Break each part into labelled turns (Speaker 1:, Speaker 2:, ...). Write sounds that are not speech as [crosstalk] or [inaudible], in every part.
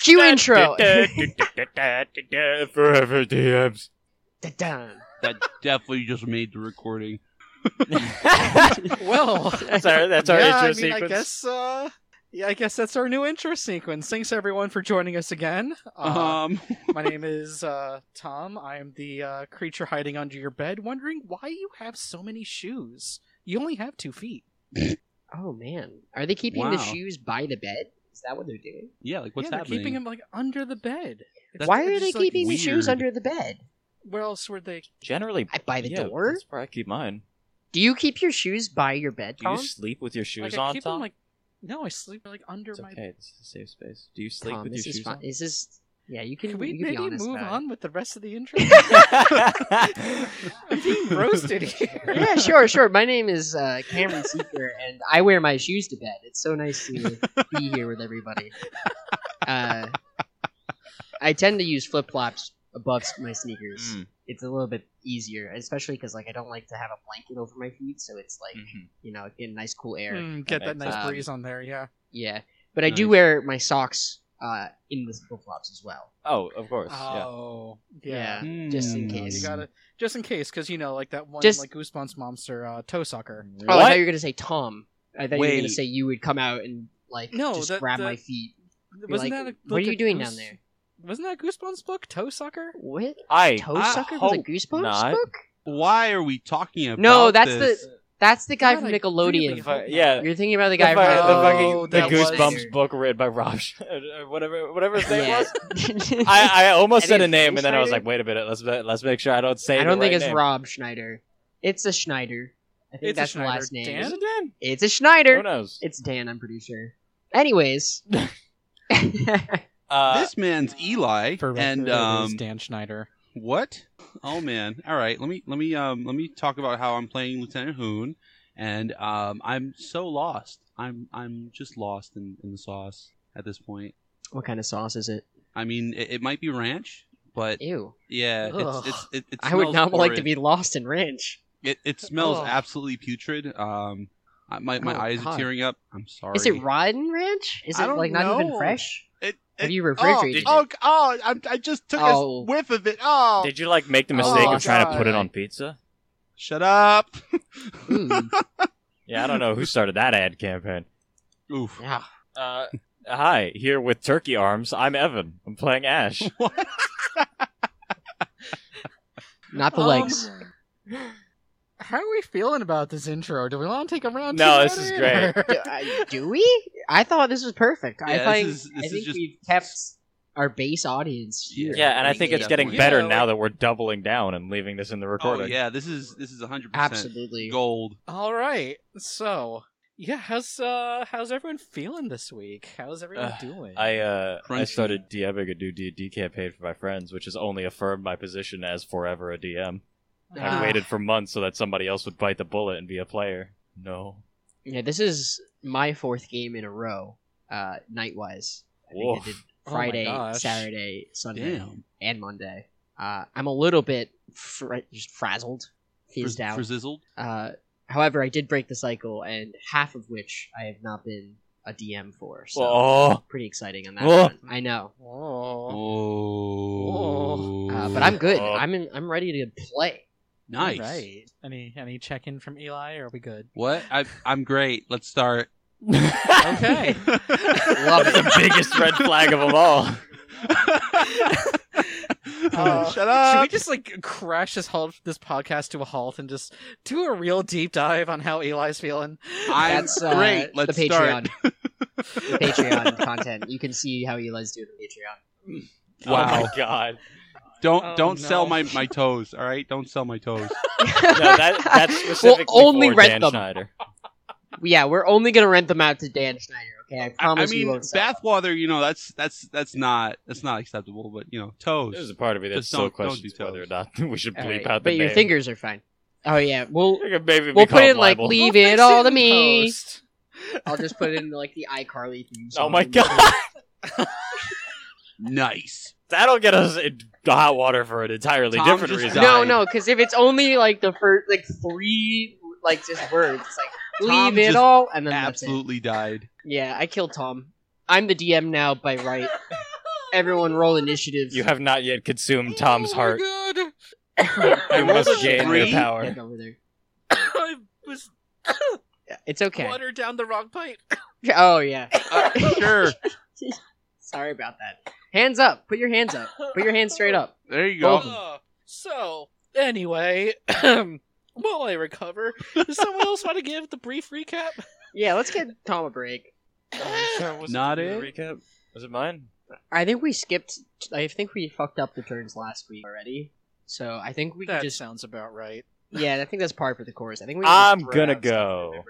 Speaker 1: Cue
Speaker 2: [laughs]
Speaker 1: intro.
Speaker 3: Forever DMs.
Speaker 4: That definitely just made
Speaker 2: [laughs]
Speaker 4: the recording.
Speaker 1: [laughs]
Speaker 2: Uh-huh. Oh,
Speaker 1: well,
Speaker 3: That's our, that's our
Speaker 1: yeah,
Speaker 3: intro
Speaker 1: I mean,
Speaker 3: sequence.
Speaker 1: I guess, uh, yeah, I guess that's our new intro sequence. Thanks everyone for joining us again. Uh,
Speaker 4: um,
Speaker 1: my name is uh, Tom. I am the uh, creature hiding under your bed, wondering why you have so many shoes. You only have two feet.
Speaker 2: Oh man, are they keeping the
Speaker 4: Wow.
Speaker 2: shoes by the bed? Is that what they're doing?
Speaker 4: yeah, like what's
Speaker 1: yeah, they're
Speaker 4: happening?
Speaker 1: keeping them like under the bed.
Speaker 4: That's-
Speaker 2: Why
Speaker 1: they're
Speaker 2: are they
Speaker 1: just, like,
Speaker 2: keeping the shoes
Speaker 4: weird.
Speaker 2: under the bed?
Speaker 1: Where else were they?
Speaker 3: Generally,
Speaker 2: I- By the
Speaker 3: yeah,
Speaker 2: door?
Speaker 3: That's where I keep mine.
Speaker 2: Do you keep your shoes by your bed,
Speaker 3: Do you
Speaker 2: Tom?
Speaker 3: sleep with your shoes
Speaker 1: like, I
Speaker 3: on,
Speaker 1: keep
Speaker 3: Tom?
Speaker 1: them like. No, I sleep like under
Speaker 3: it's
Speaker 1: my.
Speaker 3: okay. This is a safe space. Do you sleep
Speaker 2: Tom,
Speaker 3: with your
Speaker 2: this is
Speaker 3: shoes
Speaker 2: fine.
Speaker 3: on?
Speaker 2: Is this? Yeah, you can.
Speaker 1: Can we
Speaker 2: you can
Speaker 1: maybe
Speaker 2: be honest
Speaker 1: move
Speaker 2: about it.
Speaker 1: on with the rest of the intro?
Speaker 3: [laughs]
Speaker 1: I'm being roasted here.
Speaker 2: [laughs] yeah, sure, sure. My name is uh, Cameron Seeker, and I wear my shoes to bed. It's so nice to be here with everybody. Uh, I tend to use flip flops above s- my sneakers.
Speaker 3: Mm,
Speaker 2: It's a little bit easier, especially because like I don't like to have a blanket over my feet, so it's like
Speaker 3: mhm.
Speaker 2: you know, get nice cool air.
Speaker 1: Mm, get that
Speaker 3: makes
Speaker 1: nice
Speaker 2: sense.
Speaker 1: breeze on there, yeah.
Speaker 2: Yeah, but I do
Speaker 4: Nice.
Speaker 2: wear my socks uh, in the flip flops as well.
Speaker 3: Oh, of course. yeah. Mm.
Speaker 1: Oh, yeah.
Speaker 2: Yeah. just in
Speaker 4: Hmm.
Speaker 1: You
Speaker 2: case.
Speaker 1: gotta just in case, because you know, like that one,
Speaker 2: Just-
Speaker 1: like Goosebumps monster uh, toe sucker.
Speaker 2: Oh, I
Speaker 3: What?
Speaker 2: thought you were gonna say Tom. I thought you were
Speaker 4: Wait.
Speaker 2: gonna say you would come out and like
Speaker 1: No,
Speaker 2: just
Speaker 1: that-
Speaker 2: grab
Speaker 1: that-
Speaker 2: my feet. You're
Speaker 1: Wasn't
Speaker 2: like,
Speaker 1: that? A,
Speaker 2: what
Speaker 1: like
Speaker 2: are you
Speaker 1: a
Speaker 2: doing
Speaker 1: goose-
Speaker 2: down there?
Speaker 1: Wasn't that a Goosebumps book? Toe sucker.
Speaker 2: What
Speaker 3: I
Speaker 2: toe
Speaker 3: I
Speaker 2: sucker was a
Speaker 3: hope
Speaker 2: Goosebumps
Speaker 3: not.
Speaker 2: book?
Speaker 4: Why are we talking about?
Speaker 2: No, that's
Speaker 4: this?
Speaker 2: the that's the guy
Speaker 1: God,
Speaker 2: from
Speaker 1: I really
Speaker 2: Nickelodeon.
Speaker 1: hope
Speaker 3: If I- yeah.
Speaker 2: You're thinking about the guy
Speaker 3: the, fu- the
Speaker 2: from Oh,
Speaker 3: fucking the
Speaker 2: that was-
Speaker 3: Goosebumps book written by Rob, Sch- [laughs] or whatever whatever
Speaker 2: [laughs]
Speaker 3: his name
Speaker 2: Yeah.
Speaker 3: was.
Speaker 2: [laughs]
Speaker 3: [laughs] I, I almost
Speaker 2: I
Speaker 3: said a
Speaker 2: think it's
Speaker 3: name, and then I was
Speaker 2: Schneider.
Speaker 3: like, wait a minute, let's let's make sure I don't say.
Speaker 2: I don't
Speaker 3: the
Speaker 2: think
Speaker 3: right
Speaker 2: it's
Speaker 3: name.
Speaker 2: Rob Schneider. It's a Schneider. I think
Speaker 1: It's a
Speaker 2: that's the
Speaker 1: Schneider.
Speaker 2: last name.
Speaker 1: Dan?
Speaker 3: Is it Dan?
Speaker 2: It's a
Speaker 3: Who
Speaker 2: Schneider.
Speaker 3: knows?
Speaker 2: It's Dan, I'm pretty sure. Anyways. [laughs]
Speaker 3: Uh,
Speaker 4: this man's Eli, and um,
Speaker 1: Dan Schneider.
Speaker 4: what? Oh man! All right, let me let me um let me talk about how I'm playing Lieutenant Hoon, and um I'm so lost. I'm I'm just lost in, in the sauce at this point.
Speaker 2: what kind of sauce is it?
Speaker 4: I mean, it, it might be ranch, but
Speaker 2: Ew.
Speaker 4: yeah,
Speaker 2: Ugh.
Speaker 4: it's, it's it, it
Speaker 2: I would
Speaker 4: smells
Speaker 2: not like to
Speaker 4: horrid.
Speaker 2: be lost in ranch.
Speaker 4: It, it smells
Speaker 1: Ugh.
Speaker 4: absolutely putrid. Um, I- my my
Speaker 2: Oh,
Speaker 4: eyes
Speaker 2: God.
Speaker 4: are tearing up. I'm sorry.
Speaker 2: Is it rotten ranch? Is
Speaker 4: I
Speaker 2: it
Speaker 4: don't
Speaker 2: like not even
Speaker 4: know.
Speaker 2: fresh?
Speaker 4: It-
Speaker 2: Have
Speaker 4: it-
Speaker 2: you
Speaker 4: oh,
Speaker 2: refrigerated
Speaker 4: oh,
Speaker 2: it?
Speaker 4: g- oh, I'm- I, just took
Speaker 2: Oh.
Speaker 4: a whiff of it. Oh,
Speaker 3: Did you like make the
Speaker 2: Oh,
Speaker 3: mistake of trying to
Speaker 1: God.
Speaker 3: put it on pizza?
Speaker 2: [laughs]
Speaker 4: shut up.
Speaker 2: Ooh,
Speaker 3: Yeah, I don't know who started that
Speaker 2: [laughs]
Speaker 3: ad campaign.
Speaker 4: [laughs] Oof.
Speaker 1: [laughs]
Speaker 2: yeah.
Speaker 3: Uh, hi, here with Turkey Arms. I'm Evan. I'm
Speaker 2: [laughs]
Speaker 3: playing Ash.
Speaker 4: [laughs] What?
Speaker 2: Not the
Speaker 1: Um, [laughs]
Speaker 2: legs.
Speaker 1: How are we feeling about this intro? Do we want to take a round?
Speaker 3: No,
Speaker 1: two
Speaker 3: this is
Speaker 1: later?
Speaker 2: Do,
Speaker 1: [laughs]
Speaker 2: I- do we? I thought this was perfect. I
Speaker 4: Yeah,
Speaker 2: think,
Speaker 4: this is-
Speaker 2: I
Speaker 4: this is
Speaker 2: think
Speaker 4: just-
Speaker 2: we've kept our base audience here.
Speaker 3: Yeah, and I think it's getting
Speaker 4: Yeah.
Speaker 3: better
Speaker 1: Yeah,
Speaker 3: now that we're doubling down and leaving this in the
Speaker 4: Oh
Speaker 3: recording.
Speaker 4: yeah, this is this is 100 percent
Speaker 2: absolutely.
Speaker 4: gold.
Speaker 1: All right. So, yeah, how's uh how's everyone feeling this week? How's everyone
Speaker 3: Uh,
Speaker 1: doing?
Speaker 3: I uh, I
Speaker 4: Crunchy.
Speaker 3: started DMing a new D&D campaign for my friends, which has only affirmed my position as forever a DM. I've
Speaker 2: Ah.
Speaker 3: waited for months so that somebody else would bite the bullet and be a player. No.
Speaker 2: Yeah, this is my fourth game in a row, uh, night wise. I think
Speaker 3: Woof.
Speaker 2: I did
Speaker 1: Oh my
Speaker 2: Friday,
Speaker 1: gosh.
Speaker 2: Saturday, Sunday,
Speaker 4: Damn.
Speaker 2: and Monday. Uh, I'm a little bit fr- just frazzled,
Speaker 4: Frizz-
Speaker 2: fizzed out.
Speaker 4: frizzled.
Speaker 2: Uh, however, I did break the cycle, and half of which I have not been a DM for. So [laughs]
Speaker 3: Oh,
Speaker 2: pretty exciting on that.
Speaker 3: Oh.
Speaker 2: front. I know,
Speaker 1: Whoa.
Speaker 4: Oh.
Speaker 2: uh, but I'm good.
Speaker 3: Oh.
Speaker 2: I'm in, I'm ready to play.
Speaker 4: nice.
Speaker 1: Right. Any any check in from Eli? Are we good?
Speaker 4: What? I, I'm great. Let's start.
Speaker 1: [laughs] Okay.
Speaker 2: Love
Speaker 3: That's the
Speaker 2: it.
Speaker 3: biggest red flag of them [laughs] all.
Speaker 1: [laughs]
Speaker 2: Oh.
Speaker 4: [laughs]
Speaker 1: Uh,
Speaker 4: Shut
Speaker 1: Should
Speaker 4: up.
Speaker 1: we just like crash this halt, this podcast to a halt, and just do a real deep dive on how Eli's feeling?
Speaker 4: I'm
Speaker 2: That's uh,
Speaker 4: great. Let's
Speaker 2: the Patreon.
Speaker 4: start. [laughs]
Speaker 2: the Patreon content. You can see how Eli's doing the Patreon.
Speaker 3: Oh
Speaker 4: Wow.
Speaker 3: my god.
Speaker 4: Don't
Speaker 1: Oh,
Speaker 4: don't sell
Speaker 1: no.
Speaker 4: my
Speaker 2: [laughs]
Speaker 4: my toes. All right, don't sell my toes.
Speaker 3: No, that, that's specifically
Speaker 2: [laughs] we'll only
Speaker 3: for
Speaker 2: rent
Speaker 3: Dan
Speaker 2: them.
Speaker 3: Schneider.
Speaker 2: Yeah, we're only gonna rent them out to Dan Schneider. Okay, I
Speaker 4: I, I
Speaker 2: promise you
Speaker 4: mean,
Speaker 2: won't sell them.
Speaker 4: bathwater. You know, that's that's that's not that's not acceptable. But you know,
Speaker 3: There's
Speaker 4: toes.
Speaker 3: a part of me that
Speaker 4: Just
Speaker 3: still
Speaker 4: don't- don't
Speaker 3: questions
Speaker 4: do toes.
Speaker 3: whether or not [laughs] we should
Speaker 2: All
Speaker 3: bleep
Speaker 2: right,
Speaker 3: out the
Speaker 2: but your
Speaker 3: name.
Speaker 2: fingers are fine. Oh yeah, we'll
Speaker 3: I could maybe
Speaker 2: we'll
Speaker 3: be
Speaker 2: put
Speaker 3: called
Speaker 2: in like
Speaker 3: libel.
Speaker 2: leave
Speaker 1: We'll
Speaker 2: it
Speaker 1: fix
Speaker 2: all to
Speaker 1: in
Speaker 2: me.
Speaker 1: post.
Speaker 2: I'll just put in like the iCarly theme. Song
Speaker 3: [laughs] Oh my god,
Speaker 4: Nice.
Speaker 3: that'll get us in the hot water for an entirely
Speaker 4: Tom
Speaker 3: different
Speaker 4: just
Speaker 3: reason.
Speaker 4: died.
Speaker 2: No, no, because if it's only like the first like three like just words, it's like
Speaker 4: Tom
Speaker 2: leave it
Speaker 4: just
Speaker 2: all and then that's it.
Speaker 4: Absolutely died.
Speaker 2: Yeah, I killed Tom. I'm the DM now by right. everyone roll initiative.
Speaker 3: You have not yet consumed Tom's heart.
Speaker 1: Oh my
Speaker 2: [laughs]
Speaker 3: You
Speaker 4: rolled
Speaker 3: must
Speaker 4: a
Speaker 3: gain
Speaker 4: three.
Speaker 3: your power.
Speaker 2: Back over there.
Speaker 1: god! [laughs] I was
Speaker 2: It's okay.
Speaker 1: watered down the wrong pipe.
Speaker 2: Oh yeah. Uh, [laughs]
Speaker 1: [laughs]
Speaker 4: sure.
Speaker 2: Sorry about that. Hands up. Put your hands up. Put your hands straight up.
Speaker 4: There you go.
Speaker 2: Both.
Speaker 1: Uh, so anyway, [clears throat] while I recover, does someone else want to give the brief recap?
Speaker 2: Yeah, let's get Tom a break.
Speaker 4: Not it?
Speaker 3: Recap. Was it mine?
Speaker 2: I think we skipped. I think we fucked up the turns last week already. So I think we
Speaker 1: that
Speaker 2: can just.
Speaker 1: sounds about right.
Speaker 2: Yeah, I think that's par for the course. I think we. Can just
Speaker 3: I'm
Speaker 2: throw
Speaker 3: gonna
Speaker 2: out stuff
Speaker 3: go.
Speaker 2: whenever.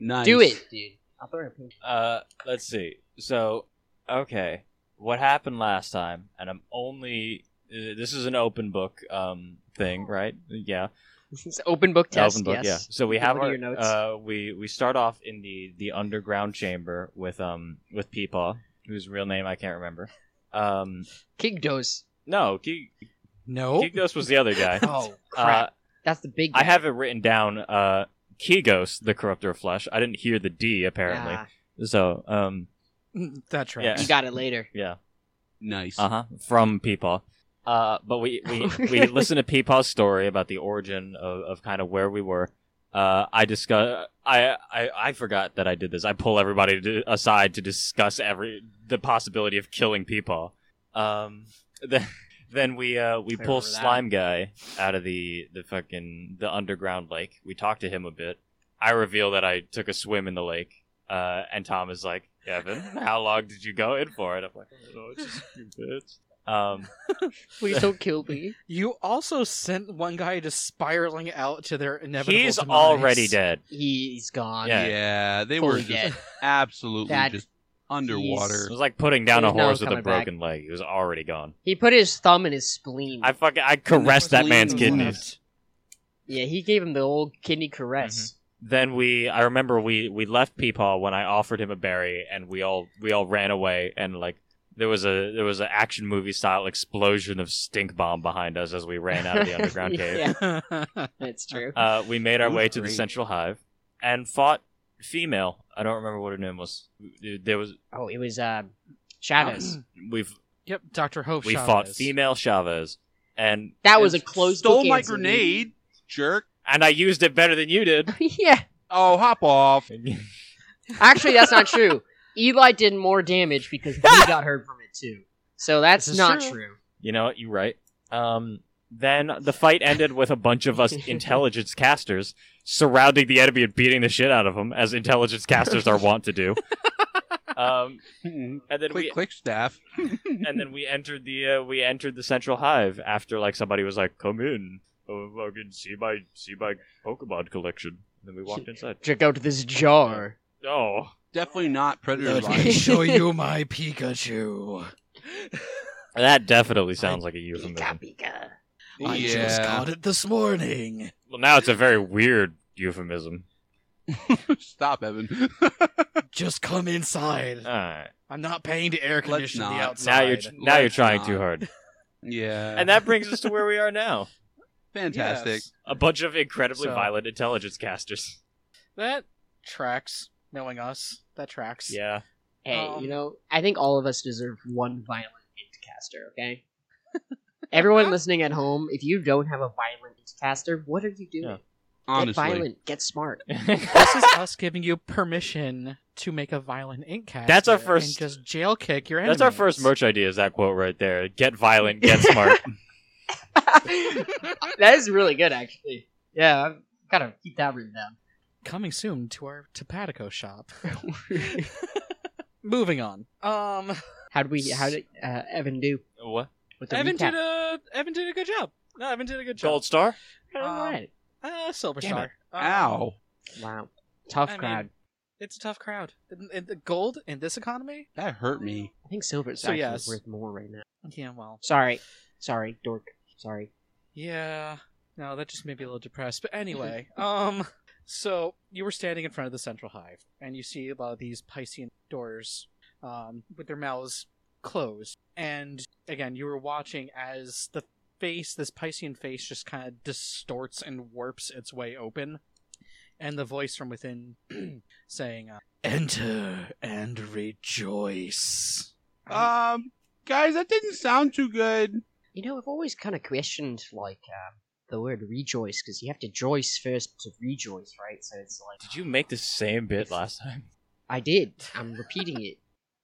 Speaker 4: Nice.
Speaker 2: Do it, dude. I'll throw it.
Speaker 3: Uh, let's see. So, okay, what happened last time? And I'm only uh, this is an open book um thing, right? Yeah,
Speaker 2: It's open book Oh. test.
Speaker 3: open book.
Speaker 2: yes.
Speaker 3: Yeah. So we
Speaker 2: Go
Speaker 3: have
Speaker 2: over to
Speaker 3: our
Speaker 2: your notes.
Speaker 3: uh we we start off in the the underground chamber with um with Peepaw, whose real name I can't remember. Um,
Speaker 2: Kigdos.
Speaker 3: no, Gig-
Speaker 1: No.
Speaker 3: Gigdos was the other guy.
Speaker 2: [laughs] Oh crap!
Speaker 3: Uh,
Speaker 2: that's the big.
Speaker 3: I
Speaker 2: guy.
Speaker 3: have it written down. Uh, Kigos, the corrupter of flesh. I didn't hear the D apparently.
Speaker 2: Ah,
Speaker 3: So, um,
Speaker 1: Mm, That's right.
Speaker 3: Yeah.
Speaker 2: you got it later.
Speaker 3: yeah.
Speaker 4: Nice.
Speaker 3: Uh huh. From Peepaw. Uh, but we
Speaker 1: [laughs]
Speaker 3: we we listened to Peepaw's story about the origin of, of kind of where we were. Uh, I discuss. I, I I forgot that I did this. I pull everybody to, aside to discuss every the possibility of killing Peepaw. Um, [laughs] then then we uh we
Speaker 1: I
Speaker 3: pull
Speaker 1: remember that.
Speaker 3: slime guy out of the the fucking the underground lake. We talk to him a bit. I reveal that I took a swim in the lake. Uh, and Tom is like, Evan, how long did you go in for? And I'm like, oh, just a few minutes. Um,
Speaker 2: Please don't kill me.
Speaker 1: You also sent one guy to spiraling out to their inevitable.
Speaker 3: he's
Speaker 1: demise.
Speaker 3: already dead.
Speaker 2: He's gone.
Speaker 3: Yeah.
Speaker 4: Yeah, they were
Speaker 2: Fully
Speaker 4: just
Speaker 2: dead.
Speaker 4: absolutely
Speaker 2: That-
Speaker 4: just underwater.
Speaker 3: It was like putting down a
Speaker 2: There's no
Speaker 3: horse with a
Speaker 2: coming back.
Speaker 3: broken leg. He was already gone.
Speaker 2: He put his thumb in his spleen.
Speaker 3: I fucking I caressed that
Speaker 4: spleen
Speaker 3: man's
Speaker 4: was
Speaker 3: kidneys.
Speaker 1: Left.
Speaker 2: Yeah, he gave him the old kidney
Speaker 3: Mm-hmm.
Speaker 2: caress.
Speaker 3: Then we I remember we we left Peepaw when I offered him a berry, and we all we all ran away, and like there was a there was an action movie style explosion of stink bomb behind us as we ran out of [laughs] the
Speaker 2: [laughs]
Speaker 3: underground cave.
Speaker 2: Yeah, that's true.
Speaker 3: uh, we made our
Speaker 4: Ooh,
Speaker 3: way to the
Speaker 4: great.
Speaker 3: central hive and fought female. I don't remember what her name was. There was
Speaker 2: oh, it was uh, Chavez.
Speaker 3: we've
Speaker 1: [laughs] Yep, Doctor Hope.
Speaker 3: we
Speaker 1: shot
Speaker 3: fought
Speaker 1: us.
Speaker 3: female Chavez, and
Speaker 2: [clears throat] That was a close.
Speaker 4: Stole
Speaker 2: book
Speaker 4: my
Speaker 2: answer, dude. [laughs]
Speaker 4: grenade, jerk.
Speaker 3: and I used it better than you did.
Speaker 2: yeah,
Speaker 4: Oh, hop off.
Speaker 2: actually, that's not true. Eli did more damage because he got hurt from it too. So that's
Speaker 1: This is
Speaker 2: not
Speaker 1: true.
Speaker 2: true.
Speaker 3: [laughs] you know what? You're right. Um, then the fight ended with a bunch of us intelligence casters surrounding the enemy and beating the shit out of them, as intelligence casters are wont to do. Um,
Speaker 4: click,
Speaker 3: and then we
Speaker 4: click, staff.
Speaker 3: and then we entered the uh, we entered the central hive after like somebody was like, "Come in, oh, fucking see my see my Pokemon collection." And then we walked inside.
Speaker 2: Check out this jar.
Speaker 3: Oh,
Speaker 4: Definitely not predator
Speaker 1: Let [laughs]
Speaker 2: [laughs]
Speaker 4: line.
Speaker 1: me show you my Pikachu.
Speaker 3: that definitely sounds like a euphemism.
Speaker 2: Pika pika.
Speaker 1: I just
Speaker 4: yeah.
Speaker 1: got it this morning.
Speaker 3: Well, now it's a very weird euphemism.
Speaker 4: [laughs] Stop, Evan. [laughs]
Speaker 1: Just come inside.
Speaker 3: All right,
Speaker 1: I'm not paying to air condition the
Speaker 4: not.
Speaker 1: outside.
Speaker 3: Uh, now you're now you're
Speaker 4: Let's
Speaker 3: trying
Speaker 4: not.
Speaker 3: too hard,
Speaker 4: yeah.
Speaker 3: and that brings us to where we are now.
Speaker 4: fantastic.
Speaker 1: Yes.
Speaker 3: A bunch of incredibly
Speaker 1: So-
Speaker 3: violent intelligence casters.
Speaker 1: That tracks. Knowing us, that tracks.
Speaker 3: [laughs] Yeah,
Speaker 2: Hey,
Speaker 1: Um,
Speaker 2: you know, I think all of us deserve one violent caster. Okay. Everyone listening at home, if you don't have a violent caster, what are you doing?
Speaker 3: Yeah.
Speaker 2: Get
Speaker 4: Honestly,
Speaker 2: violent. Get
Speaker 3: [laughs]
Speaker 2: smart.
Speaker 1: this is us giving you permission to make a violent ink cast.
Speaker 3: That's our
Speaker 1: here And
Speaker 3: first-
Speaker 1: just jail kick your enemies.
Speaker 3: that's our first merch idea. Is that quote right there? Get violent, get [laughs] smart.
Speaker 2: that is really good, actually. Yeah, I've got to keep that written down.
Speaker 1: [laughs] Coming soon to our Topatico [laughs] shop. Moving on. Um,
Speaker 2: How did we? How did uh, Evan do
Speaker 3: what?
Speaker 2: with the
Speaker 1: Evan
Speaker 2: recap?
Speaker 1: did a Evan did a good job. No, Evan did a good job.
Speaker 3: Gold star.
Speaker 1: um,
Speaker 2: All right.
Speaker 1: Uh, Silver
Speaker 3: Damn
Speaker 1: Star. Um,
Speaker 4: ow.
Speaker 2: Wow. Tough
Speaker 1: I mean-
Speaker 2: crowd.
Speaker 1: It's a tough crowd. And- and the gold in this economy?
Speaker 4: That hurt me.
Speaker 2: I think silver's
Speaker 1: So,
Speaker 2: actually
Speaker 1: yes.
Speaker 2: worth more right now.
Speaker 1: Yeah, well,
Speaker 2: Sorry. Sorry, dork. Sorry.
Speaker 1: yeah. No, that just made me a little depressed. But anyway, um, so you were standing in front of the central hive, and you see a lot of these Piscean doors, um, with their mouths closed. And again, you were watching as the face, this Piscean face, just kind of distorts and warps its way open, and the voice from within [clears throat] [laughs] saying, uh, "Enter and rejoice."
Speaker 4: Um, Guys, that didn't sound too good.
Speaker 2: You know, I've always kind of questioned like um, the word rejoice because you have to joice first to rejoice, right? So it's like
Speaker 3: Did you make the same bit last time?
Speaker 2: I did. I'm repeating it.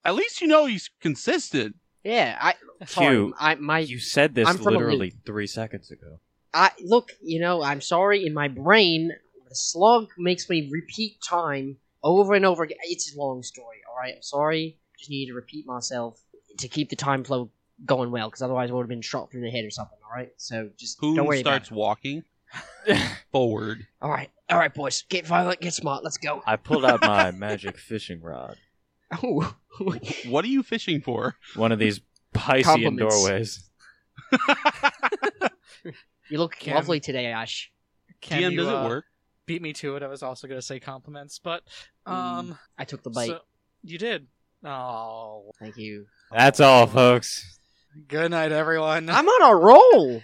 Speaker 4: At least you know he's consistent.
Speaker 2: Yeah, I.
Speaker 3: Q,
Speaker 2: Tom, I my
Speaker 3: You said this
Speaker 2: I'm from a
Speaker 3: literally three seconds [laughs] ago.
Speaker 2: I look. You know, I'm sorry. In my brain, the slog makes me repeat time over and over again. It's a long story. All right, I'm sorry. Just need to repeat myself to keep the time flow going well, because otherwise I would have been shot through the head or something. All right, so just
Speaker 4: Who
Speaker 2: don't worry about it.
Speaker 4: starts walking forward?
Speaker 2: All right, all right, boys, get violent, get smart, let's go. [laughs]
Speaker 3: I pulled out my magic fishing rod.
Speaker 2: Oh,
Speaker 4: What are you fishing for?
Speaker 3: One of these Piscean
Speaker 2: Compliments.
Speaker 3: doorways.
Speaker 2: you look
Speaker 1: Cam.
Speaker 2: lovely today, Ash.
Speaker 1: Can
Speaker 4: DM
Speaker 1: you,
Speaker 4: doesn't
Speaker 1: uh,
Speaker 4: work.
Speaker 1: Beat me to it. I was also going to say compliments, but um,
Speaker 2: I took Mm, the bite.
Speaker 1: so- you did. Oh,
Speaker 2: Thank you.
Speaker 3: That's all, folks.
Speaker 1: good night, everyone.
Speaker 2: I'm on a roll.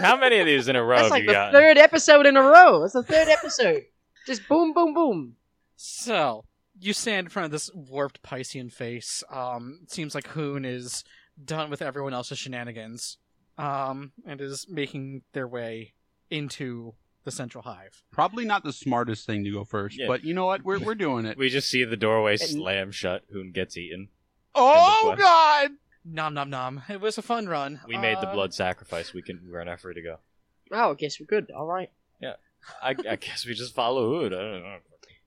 Speaker 3: How many of these in a row
Speaker 2: That's
Speaker 3: have
Speaker 2: like
Speaker 3: you
Speaker 2: the
Speaker 3: got?
Speaker 2: third episode in a row. That's the third episode. Just boom, boom, boom.
Speaker 1: So you stand in front of this warped Piscean face. Um, it seems like Hoon is done with everyone else's shenanigans, um, and is making their way into the central hive.
Speaker 4: Probably not the smartest thing to go first,
Speaker 3: Yeah.
Speaker 4: but you know what? We're we're doing
Speaker 3: [laughs]
Speaker 4: it.
Speaker 3: We just see the doorway slam shut. Hoon gets eaten.
Speaker 4: oh
Speaker 3: End of
Speaker 4: God!
Speaker 1: Nom nom nom. It was a fun run.
Speaker 3: We made the
Speaker 1: Uh,
Speaker 3: blood sacrifice. We can. We're not free to go.
Speaker 2: Oh, I guess we're good. All right.
Speaker 3: I, I guess we just follow Hoon. I don't know.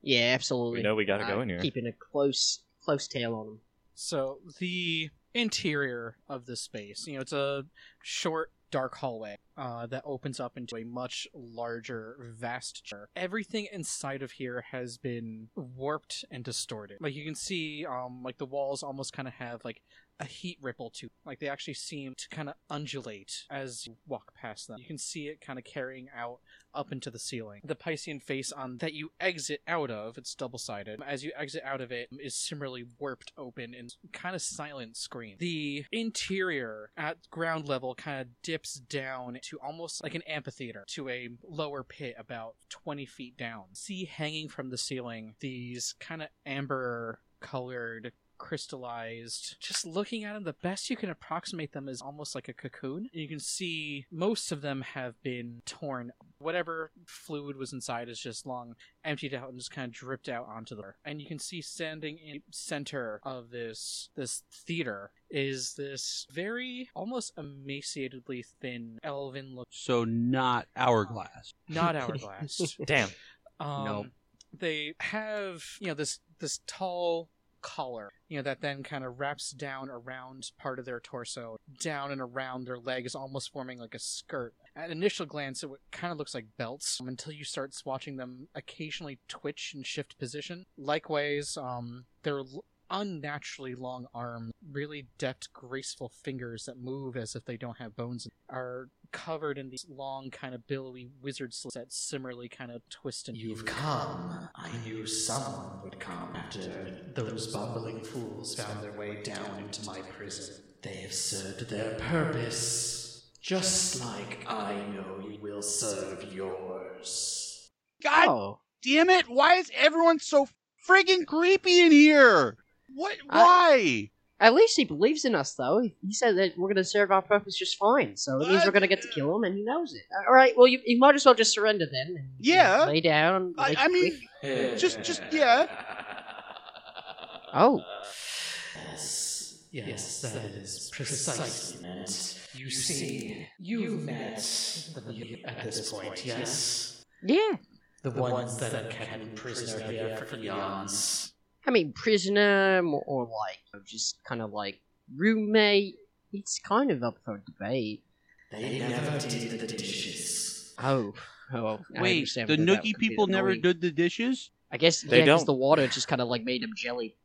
Speaker 2: Yeah, absolutely.
Speaker 3: We know we got to
Speaker 2: Uh,
Speaker 3: go in here.
Speaker 2: Keeping a close, close tail on him.
Speaker 1: So the interior of this space, you know, it's a short, dark hallway uh, that opens up into a much larger, vast chamber. Everything inside of here has been warped and distorted. Like you can see, um, like the walls almost kind of have like a heat ripple to, like they actually seem to kind of undulate as you walk past them. You can see it kind of carrying out up into the ceiling. The Piscean face on that you exit out of, it's double sided. As you exit out of it, is similarly warped open and kind of silent screen. The interior at ground level kind of dips down to almost like an amphitheater to a lower pit about 20 feet down. See hanging from the ceiling these kind of amber colored crystallized. Just looking at them, the best you can approximate them is almost like a cocoon. And you can see most of them have been torn. Whatever fluid was inside is just long emptied out and just kind of dripped out onto the floor. And you can see standing in center of this this theater is this very almost emaciatedly thin elven look
Speaker 4: So not hourglass.
Speaker 1: not hourglass.
Speaker 3: Damn.
Speaker 1: Um,
Speaker 2: No.
Speaker 1: They have you know this this tall collar you know that then kind of wraps down around part of their torso down and around their legs almost forming like a skirt at initial glance it kind of looks like belts um, until you start swatching them occasionally twitch and shift position likewise um their l- unnaturally long arms really deft graceful fingers that move as if they don't have bones are covered in these long, kind of billowy wizard slits that similarly kind of twist and. You've come. I knew someone would come after those bumbling fools found their way down into my prison. They have served their purpose, just like I know you will serve yours.
Speaker 4: God
Speaker 2: oh,
Speaker 4: damn it! Why is everyone so friggin' creepy in here? What?
Speaker 2: I-
Speaker 4: Why?
Speaker 2: at least he believes in us, though. He said that we're going to serve our purpose just fine, so it means we're going to get to kill him, and he knows it. Uh, All right. Well, you, you might as well just surrender then. And, you know,
Speaker 4: Yeah.
Speaker 2: lay down.
Speaker 4: I,
Speaker 2: make
Speaker 4: I
Speaker 2: it
Speaker 4: mean,
Speaker 2: quick.
Speaker 4: just just yeah.
Speaker 2: oh,
Speaker 5: Yes, yes, that is precisely meant. You see, you've met the at this point, yes?
Speaker 2: yeah.
Speaker 5: The ones that have kept me prisoner here for eons.
Speaker 2: I mean, prisoner more, or like just kind of like roommate. It's kind of up for debate.
Speaker 5: They never did the dishes.
Speaker 2: Oh, oh. I
Speaker 4: Wait,
Speaker 2: understand
Speaker 4: the
Speaker 2: where that
Speaker 4: nookie
Speaker 2: would be
Speaker 4: people never
Speaker 2: annoying.
Speaker 4: did the dishes.
Speaker 2: I guess
Speaker 3: They
Speaker 2: yeah, 'cause
Speaker 3: don't.
Speaker 2: the water just kind of like made them jelly.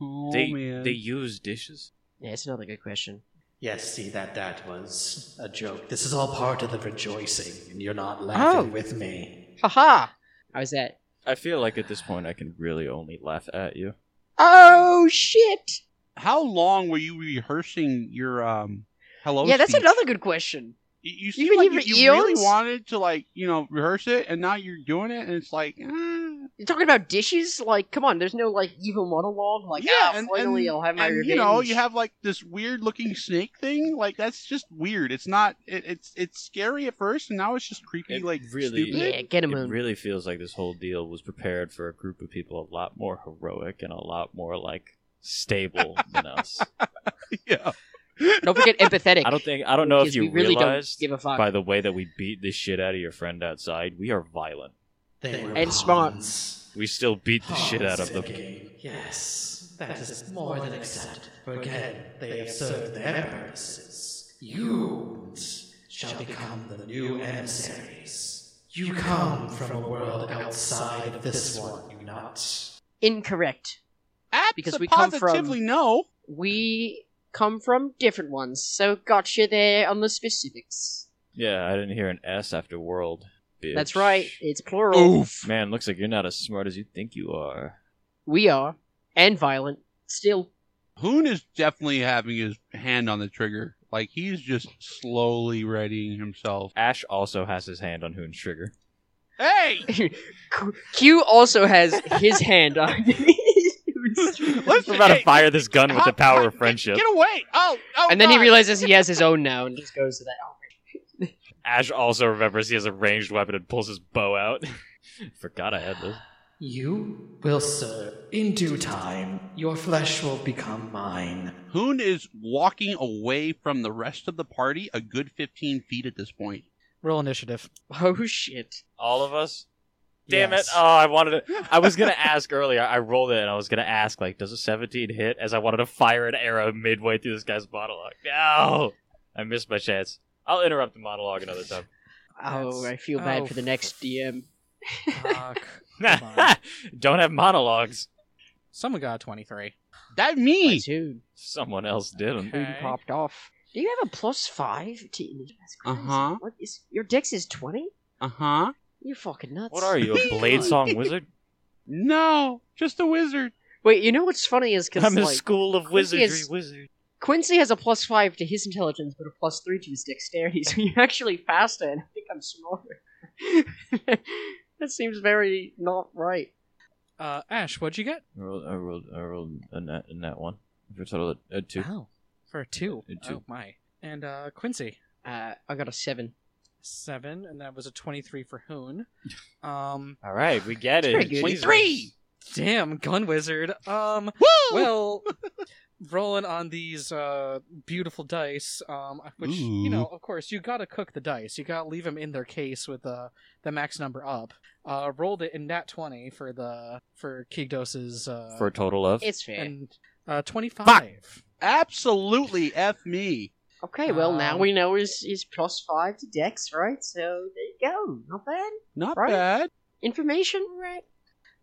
Speaker 4: Oh
Speaker 3: they
Speaker 4: man.
Speaker 3: they use dishes.
Speaker 2: Yeah, it's another good question.
Speaker 5: Yes, see that that was a joke. This is all part of the rejoicing, and you're not laughing
Speaker 2: Oh.
Speaker 5: with me.
Speaker 2: Haha! How's that?
Speaker 3: I feel like at this point I can really only laugh at you.
Speaker 2: Oh shit!
Speaker 4: How long were you rehearsing your um? Hello.
Speaker 2: yeah, that's
Speaker 4: speech?
Speaker 2: another good question. been
Speaker 4: You, you seem like
Speaker 2: here
Speaker 4: you,
Speaker 2: for
Speaker 4: you really
Speaker 2: eons?
Speaker 4: wanted to like you know rehearse it, and now you're doing it, and it's like eh,
Speaker 2: You're talking about dishes? Like, come on, there's no like evil monologue. Like,
Speaker 4: Yeah,
Speaker 2: ah,
Speaker 4: and-
Speaker 2: finally
Speaker 4: and-
Speaker 2: I'll have my
Speaker 4: and
Speaker 2: revenge.
Speaker 4: you know you have like this weird looking snake thing like that's just weird it's not it, it's it's scary at first and now it's just creepy
Speaker 3: It
Speaker 4: like
Speaker 3: really-
Speaker 4: stupid.
Speaker 2: yeah, get um, him
Speaker 3: It
Speaker 2: on.
Speaker 3: really feels like this whole deal was prepared for a group of people a lot more heroic and a lot more like stable
Speaker 2: [laughs]
Speaker 3: than us.
Speaker 4: [laughs] yeah
Speaker 2: Don't
Speaker 3: [laughs]
Speaker 2: forget empathetic.
Speaker 3: I don't think I don't know if
Speaker 2: because
Speaker 3: you
Speaker 2: we really
Speaker 3: realized
Speaker 2: don't give a fuck.
Speaker 3: by the way that we beat the shit out of your friend outside, we are violent.
Speaker 5: They were
Speaker 2: And smart.
Speaker 5: pawns.
Speaker 3: We still beat the shit out of
Speaker 5: Pawns
Speaker 3: them.
Speaker 5: in the game. Yes, that is more than accepted. For again, they have served their purposes. You shall become the new emissaries. You come from a world outside of this one, you not.
Speaker 2: Incorrect. Because we come from-
Speaker 4: positively no
Speaker 2: We come from different ones, so gotcha there on the specifics.
Speaker 3: Yeah, I didn't hear an S after world. Bitch.
Speaker 2: That's right. It's plural.
Speaker 4: oof
Speaker 3: Man, looks like you're not as smart as you think you are.
Speaker 2: We are and violent still. [laughs]
Speaker 4: hoon is definitely having his hand on the trigger like he's just slowly readying himself
Speaker 3: Ash also has his hand on Hoon's trigger.
Speaker 2: [laughs]
Speaker 4: hey
Speaker 2: Q- Q also has his hand
Speaker 4: [laughs]
Speaker 2: on.
Speaker 3: [laughs] We're about to
Speaker 4: hey,
Speaker 3: fire this gun with the
Speaker 4: hop,
Speaker 3: power of
Speaker 4: hop,
Speaker 3: friendship.
Speaker 4: get away oh oh
Speaker 2: and then he
Speaker 4: God.
Speaker 2: realizes he has his own now and just goes to that. Oh,
Speaker 3: Ash also remembers he has a ranged weapon and pulls his bow out. [laughs] Forgot I had this.
Speaker 5: You will serve in due time. Your flesh will become mine.
Speaker 4: hoon is walking away from the rest of the party a good 15 feet at this point
Speaker 1: Roll initiative.
Speaker 2: Oh shit!
Speaker 3: All of us? Damn
Speaker 5: Yes.
Speaker 3: it. Oh, I wanted to. I was going to ask earlier. I rolled it and I was going to ask, like, does a 17 hit? As I wanted to fire an arrow midway through this guy's monologue. No! I missed my chance. I'll interrupt the monologue another time.
Speaker 2: Oh,
Speaker 1: That's-
Speaker 2: I feel bad
Speaker 1: oh,
Speaker 2: for the next DM.
Speaker 1: Fuck. [laughs] Come on.
Speaker 3: [laughs] Don't have monologues.
Speaker 1: Someone got a 23.
Speaker 4: that me
Speaker 2: Platoon.
Speaker 3: Someone else did them.
Speaker 1: Okay.
Speaker 2: popped off. Do you have a plus five to initiative? That's crazy.
Speaker 4: Uh-huh.
Speaker 2: What is your dex is twenty?
Speaker 4: uh-huh
Speaker 2: You fucking nuts.
Speaker 3: What are you, a Blade Song wizard?
Speaker 4: no just a wizard
Speaker 2: Wait, you know what's funny is because
Speaker 3: I'm a
Speaker 2: like
Speaker 3: school of
Speaker 2: Quincy
Speaker 3: wizardry
Speaker 2: is-
Speaker 3: wizard.
Speaker 2: Quincy has a plus five to his intelligence, but a plus three to his dexterity, so you're [laughs] actually faster, and I think I'm smarter. [laughs] that seems very not right.
Speaker 1: Uh, Ash, what'd you get?
Speaker 3: I rolled, I rolled, I rolled a net in that one. For a total of uh, two.
Speaker 1: Oh, for a two.
Speaker 3: A two.
Speaker 1: Oh, my. And uh, Quincy,
Speaker 2: Uh, I got a seven.
Speaker 1: seven, and that was a 23 for Hoon. Um,
Speaker 3: All right, we get
Speaker 2: It's
Speaker 3: it.
Speaker 2: pretty good.
Speaker 3: Jesus.
Speaker 4: Three!
Speaker 1: damn, Gun Wizard.
Speaker 3: [laughs]
Speaker 1: Um,
Speaker 4: Woo!
Speaker 1: well, rolling on these uh, beautiful dice, um, which you know, of course, you gotta cook the dice. You gotta leave them in their case with uh, the max number up. Uh, rolled it in nat twenty for the for Kigdos's uh,
Speaker 3: For a total of.
Speaker 2: It's fair.
Speaker 1: and uh, twenty
Speaker 4: Fuck.
Speaker 1: five.
Speaker 4: Absolutely, f me.
Speaker 2: okay, well now
Speaker 1: Um,
Speaker 2: we know his his plus five to dex, right? So there you go. Not bad
Speaker 4: Not
Speaker 2: Right?
Speaker 4: bad.
Speaker 2: information, right?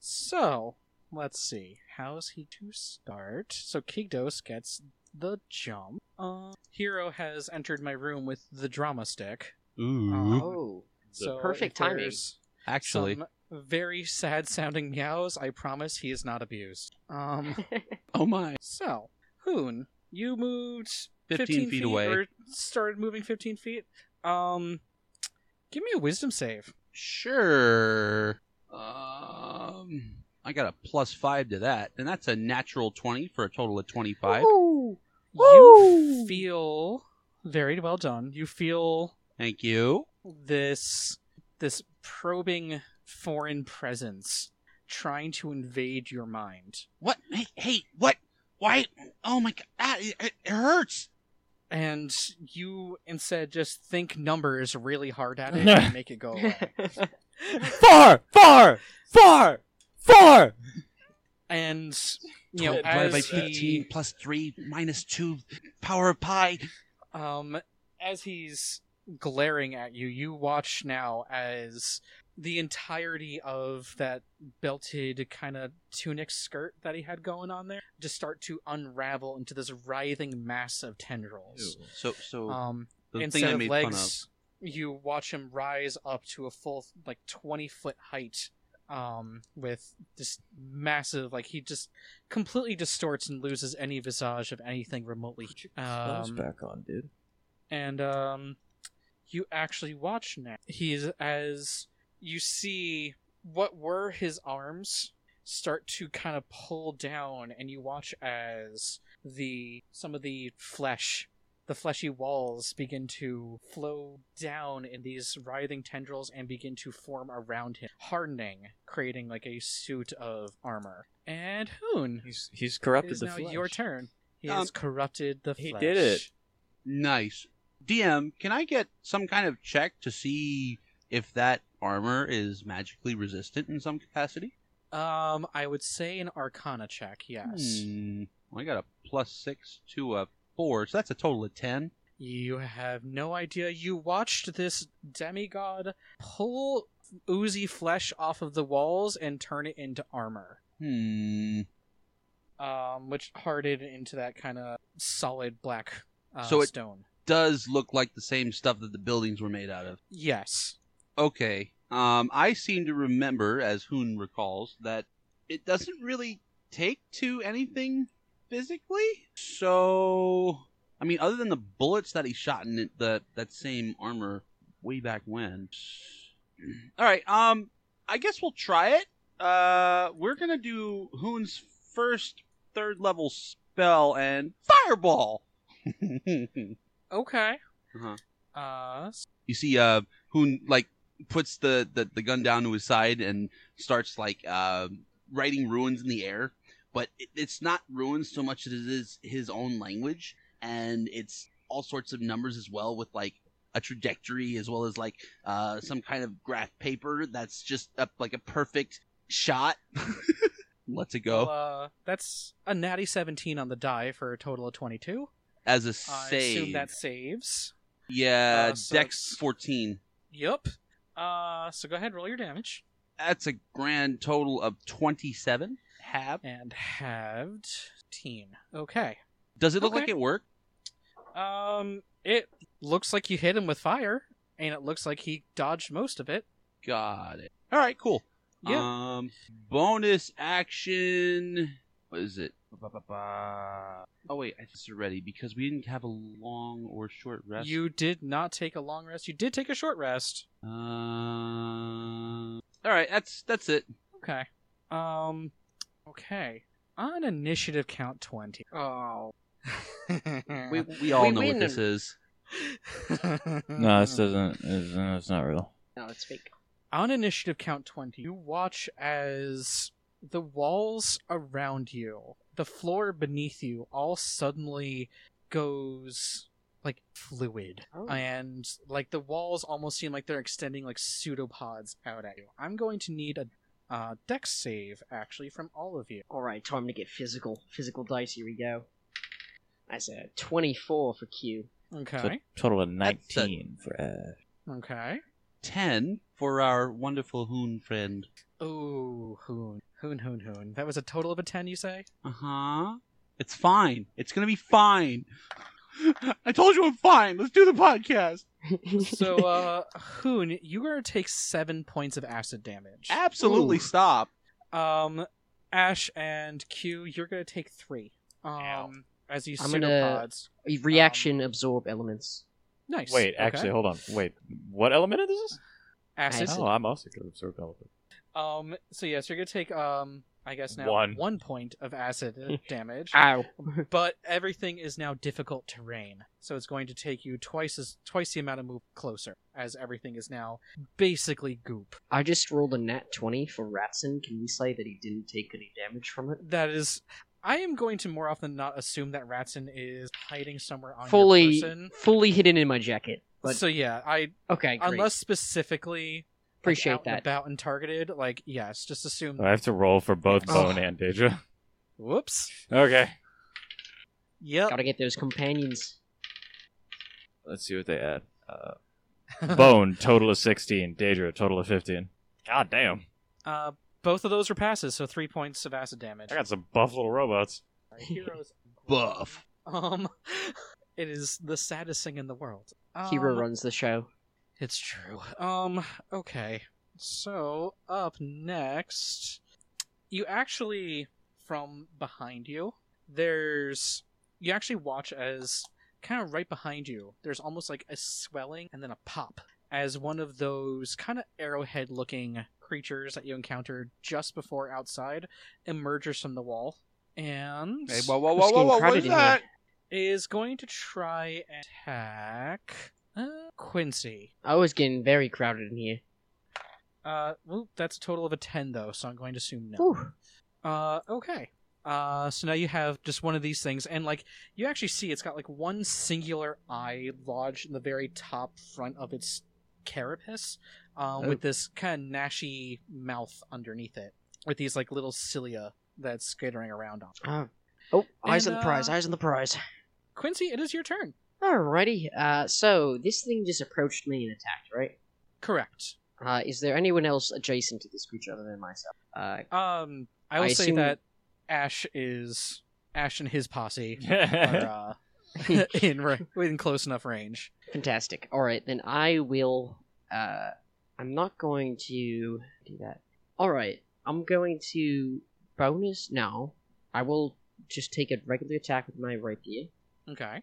Speaker 1: So let's see, how's he to start? So Kigdos gets the jump. Uh, Hero has entered my room with the drama stick.
Speaker 4: Ooh,
Speaker 2: Oh, So
Speaker 1: Perfect
Speaker 2: if timing.
Speaker 4: actually,
Speaker 1: some very sad sounding meows. I promise he is not abused. Um, [laughs]
Speaker 4: oh my.
Speaker 1: so Hoon, you moved
Speaker 4: 15, feet, away.
Speaker 1: or started moving fifteen feet. Um, give me a wisdom save.
Speaker 4: Sure. Um, I got a plus five to that, and that's a natural twenty for a total of twenty-five.
Speaker 2: Ooh.
Speaker 1: You
Speaker 2: Woo!
Speaker 1: feel very well done. You feel
Speaker 4: Thank you.
Speaker 1: this this probing foreign presence trying to invade your mind.
Speaker 4: What? Hey, hey, what? Why? Oh my god, ah, it, it it hurts.
Speaker 1: and you instead just think numbers really hard at it and make it go
Speaker 2: [laughs]
Speaker 1: away.
Speaker 3: Four! Four! Four! Four!
Speaker 1: And you know,
Speaker 3: Divided
Speaker 4: Divided by
Speaker 1: as
Speaker 4: fifteen
Speaker 1: he,
Speaker 4: plus three minus two, power of pi.
Speaker 1: um, as he's glaring at you, you watch now as the entirety of that belted kind of tunic skirt that he had going on there just start to unravel into this writhing mass of tendrils.
Speaker 4: So, so
Speaker 1: Um,
Speaker 4: the
Speaker 1: instead
Speaker 4: thing I
Speaker 1: of
Speaker 4: made fun of.
Speaker 1: legs, you watch him rise up to a full like twenty foot height, um, with this massive like he just completely distorts and loses any visage of anything remotely. Um,
Speaker 3: back on, dude.
Speaker 1: and um, you actually watch now. He's as you see what were his arms start to kind of pull down and you watch as the some of the flesh the fleshy walls begin to flow down in these writhing tendrils and begin to form around him hardening creating like a suit of armor and hoon
Speaker 3: He's he's
Speaker 1: it
Speaker 3: corrupted
Speaker 1: is
Speaker 3: the
Speaker 1: now
Speaker 3: flesh.
Speaker 1: your turn he
Speaker 4: Um,
Speaker 1: has corrupted the flesh
Speaker 3: he did it.
Speaker 4: Nice. DM, can I get some kind of check to see if that armor is magically resistant in some capacity?
Speaker 1: um i would say an arcana check yes
Speaker 4: Hmm. Well, I got a plus six to a four, so that's a total of ten.
Speaker 1: You have no idea. You watched this demigod pull oozy flesh off of the walls and turn it into armor,
Speaker 4: Hmm.
Speaker 1: um, which hardened into that kind of solid black uh,
Speaker 4: So it-
Speaker 1: stone.
Speaker 4: Does look like the same stuff that the buildings were made out of.
Speaker 1: Yes.
Speaker 4: Okay. Um, I seem to remember, as Hoon recalls, that it doesn't really take to anything physically. So, I mean, other than the bullets that he shot in it- the that same armor way back when. [clears throat] All right. Um, I guess we'll try it. Uh, we're gonna do Hoon's first third level spell and fireball. [laughs]
Speaker 1: Okay.
Speaker 4: Uh-huh.
Speaker 1: Uh, s-
Speaker 4: You see, uh, who like puts the, the the gun down to his side and starts like uh, writing ruins in the air, but it, it's not ruins so much as it is his own language, and it's all sorts of numbers as well with like a trajectory as well as like uh, some kind of graph paper that's just up like a perfect
Speaker 1: [laughs]
Speaker 4: shot. Let's it
Speaker 1: well,
Speaker 4: go
Speaker 1: uh, that's a natty 17 on the die for a total of 22.
Speaker 4: as a
Speaker 1: I
Speaker 4: save.
Speaker 1: assume that saves.
Speaker 4: yeah,
Speaker 1: uh, so
Speaker 4: Dex
Speaker 1: it's-
Speaker 4: fourteen.
Speaker 1: Yep. Uh, so go ahead, roll your damage.
Speaker 4: That's a grand total of twenty-seven. Half.
Speaker 1: And halved 10. Okay.
Speaker 4: Does it look
Speaker 1: Okay.
Speaker 4: like it worked?
Speaker 1: Um, it looks like you hit him with fire, and it looks like he dodged most of it.
Speaker 4: Got it. All right, cool.
Speaker 1: Yeah.
Speaker 4: Um, bonus action. What is it? Ba-ba-ba-ba. Oh wait, I think it's already because we didn't have a long or short rest.
Speaker 1: You did not take a long rest. You did take a short rest.
Speaker 4: Uh, all right, that's that's it.
Speaker 1: Okay. Um, okay. On initiative count 20. [laughs] Oh. [laughs]
Speaker 4: We we all
Speaker 2: We
Speaker 4: know what
Speaker 2: win
Speaker 4: this
Speaker 2: and-
Speaker 4: is.
Speaker 3: No, this doesn't. It's, no, it's not real.
Speaker 2: No, it's fake.
Speaker 1: on initiative count 20 you watch as the walls around you the floor beneath you all suddenly goes like fluid
Speaker 2: Oh.
Speaker 1: and like the walls almost seem like they're extending like pseudopods out at you i'm going to need a uh, dex save actually from all of you
Speaker 2: All right, time to get physical. Physical dice. Here we go. That's a twenty-four for Q.
Speaker 1: okay
Speaker 3: It's a total of
Speaker 4: That's a-
Speaker 3: nineteen for Ash.
Speaker 1: okay
Speaker 4: Ten for our wonderful Hoon friend.
Speaker 1: ooh hoon hoon hoon hoon that was a total of a 10 you say
Speaker 4: Uh huh. It's fine. It's gonna be fine. [laughs] I told you I'm fine. Let's do the podcast.
Speaker 2: [laughs]
Speaker 1: so uh hoon you are going to take seven points of acid damage
Speaker 4: Absolutely
Speaker 2: Ooh.
Speaker 4: stop.
Speaker 1: Um, Ash and Q, you're gonna take three. Um,
Speaker 3: Ow.
Speaker 1: as you
Speaker 2: I'm gonna-
Speaker 1: pseudopods.
Speaker 2: reaction absorb elements.
Speaker 1: Nice.
Speaker 3: Wait,
Speaker 1: okay.
Speaker 3: actually, hold on. Wait, what element is this?
Speaker 1: acid.
Speaker 2: Acid.
Speaker 3: Oh, I'm also gonna absorb element.
Speaker 1: Um, so yes, you're gonna take um, I guess now
Speaker 3: One.
Speaker 1: point
Speaker 2: [laughs]
Speaker 1: of acid damage.
Speaker 2: Ow.
Speaker 1: But everything is now difficult terrain, so it's going to take you twice as twice the amount of move closer, as everything is now basically goop.
Speaker 2: I just rolled a nat 20 for Ratson. Can we say that he didn't take any damage from it?
Speaker 1: That is, I am going to more often than not assume that Ratson is hiding somewhere on
Speaker 2: fully
Speaker 1: your person.
Speaker 2: fully hidden in my jacket. But
Speaker 1: so yeah, I
Speaker 2: okay, great.
Speaker 1: unless specifically like,
Speaker 2: appreciate
Speaker 1: out and
Speaker 2: that.
Speaker 1: about and targeted like yes just assume
Speaker 3: I have to roll for both
Speaker 1: Oh.
Speaker 3: Bone and Deja.
Speaker 1: whoops
Speaker 3: [laughs] Okay.
Speaker 1: yep
Speaker 2: Gotta get those companions.
Speaker 3: Let's see what they add. Uh,
Speaker 1: [laughs]
Speaker 3: Bone total of sixteen. Deidre total of fifteen. God damn!
Speaker 1: uh, both of those are passes so three points of acid damage
Speaker 3: I got some buff little robots.
Speaker 1: Our heroes
Speaker 4: Buff.
Speaker 1: [laughs] um it is the saddest thing in the world um,
Speaker 2: Hero runs the show.
Speaker 1: it's true um okay so up next you actually from behind you there's you actually watch as kind of right behind you there's almost like a swelling and then a pop as one of those kind of arrowhead looking creatures that you encountered just before outside emerges from the wall and
Speaker 4: Hey, whoa, whoa,
Speaker 2: I'm
Speaker 4: whoa,
Speaker 2: just
Speaker 4: whoa,
Speaker 2: getting
Speaker 4: whoa! What
Speaker 2: crowded
Speaker 4: is
Speaker 2: in here.
Speaker 4: that?
Speaker 1: is going to try and attack uh, Quincy.
Speaker 2: I was getting very crowded in here.
Speaker 1: Uh, well, that's a total of a 10, though, so I'm going to assume no.
Speaker 2: Whew.
Speaker 1: Uh, okay. Uh, so now you have just one of these things, and like you actually see, it's got like one singular eye lodged in the very top front of its carapace, um,
Speaker 2: Oh.
Speaker 1: with this kind of gnashy mouth underneath it, with these like little cilia that's skittering around on. it.
Speaker 2: Oh, oh eyes
Speaker 1: And,
Speaker 2: on the prize,
Speaker 1: uh,
Speaker 2: eyes on the prize.
Speaker 1: Quincy, it is your turn.
Speaker 2: Alrighty, uh, so this thing just approached me and attacked, right?
Speaker 1: Correct.
Speaker 2: Uh, is there anyone else adjacent to this creature other than myself? Uh, [laughs]
Speaker 1: Um, I will
Speaker 2: I
Speaker 1: say
Speaker 2: assume-
Speaker 1: that Ash is Ash and
Speaker 2: [laughs]
Speaker 1: his posse
Speaker 3: [laughs]
Speaker 1: are uh, [laughs] in ra- in close enough range.
Speaker 2: fantastic. Alright, then I will, uh, I'm not going to do that. Alright, I'm going to bonus, no, I will just take a regular attack with my rapier.
Speaker 1: Okay.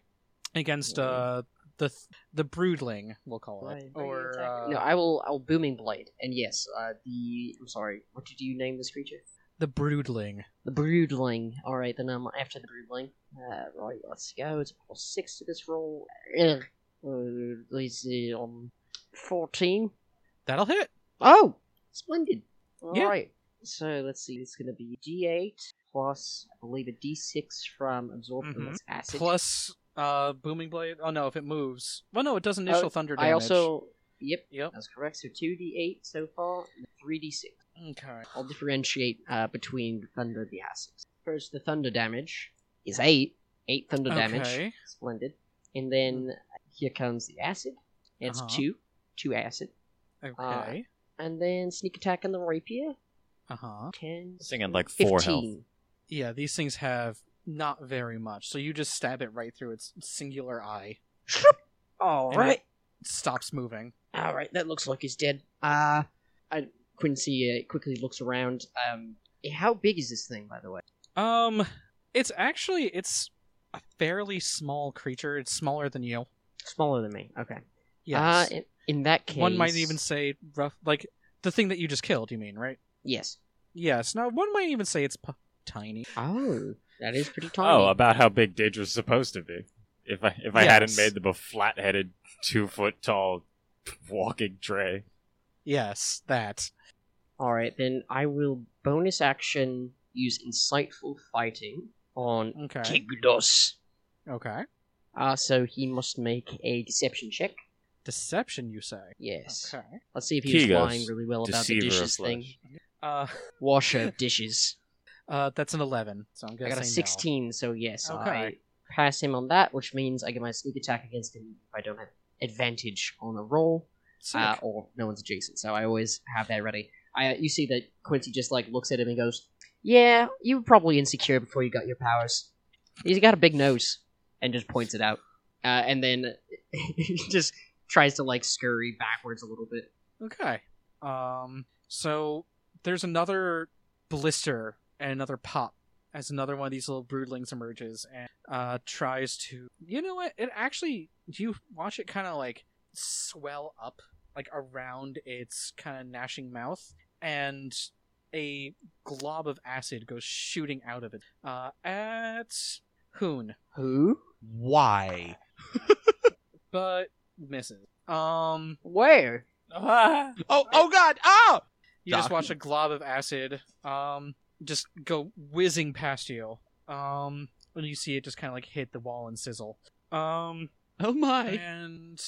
Speaker 1: Against uh the th- the broodling, we'll call it,
Speaker 2: Right.
Speaker 1: or uh,
Speaker 2: no, I will, I'll booming blade, and yes, uh, the, I'm sorry, what did you name this creature?
Speaker 1: the broodling.
Speaker 2: The Broodling. All right, then I'm after the Broodling. Uh, right, let's go. It's plus six to this roll. Ugh. Uh, let's see, um, fourteen.
Speaker 1: That'll hit.
Speaker 2: Oh, splendid. All right.
Speaker 1: Yeah.
Speaker 2: So let's see. It's going to be D8 plus, I believe, a D6 from absorption
Speaker 1: Mhm.
Speaker 2: that's acid.
Speaker 1: Plus uh booming blade. Oh no, if it moves. Well, no, it does initial thunder damage.
Speaker 2: Oh, I also. Yep,
Speaker 1: Yep.
Speaker 2: that's correct. So two D8 so far, and three D6.
Speaker 1: Okay.
Speaker 2: I'll differentiate uh, between the thunder and the acid. First, the thunder damage is eight. Eight thunder damage.
Speaker 1: Okay.
Speaker 2: Splendid. And then uh, here comes the acid. It's
Speaker 1: Uh-huh.
Speaker 2: two. Two acid.
Speaker 1: Okay.
Speaker 2: And then sneak attack on the rapier.
Speaker 1: Uh huh.
Speaker 2: Ten.
Speaker 3: This thing had, like, four health.
Speaker 2: 15.
Speaker 1: Yeah, these things have not very much, so you just stab it right through its singular eye.
Speaker 2: All
Speaker 1: And
Speaker 2: right.
Speaker 1: It stops moving.
Speaker 2: All right. That looks like he's dead. Uh, I, Quincy uh, quickly looks around. Um, how big is this thing, by the way?
Speaker 1: Um, it's actually it's a fairly small creature. It's smaller than you.
Speaker 2: Smaller than me. Okay.
Speaker 1: Yes.
Speaker 2: Uh, in, in that case,
Speaker 1: One might even say rough like the thing that you just killed, you mean, right?
Speaker 2: yes.
Speaker 1: Yes. Now one might even say it's p- tiny.
Speaker 2: Oh, that is pretty tiny.
Speaker 3: oh, about how big Daedra's supposed to be. If I if I hadn't
Speaker 1: Yes.
Speaker 3: made the flat headed, two foot tall walking tray.
Speaker 1: Yes, that.
Speaker 2: All right, then I will bonus action use insightful fighting on
Speaker 1: Okay.
Speaker 2: Kigdos.
Speaker 1: Okay.
Speaker 2: Uh, so he must make a deception check.
Speaker 1: Deception, you say?
Speaker 2: Yes.
Speaker 1: Okay.
Speaker 2: Let's see if he's
Speaker 3: Kigos,
Speaker 2: lying really well about the
Speaker 3: deceiver of
Speaker 2: dishes thing.
Speaker 3: flesh.
Speaker 1: Uh, [laughs]
Speaker 2: Washer of dishes.
Speaker 1: uh, that's an eleven. So I'm
Speaker 2: I
Speaker 1: gonna
Speaker 2: got a
Speaker 1: say no.
Speaker 2: 16, so yes,
Speaker 1: Okay.
Speaker 2: I pass him on that, which means I get my sneak attack against him if I don't have advantage on a roll,
Speaker 1: Sick.
Speaker 2: uh, or no one's adjacent. So I always have that ready. I, uh, you see that Quincy just like looks at him and goes, "Yeah, you were probably insecure before you got your powers. He's got a big nose," and just points it out, uh, and then [laughs] just tries to like scurry backwards a little bit.
Speaker 1: Okay. Um. So there's another blister and another pop as another one of these little broodlings emerges and uh tries to. You know what? It actually. Do you watch it kind of like swell up like around its kind of gnashing mouth and a glob of acid goes shooting out of it. Uh, at Hoon,
Speaker 2: Who?
Speaker 4: Why?
Speaker 1: but misses.
Speaker 2: [laughs]
Speaker 1: Um,
Speaker 2: Where?
Speaker 4: Oh, oh God! Oh!
Speaker 1: You just watch a glob of acid um, just go whizzing past you. Um, and you see it just kind of like hit the wall and sizzle. Um,
Speaker 4: [laughs] Oh my!
Speaker 1: and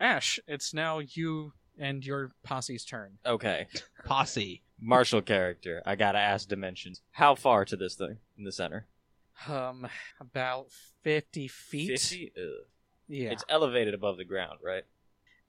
Speaker 1: Ash, it's now you and your posse's turn.
Speaker 3: Okay.
Speaker 4: Posse.
Speaker 3: Martial character. I gotta ask dimensions. How far to this thing in the center?
Speaker 1: Um, about 50 feet.
Speaker 3: 50? Ugh.
Speaker 1: Yeah.
Speaker 3: It's elevated above the ground, right?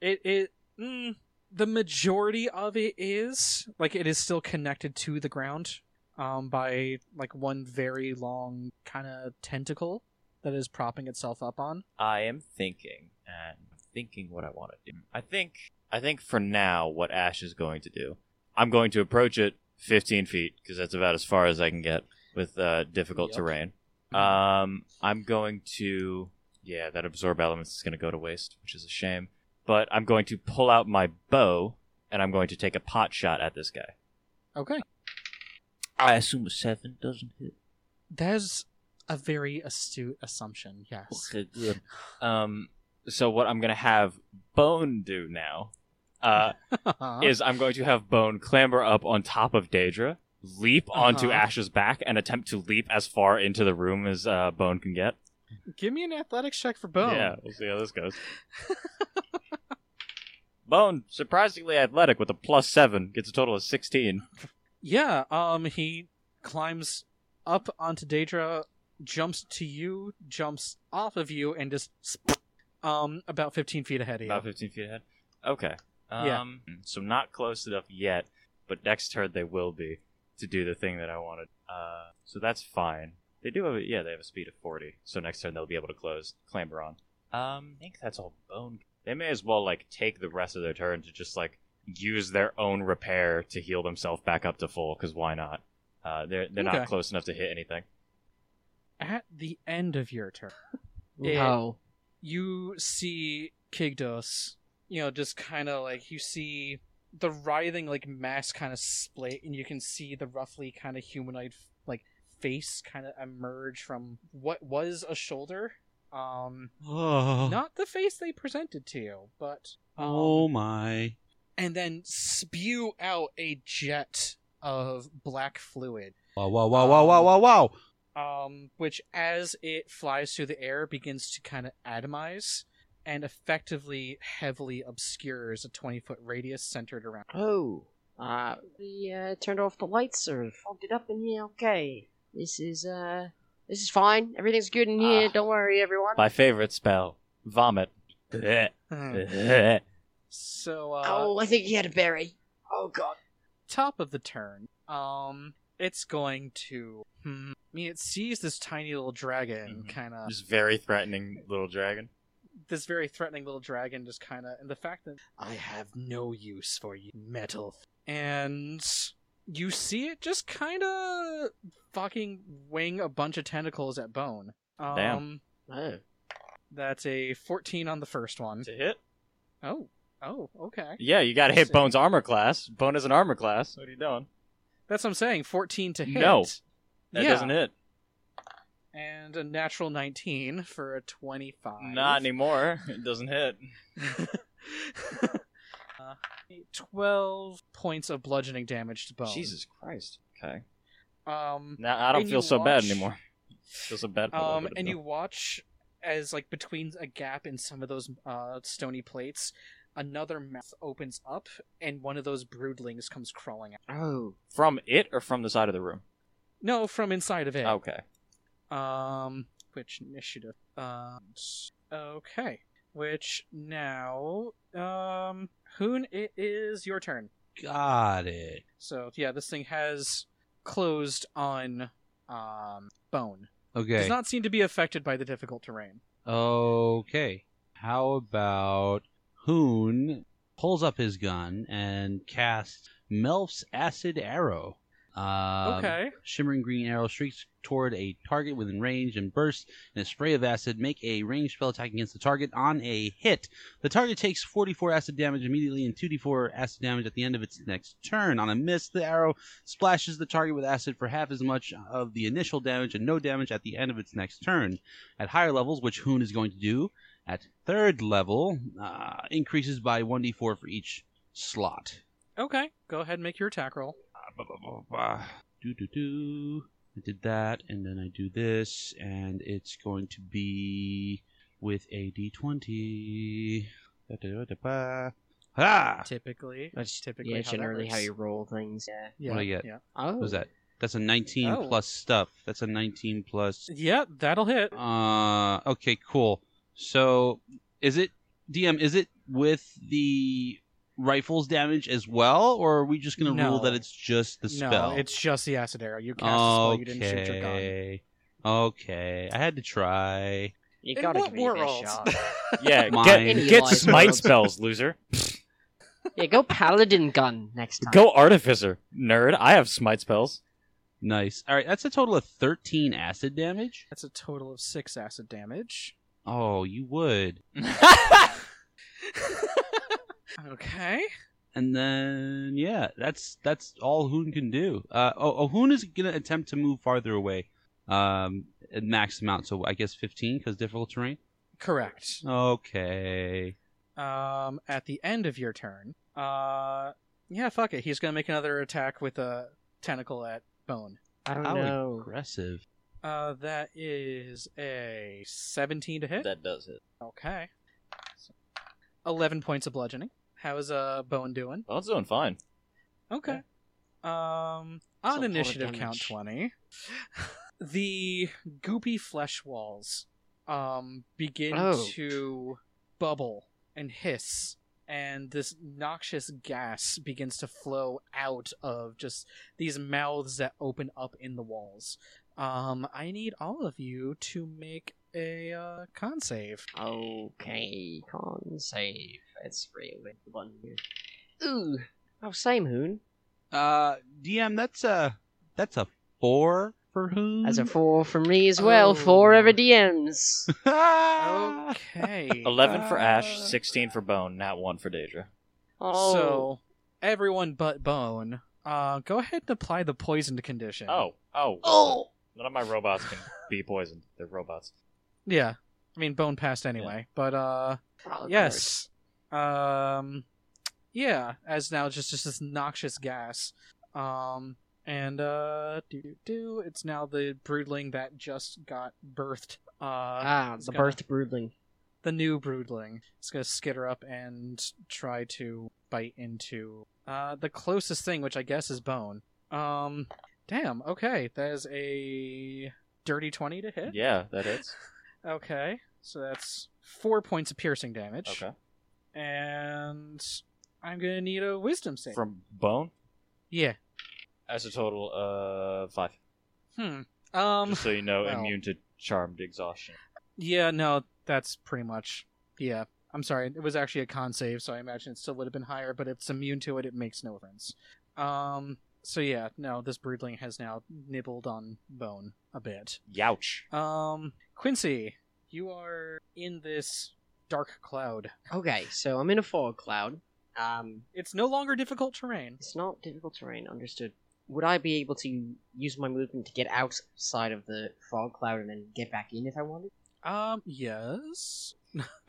Speaker 1: it, it, mm, the majority of it is, like, it is still connected to the ground um, by, like, one very long kind of tentacle that is propping itself up on.
Speaker 3: I am thinking and thinking what I want to do. I think I think for now what Ash is going to do. I'm going to approach it 15 feet because that's about as far as I can get with uh, difficult
Speaker 1: Yep.
Speaker 3: terrain.
Speaker 4: Uh,
Speaker 3: Um, I'm going to yeah that absorb elements is going to go to waste, which is a shame. but I'm going to pull out my bow and I'm going to take a pot shot at this guy.
Speaker 1: Okay.
Speaker 3: I assume a seven doesn't hit.
Speaker 1: That is a very astute assumption, yes. [laughs]
Speaker 3: Okay, good. Um, so what I'm gonna have Bone do now uh,
Speaker 1: Uh-huh.
Speaker 3: is I'm going to have Bone clamber up on top of Daedra, leap onto
Speaker 1: Uh-huh.
Speaker 3: Ash's back, and attempt to leap as far into the room as uh, Bone can get.
Speaker 1: Give me an athletics check for Bone.
Speaker 3: Yeah, we'll see how this goes. [laughs] Bone, surprisingly athletic with a plus seven, gets a total of sixteen.
Speaker 1: Yeah, um, he climbs up onto Daedra, jumps to you, jumps off of you, and just um about fifteen feet ahead of you.
Speaker 3: About fifteen feet ahead. Okay.
Speaker 1: Yeah.
Speaker 3: Um, So not close enough yet, but next turn they will be to do the thing that I wanted. Uh, so that's fine. They do have a, yeah, they have a speed of forty. So next turn they'll be able to close clamber on. Um, I think that's all bone. They may as well like take the rest of their turn to just like use their own repair to heal themselves back up to full. Because why not? Uh, they're they're
Speaker 1: Okay.
Speaker 3: not close enough to hit anything.
Speaker 1: At the end of your turn,
Speaker 2: Wow.
Speaker 1: you see Kigdos, you know, just kind of like you see the writhing like mass kind of split, and you can see the roughly kind of humanoid like face kind of emerge from what was a shoulder. Um,
Speaker 4: Oh,
Speaker 1: not the face they presented to you, but um,
Speaker 4: oh my.
Speaker 1: and then spew out a jet of black fluid,
Speaker 4: Wow, wow, wow, wow, wow, wow, wow.
Speaker 1: um, which as it flies through the air begins to kind of atomize and effectively heavily obscures a 20 foot radius centered around.
Speaker 2: Oh. Uh, we uh, turned off the lights or fogged it up in here. Okay. This is uh, this is fine. Everything's good in here.
Speaker 3: Ah.
Speaker 2: Don't worry, everyone.
Speaker 3: My favorite spell,
Speaker 1: [laughs]
Speaker 3: vomit. [laughs]
Speaker 1: Hmm.
Speaker 3: Eh.
Speaker 1: so, uh,
Speaker 2: oh, I think he had a berry. Oh god.
Speaker 1: top of the turn, um, it's going to. Hmm, I mean, it sees this tiny little dragon
Speaker 3: Mhm.
Speaker 1: kind of
Speaker 3: Just very threatening little dragon.
Speaker 1: this very threatening little dragon just kind of and the fact that i have no use for you metal and you see it just kind of fucking wing a bunch of tentacles at bone um
Speaker 3: Damn.
Speaker 2: Oh.
Speaker 1: that's a 14 on the first one
Speaker 3: To hit.
Speaker 1: oh oh okay
Speaker 3: Yeah, you gotta hit
Speaker 1: See.
Speaker 3: Bone's armor class. Bone is an armor class. What are you doing?
Speaker 1: that's what i'm saying 14 to hit
Speaker 3: No. That
Speaker 1: yeah
Speaker 3: doesn't hit.
Speaker 1: and a natural 19 for a 25
Speaker 3: Not anymore. [laughs] It doesn't hit.
Speaker 1: [laughs] Uh, 12 points of bludgeoning damage to bone
Speaker 3: Jesus Christ. Okay.
Speaker 1: um
Speaker 3: Now I don't
Speaker 1: And
Speaker 3: feel
Speaker 1: you
Speaker 3: so bad
Speaker 1: watch-
Speaker 3: anymore. Feel so bad. for a little
Speaker 1: Um,
Speaker 3: bit
Speaker 1: and
Speaker 3: ago.
Speaker 1: you watch as like between a gap in some of those uh, stony plates, another mouth opens up, and one of those broodlings comes crawling out.
Speaker 2: Oh.
Speaker 3: from it or from the side of the room?
Speaker 1: No, from inside of it.
Speaker 3: Okay.
Speaker 4: Oh.
Speaker 1: Um, which initiative? Um, okay. Which now, um, Hoon, it is your turn.
Speaker 4: Got it.
Speaker 1: So yeah, this thing has closed on um bone.
Speaker 4: Okay.
Speaker 1: Does not seem to be affected by the difficult terrain.
Speaker 4: Okay. How about Hoon pulls up his gun and casts Melf's acid arrow. Um,
Speaker 1: okay.
Speaker 4: Shimmering green arrow streaks toward a target within range and bursts in a spray of acid. Make a ranged spell attack against the target on a hit. The target takes 44 acid damage immediately and 2d4 acid damage at the end of its next turn. On a miss, the arrow splashes the target with acid for half as much of the initial damage and no damage at the end of its next turn. At higher levels, which Hoon is going to do, at third level, uh, increases by 1d4 for each slot.
Speaker 1: Okay. Go ahead and make your attack roll.
Speaker 4: Do do do. I did that, and then I do this, and it's going to be with a d20. Da, da, da, da, ba. Ha!
Speaker 1: Typically,
Speaker 2: That's
Speaker 1: typically
Speaker 2: Yeah,
Speaker 1: how that
Speaker 2: generally how
Speaker 1: works.
Speaker 2: you roll things. Yeah.
Speaker 1: Yeah.
Speaker 4: What do I get?
Speaker 1: Yeah.
Speaker 2: Oh.
Speaker 4: What was that? That's a 19
Speaker 1: Oh.
Speaker 4: plus stuff. That's a 19 plus.
Speaker 1: Yeah, that'll hit.
Speaker 4: Uh, okay, cool. So, is it DM? Is it with the rifles damage as well, or are we just gonna rule
Speaker 1: No.
Speaker 4: that it's just the spell?
Speaker 1: No, it's just the acid arrow. You cast a spell, you didn't shoot your gun.
Speaker 4: Okay. Okay. I had to try.
Speaker 2: You
Speaker 1: In
Speaker 2: gotta
Speaker 1: what
Speaker 2: give it your best
Speaker 1: world? [laughs]
Speaker 2: shot.
Speaker 3: Yeah.
Speaker 4: Mine.
Speaker 3: Get,
Speaker 2: Any
Speaker 3: get
Speaker 2: lies
Speaker 3: smite
Speaker 2: world.
Speaker 3: spells, loser.
Speaker 2: yeah, go paladin gun next time.
Speaker 3: Go artificer, nerd. I have smite spells.
Speaker 4: Nice. All right, that's a total of 13 acid damage.
Speaker 1: That's a total of six acid damage.
Speaker 4: Oh, you would.
Speaker 1: [laughs] Okay.
Speaker 4: And then yeah, that's that's all Hoon can do. Uh, oh, oh, Hoon is gonna attempt to move farther away, um, at max amount. So I guess fifteen because difficult terrain.
Speaker 1: Correct.
Speaker 4: Okay.
Speaker 1: Um, at the end of your turn, uh, yeah, fuck it. He's gonna make another attack with a tentacle at Bone.
Speaker 2: I don't
Speaker 4: How
Speaker 2: know.
Speaker 4: aggressive.
Speaker 1: Uh, that is a 17 to hit.
Speaker 3: That does it.
Speaker 1: Okay. So, 11 points of bludgeoning. How's uh Bone doing?
Speaker 3: Well, it's doing fine.
Speaker 1: Okay. Um,
Speaker 2: all
Speaker 1: on
Speaker 2: the
Speaker 1: initiative count
Speaker 2: damage.
Speaker 1: 20, [laughs] the goopy flesh walls um begin
Speaker 2: Oh.
Speaker 1: to bubble and hiss and this noxious gas begins to flow out of just these mouths that open up in the walls. Um, I need all of you to make a uh, con save.
Speaker 2: Okay, con save. That's really the one here. Ooh. Oh, same Hoon.
Speaker 4: Uh, DM, that's a that's a four for Hoon.
Speaker 2: That's a
Speaker 4: [laughs]
Speaker 2: four for me as well.
Speaker 1: Oh.
Speaker 2: Four over DMs. Oh.
Speaker 4: Ah!
Speaker 1: Okay.
Speaker 3: 11 for Ash,
Speaker 4: Uh.
Speaker 3: 16 for Bone, not 1 for Daedra.
Speaker 2: Oh.
Speaker 1: [laughs] So everyone but Bone, uh, go ahead and apply the poisoned condition.
Speaker 3: Oh, oh.
Speaker 2: Oh.
Speaker 3: None of my robots can be poisoned. They're robots.
Speaker 1: yeah. I mean, Bone passed anyway, but uh,
Speaker 2: Oh, gross.
Speaker 1: yes, um, yeah. As now it's just just this noxious gas, um, and uh, do do do. It's now the broodling that just got birthed. Uh,
Speaker 2: Ah,
Speaker 1: it's
Speaker 2: the
Speaker 1: gonna-
Speaker 2: birth broodling.
Speaker 1: the new broodling is going to skitter up and try to bite into uh, the closest thing, which I guess is bone. Um, damn. Okay, that is a dirty twenty to hit.
Speaker 3: Yeah, that is.
Speaker 1: Okay, so that's four points of piercing damage.
Speaker 3: Okay.
Speaker 1: And I'm gonna need a wisdom save.
Speaker 3: From Bone?
Speaker 1: yeah.
Speaker 3: That's a total of 5.
Speaker 1: Hmm. Um.
Speaker 3: Just so you know,
Speaker 1: well.
Speaker 3: immune to charmed exhaustion.
Speaker 1: Yeah. No, that's pretty much. Yeah. I'm sorry. It was actually a con save, so I imagine it still would have been higher. But if it's immune to it, it makes no difference. Um. So yeah. No, this broodling has now nibbled on bone a bit.
Speaker 3: Youch.
Speaker 1: Um. Quincy, you are in this dark cloud.
Speaker 2: Okay, so I'm in a fog cloud. Um,
Speaker 1: It's no longer difficult terrain.
Speaker 2: it's not difficult terrain. Understood. Would I be able to use my movement to get outside of the fog cloud and then get back in if I wanted?
Speaker 1: Um. Yes.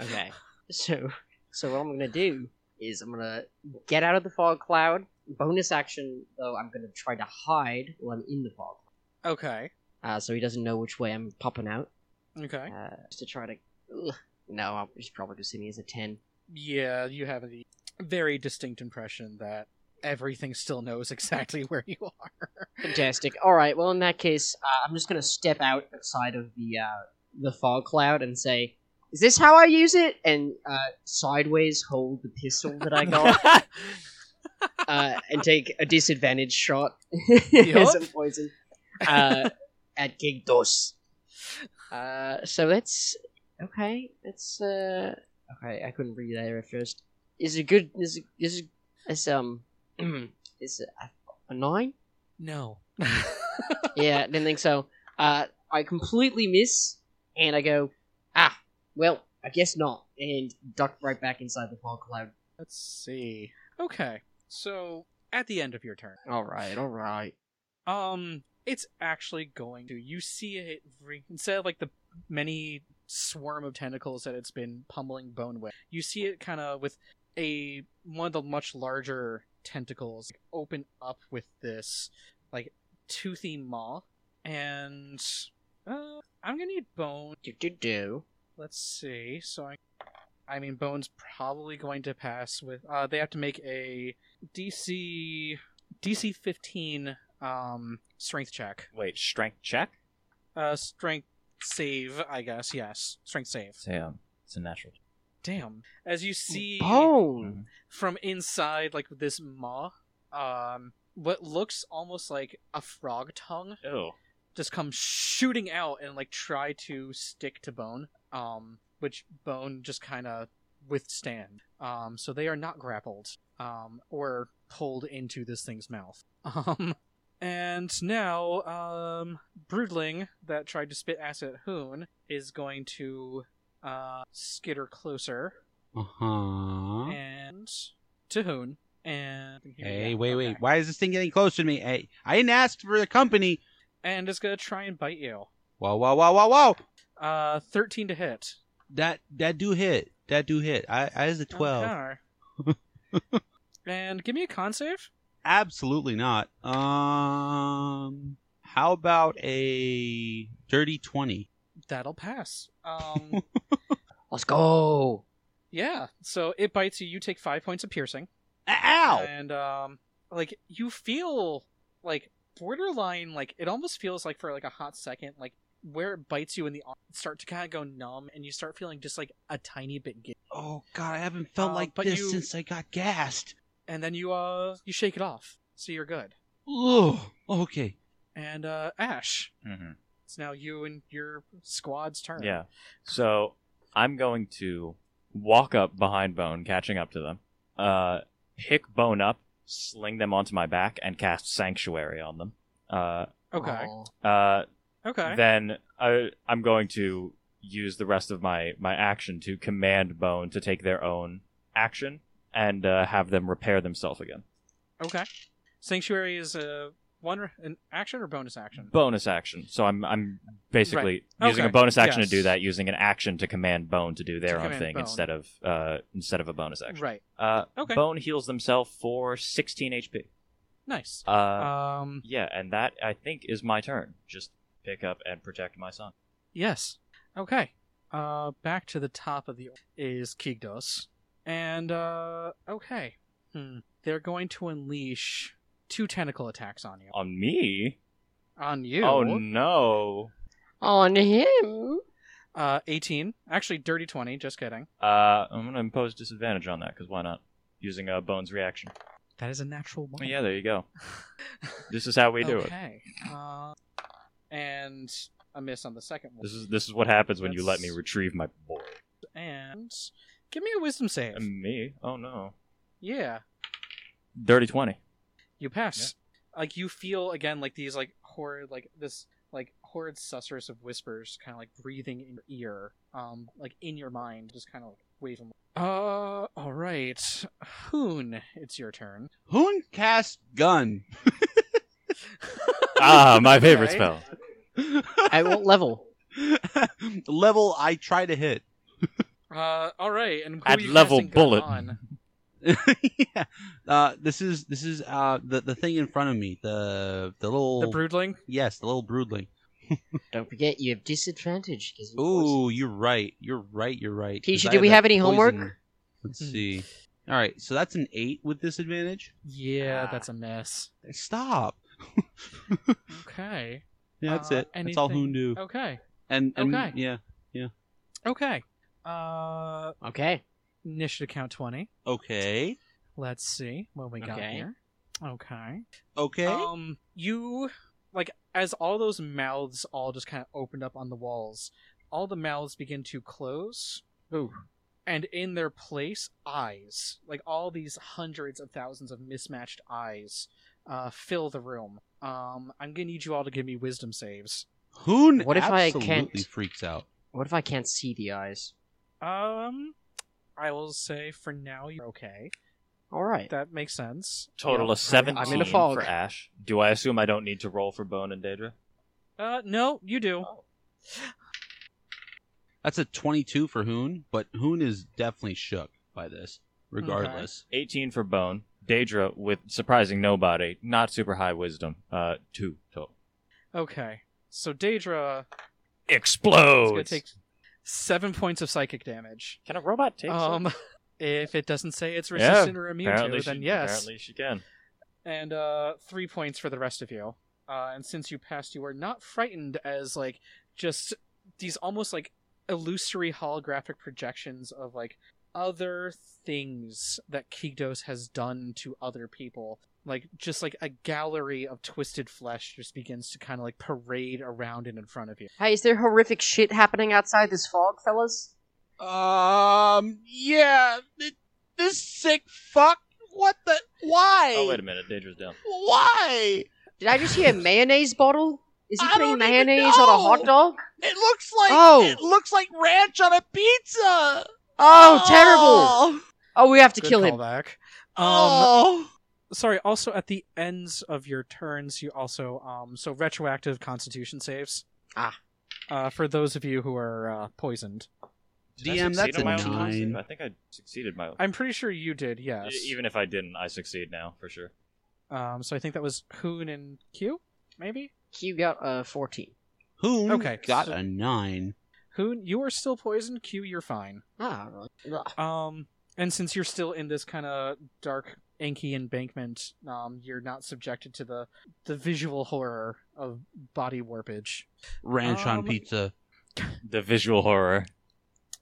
Speaker 2: Okay. So, so what I'm gonna do is I'm gonna get out of the fog cloud. Bonus action though, I'm gonna try to hide while I'm in the fog,
Speaker 1: Okay.
Speaker 2: uh, so he doesn't know which way I'm popping out.
Speaker 1: Okay.
Speaker 2: Uh, just to try to. Ugh. No, I'll- he's probably gonna see me as a ten.
Speaker 1: Yeah, you have a very distinct impression that everything still knows [laughs] exactly where you are.
Speaker 2: Fantastic. All right. Well, in that case, uh, I'm just gonna step out outside of the uh, the fog cloud and say, "Is this how I use it?" And uh, sideways hold the pistol that I got uh, and take a disadvantage shot [laughs] as I'm poisoned uh, at Gig Dos. Uh, so that's okay. That's uh, okay. I couldn't read there at first. Is it good? Is it, is it, it's um [clears throat] is it a, a nine?
Speaker 1: [laughs] no.
Speaker 2: yeah, didn't think so. Uh, I completely miss, and I go, ah, well, I guess not, and duck right back inside the fog cloud.
Speaker 1: Let's see. Okay. So, at the end of your turn,
Speaker 2: All right, all right.
Speaker 1: um it's actually going to you see it re- instead of like the many swarm of tentacles that it's been pummeling bone with. You see it kind of with a one of the much larger tentacles open up with this like toothy maw and uh, I'm going to need bone
Speaker 2: Do do do.
Speaker 1: Let's see. So I, I mean, Bone's probably going to pass with. Uh, they have to make a DC DC fifteen um strength check.
Speaker 3: Wait, strength check?
Speaker 1: Uh, strength save. I guess yes, strength save.
Speaker 3: Damn. It's a natural.
Speaker 1: Damn. As you see
Speaker 2: Bone.
Speaker 1: from inside, like this maw, um, what looks almost like a frog tongue
Speaker 3: Oh.
Speaker 1: just come shooting out and like try to stick to bone um which bone just kind of withstand um so they are not grappled um or pulled into this thing's mouth [laughs] um and now um broodling that tried to spit acid at hoon is going to uh skitter closer
Speaker 4: Uh huh.
Speaker 1: and to Hoon, and
Speaker 4: Hey,
Speaker 1: Yeah,
Speaker 4: wait, wait.
Speaker 1: okay.
Speaker 4: Why is this thing getting closer to me? Hey, I didn't ask for the company.
Speaker 1: and is gonna try and bite you.
Speaker 4: Wow, wow, wow, wow, wow.
Speaker 1: Uh, thirteen to hit.
Speaker 4: That that do hit. That do hit. I I is a twelve.
Speaker 1: Okay. and give me a con save.
Speaker 4: Absolutely not. Um, how about a dirty twenty?
Speaker 1: That'll pass. Um,
Speaker 2: Let's go.
Speaker 1: yeah. So it bites you. You take five points of piercing.
Speaker 4: Ow!
Speaker 1: And um, like you feel like borderline. Like it almost feels like for like a hot second, like where it bites you in the arm, start to kind of go numb, and you start feeling just like a tiny bit. Giddy.
Speaker 4: Oh god, I haven't felt
Speaker 1: Uh,
Speaker 4: like
Speaker 1: but
Speaker 4: this
Speaker 1: you-
Speaker 4: since I got gassed.
Speaker 1: And then you uh you shake it off, so you're good.
Speaker 4: Oh, okay.
Speaker 1: And uh Ash,
Speaker 3: Mhm.
Speaker 1: it's now you and your squad's turn.
Speaker 3: Yeah. So I'm going to walk up behind Bone, catching up to them, uh, pick Bone up, sling them onto my back, and cast Sanctuary on them. Uh,
Speaker 1: Okay.
Speaker 2: Aw.
Speaker 3: uh,
Speaker 1: Okay.
Speaker 3: Then I, I'm going to use the rest of my, my action to command Bone to take their own action and uh, have them repair themselves again.
Speaker 1: Okay. Sanctuary is a one an action or bonus action.
Speaker 3: Bonus action. So I'm I'm basically
Speaker 1: Right.
Speaker 3: using a
Speaker 1: Okay.
Speaker 3: bonus action
Speaker 1: Yes.
Speaker 3: to do that, using an action to command Bone to do their
Speaker 1: To
Speaker 3: own
Speaker 1: command
Speaker 3: thing
Speaker 1: Bone.
Speaker 3: instead of uh, instead of a bonus action.
Speaker 1: Right.
Speaker 3: Uh,
Speaker 1: Okay.
Speaker 3: Bone heals themselves for 16 HP.
Speaker 1: Nice.
Speaker 3: Uh,
Speaker 1: um.
Speaker 3: yeah, and that I think is my turn. Just pick up and protect my son.
Speaker 1: Yes. Okay. Uh, back to the top of the is Kigdos, and uh, okay, hmm. they're going to unleash two tentacle attacks on you.
Speaker 3: On me?
Speaker 1: On you.
Speaker 3: Oh no.
Speaker 2: On him.
Speaker 1: Uh, eighteen. Actually, dirty twenty. Just kidding.
Speaker 3: Uh, I'm gonna impose disadvantage on that because why not? Using a bones reaction. Oh,
Speaker 1: That is a natural one. [laughs]
Speaker 3: Yeah, there you go. This is how we do it.
Speaker 1: okay. Uh, and a miss on the second one.
Speaker 3: This is this is what happens when you let me
Speaker 1: That's-
Speaker 3: retrieve my boy.
Speaker 1: And give me a wisdom save.
Speaker 3: And me? Oh no.
Speaker 1: yeah.
Speaker 3: Dirty twenty.
Speaker 1: you pass. Like you feel again like these like horrid like this like horrid susurrus of whispers kind of like breathing in your ear, um, like in your mind, just kind of like waving. Uh, all right, Hoon, it's your turn.
Speaker 4: Hoon cast gun.
Speaker 3: [laughs]
Speaker 4: [laughs]
Speaker 3: [laughs] Ah,
Speaker 1: [laughs]
Speaker 3: my favorite
Speaker 1: Okay.
Speaker 3: spell.
Speaker 2: I won't level.
Speaker 4: Level I try to hit.
Speaker 1: Uh, all right, and who
Speaker 3: At
Speaker 1: are you
Speaker 3: level
Speaker 1: casting gun
Speaker 3: bullet.
Speaker 1: on?
Speaker 4: [laughs] yeah. Uh, this is this is uh the the thing in front of me. The the little
Speaker 1: the
Speaker 3: Oh.
Speaker 1: broodling.
Speaker 4: yes, the little broodling.
Speaker 2: Don't forget, you have disadvantage. 'cause you're poisoned.
Speaker 4: Ooh, you're right. You're right. You're right.
Speaker 2: Keisha,
Speaker 4: 'Cause I
Speaker 2: do we
Speaker 4: that
Speaker 2: have any homework?
Speaker 4: poison. Let's
Speaker 1: Hmm.
Speaker 4: see. All right, so that's an eight with disadvantage.
Speaker 1: Yeah,
Speaker 2: Ah.
Speaker 1: that's a mess.
Speaker 4: Stop.
Speaker 1: Okay,
Speaker 4: Yeah, that's
Speaker 1: Uh,
Speaker 4: it. That's all
Speaker 1: anything-
Speaker 4: Hoon do.
Speaker 1: okay,
Speaker 4: And, and
Speaker 1: okay.
Speaker 4: yeah,
Speaker 1: okay. Uh,
Speaker 2: Okay.
Speaker 1: initiative count twenty.
Speaker 4: okay,
Speaker 1: Let's see what we got
Speaker 2: Okay.
Speaker 1: here. Okay.
Speaker 4: okay.
Speaker 1: Um, you like as all those mouths all just kind of opened up on the walls, all the mouths begin to close.
Speaker 2: Ooh.
Speaker 1: And in their place, eyes like all these hundreds of thousands of mismatched eyes uh, fill the room. Um, I'm gonna need you all to give me wisdom saves.
Speaker 4: Hoon
Speaker 2: What if I
Speaker 4: absolutely
Speaker 2: can't-
Speaker 4: freaks out.
Speaker 2: What if I can't see the eyes?
Speaker 1: Um, I will say for now you're okay.
Speaker 2: All right.
Speaker 1: That makes sense.
Speaker 3: Total
Speaker 1: Yeah.
Speaker 3: of seventeen
Speaker 2: I'm in a fog.
Speaker 3: for Ash. Do I assume I don't need to roll for Bone and Daedra?
Speaker 1: Uh, no, you do.
Speaker 4: That's a 22 for Hoon, but Hoon is definitely shook by this, regardless.
Speaker 3: Eighteen for Bone. Daedra with surprising nobody, not super high wisdom. Uh, two total.
Speaker 1: Okay, so Daedra is gonna
Speaker 3: Explodes.
Speaker 1: take seven points of psychic damage.
Speaker 3: Can a robot take? something?
Speaker 1: Um, if it doesn't say it's
Speaker 3: Yeah,
Speaker 1: resistant or immune
Speaker 3: [laughs]
Speaker 1: to,
Speaker 3: Apparently
Speaker 1: then
Speaker 3: she,
Speaker 1: yes.
Speaker 3: Apparently she can.
Speaker 1: And uh, three points for the rest of you. Uh, and since you passed, you are not frightened as like just these almost like illusory holographic projections of like other things that Kigdos has done to other people. Like just like a gallery of twisted flesh just begins to kind of like parade around and in front of you.
Speaker 2: Hey, is there horrific shit happening outside this fog, fellas?
Speaker 4: Um, yeah, th- this sick fuck. What the? Why?
Speaker 3: Oh wait a minute, Daedra's down.
Speaker 4: Why?
Speaker 2: Did I just hear a mayonnaise bottle? Is he
Speaker 4: I
Speaker 2: putting
Speaker 4: don't even
Speaker 2: mayonnaise on a hot
Speaker 4: know.
Speaker 2: dog?
Speaker 4: It looks like
Speaker 2: Oh.
Speaker 4: it looks like ranch on a pizza. Oh.
Speaker 2: Oh, terrible! Oh, we have to
Speaker 1: Good
Speaker 2: kill him.
Speaker 1: callback. Um,
Speaker 4: oh,
Speaker 1: sorry also at the ends of your turns you also um so retroactive constitution saves
Speaker 2: Ah.
Speaker 1: uh for those of you who are uh, poisoned
Speaker 3: Did I
Speaker 4: DM,
Speaker 3: succeed
Speaker 4: that's
Speaker 3: on
Speaker 4: a
Speaker 3: my own con
Speaker 4: nine.
Speaker 3: save? I think I succeeded my.
Speaker 1: i'm pretty sure you did yes
Speaker 3: E- Even if I didn't, I succeed now for sure.
Speaker 1: um so i think that was hoon and q maybe
Speaker 2: Q got uh, 14.
Speaker 4: Hoon
Speaker 1: Okay,
Speaker 4: got
Speaker 1: so-
Speaker 4: a nine.
Speaker 1: hoon you are still poisoned q you're fine
Speaker 2: Ah, right. Ugh.
Speaker 1: um and since you're still in this kind of dark inky embankment um you're not subjected to the the visual horror of body warpage
Speaker 4: Ranch
Speaker 1: Um,
Speaker 4: on pizza.
Speaker 3: The visual horror.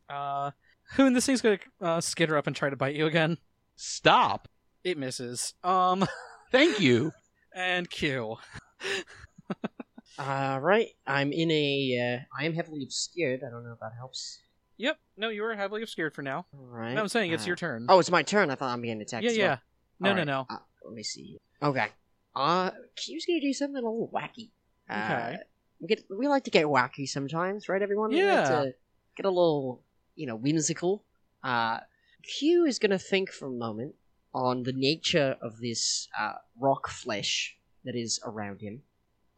Speaker 1: uh hoon this thing's gonna uh, skitter up and try to bite you again
Speaker 4: Stop.
Speaker 1: It misses. Um, [laughs]
Speaker 4: Thank you.
Speaker 1: and Q.
Speaker 2: All right. I'm in a. Uh, I am heavily obscured. I don't know if that helps.
Speaker 1: Yep. No, you are heavily obscured for now.
Speaker 2: All right.
Speaker 1: No, I'm saying
Speaker 2: Uh,
Speaker 1: it's your turn.
Speaker 2: Oh, it's my turn. I thought I'm getting attacked.
Speaker 1: yeah,
Speaker 2: as
Speaker 1: yeah.
Speaker 2: well.
Speaker 1: No,
Speaker 2: All
Speaker 1: no,
Speaker 2: right,
Speaker 1: no.
Speaker 2: Uh, let me see. Okay. Uh, Q's gonna do something a little wacky. Uh,
Speaker 1: Okay.
Speaker 2: We get we like to get wacky sometimes, right, everyone? We like
Speaker 1: Yeah.
Speaker 2: to get a little, you know, whimsical. Uh, Q is gonna think for a moment on the nature of this uh, rock flesh that is around him.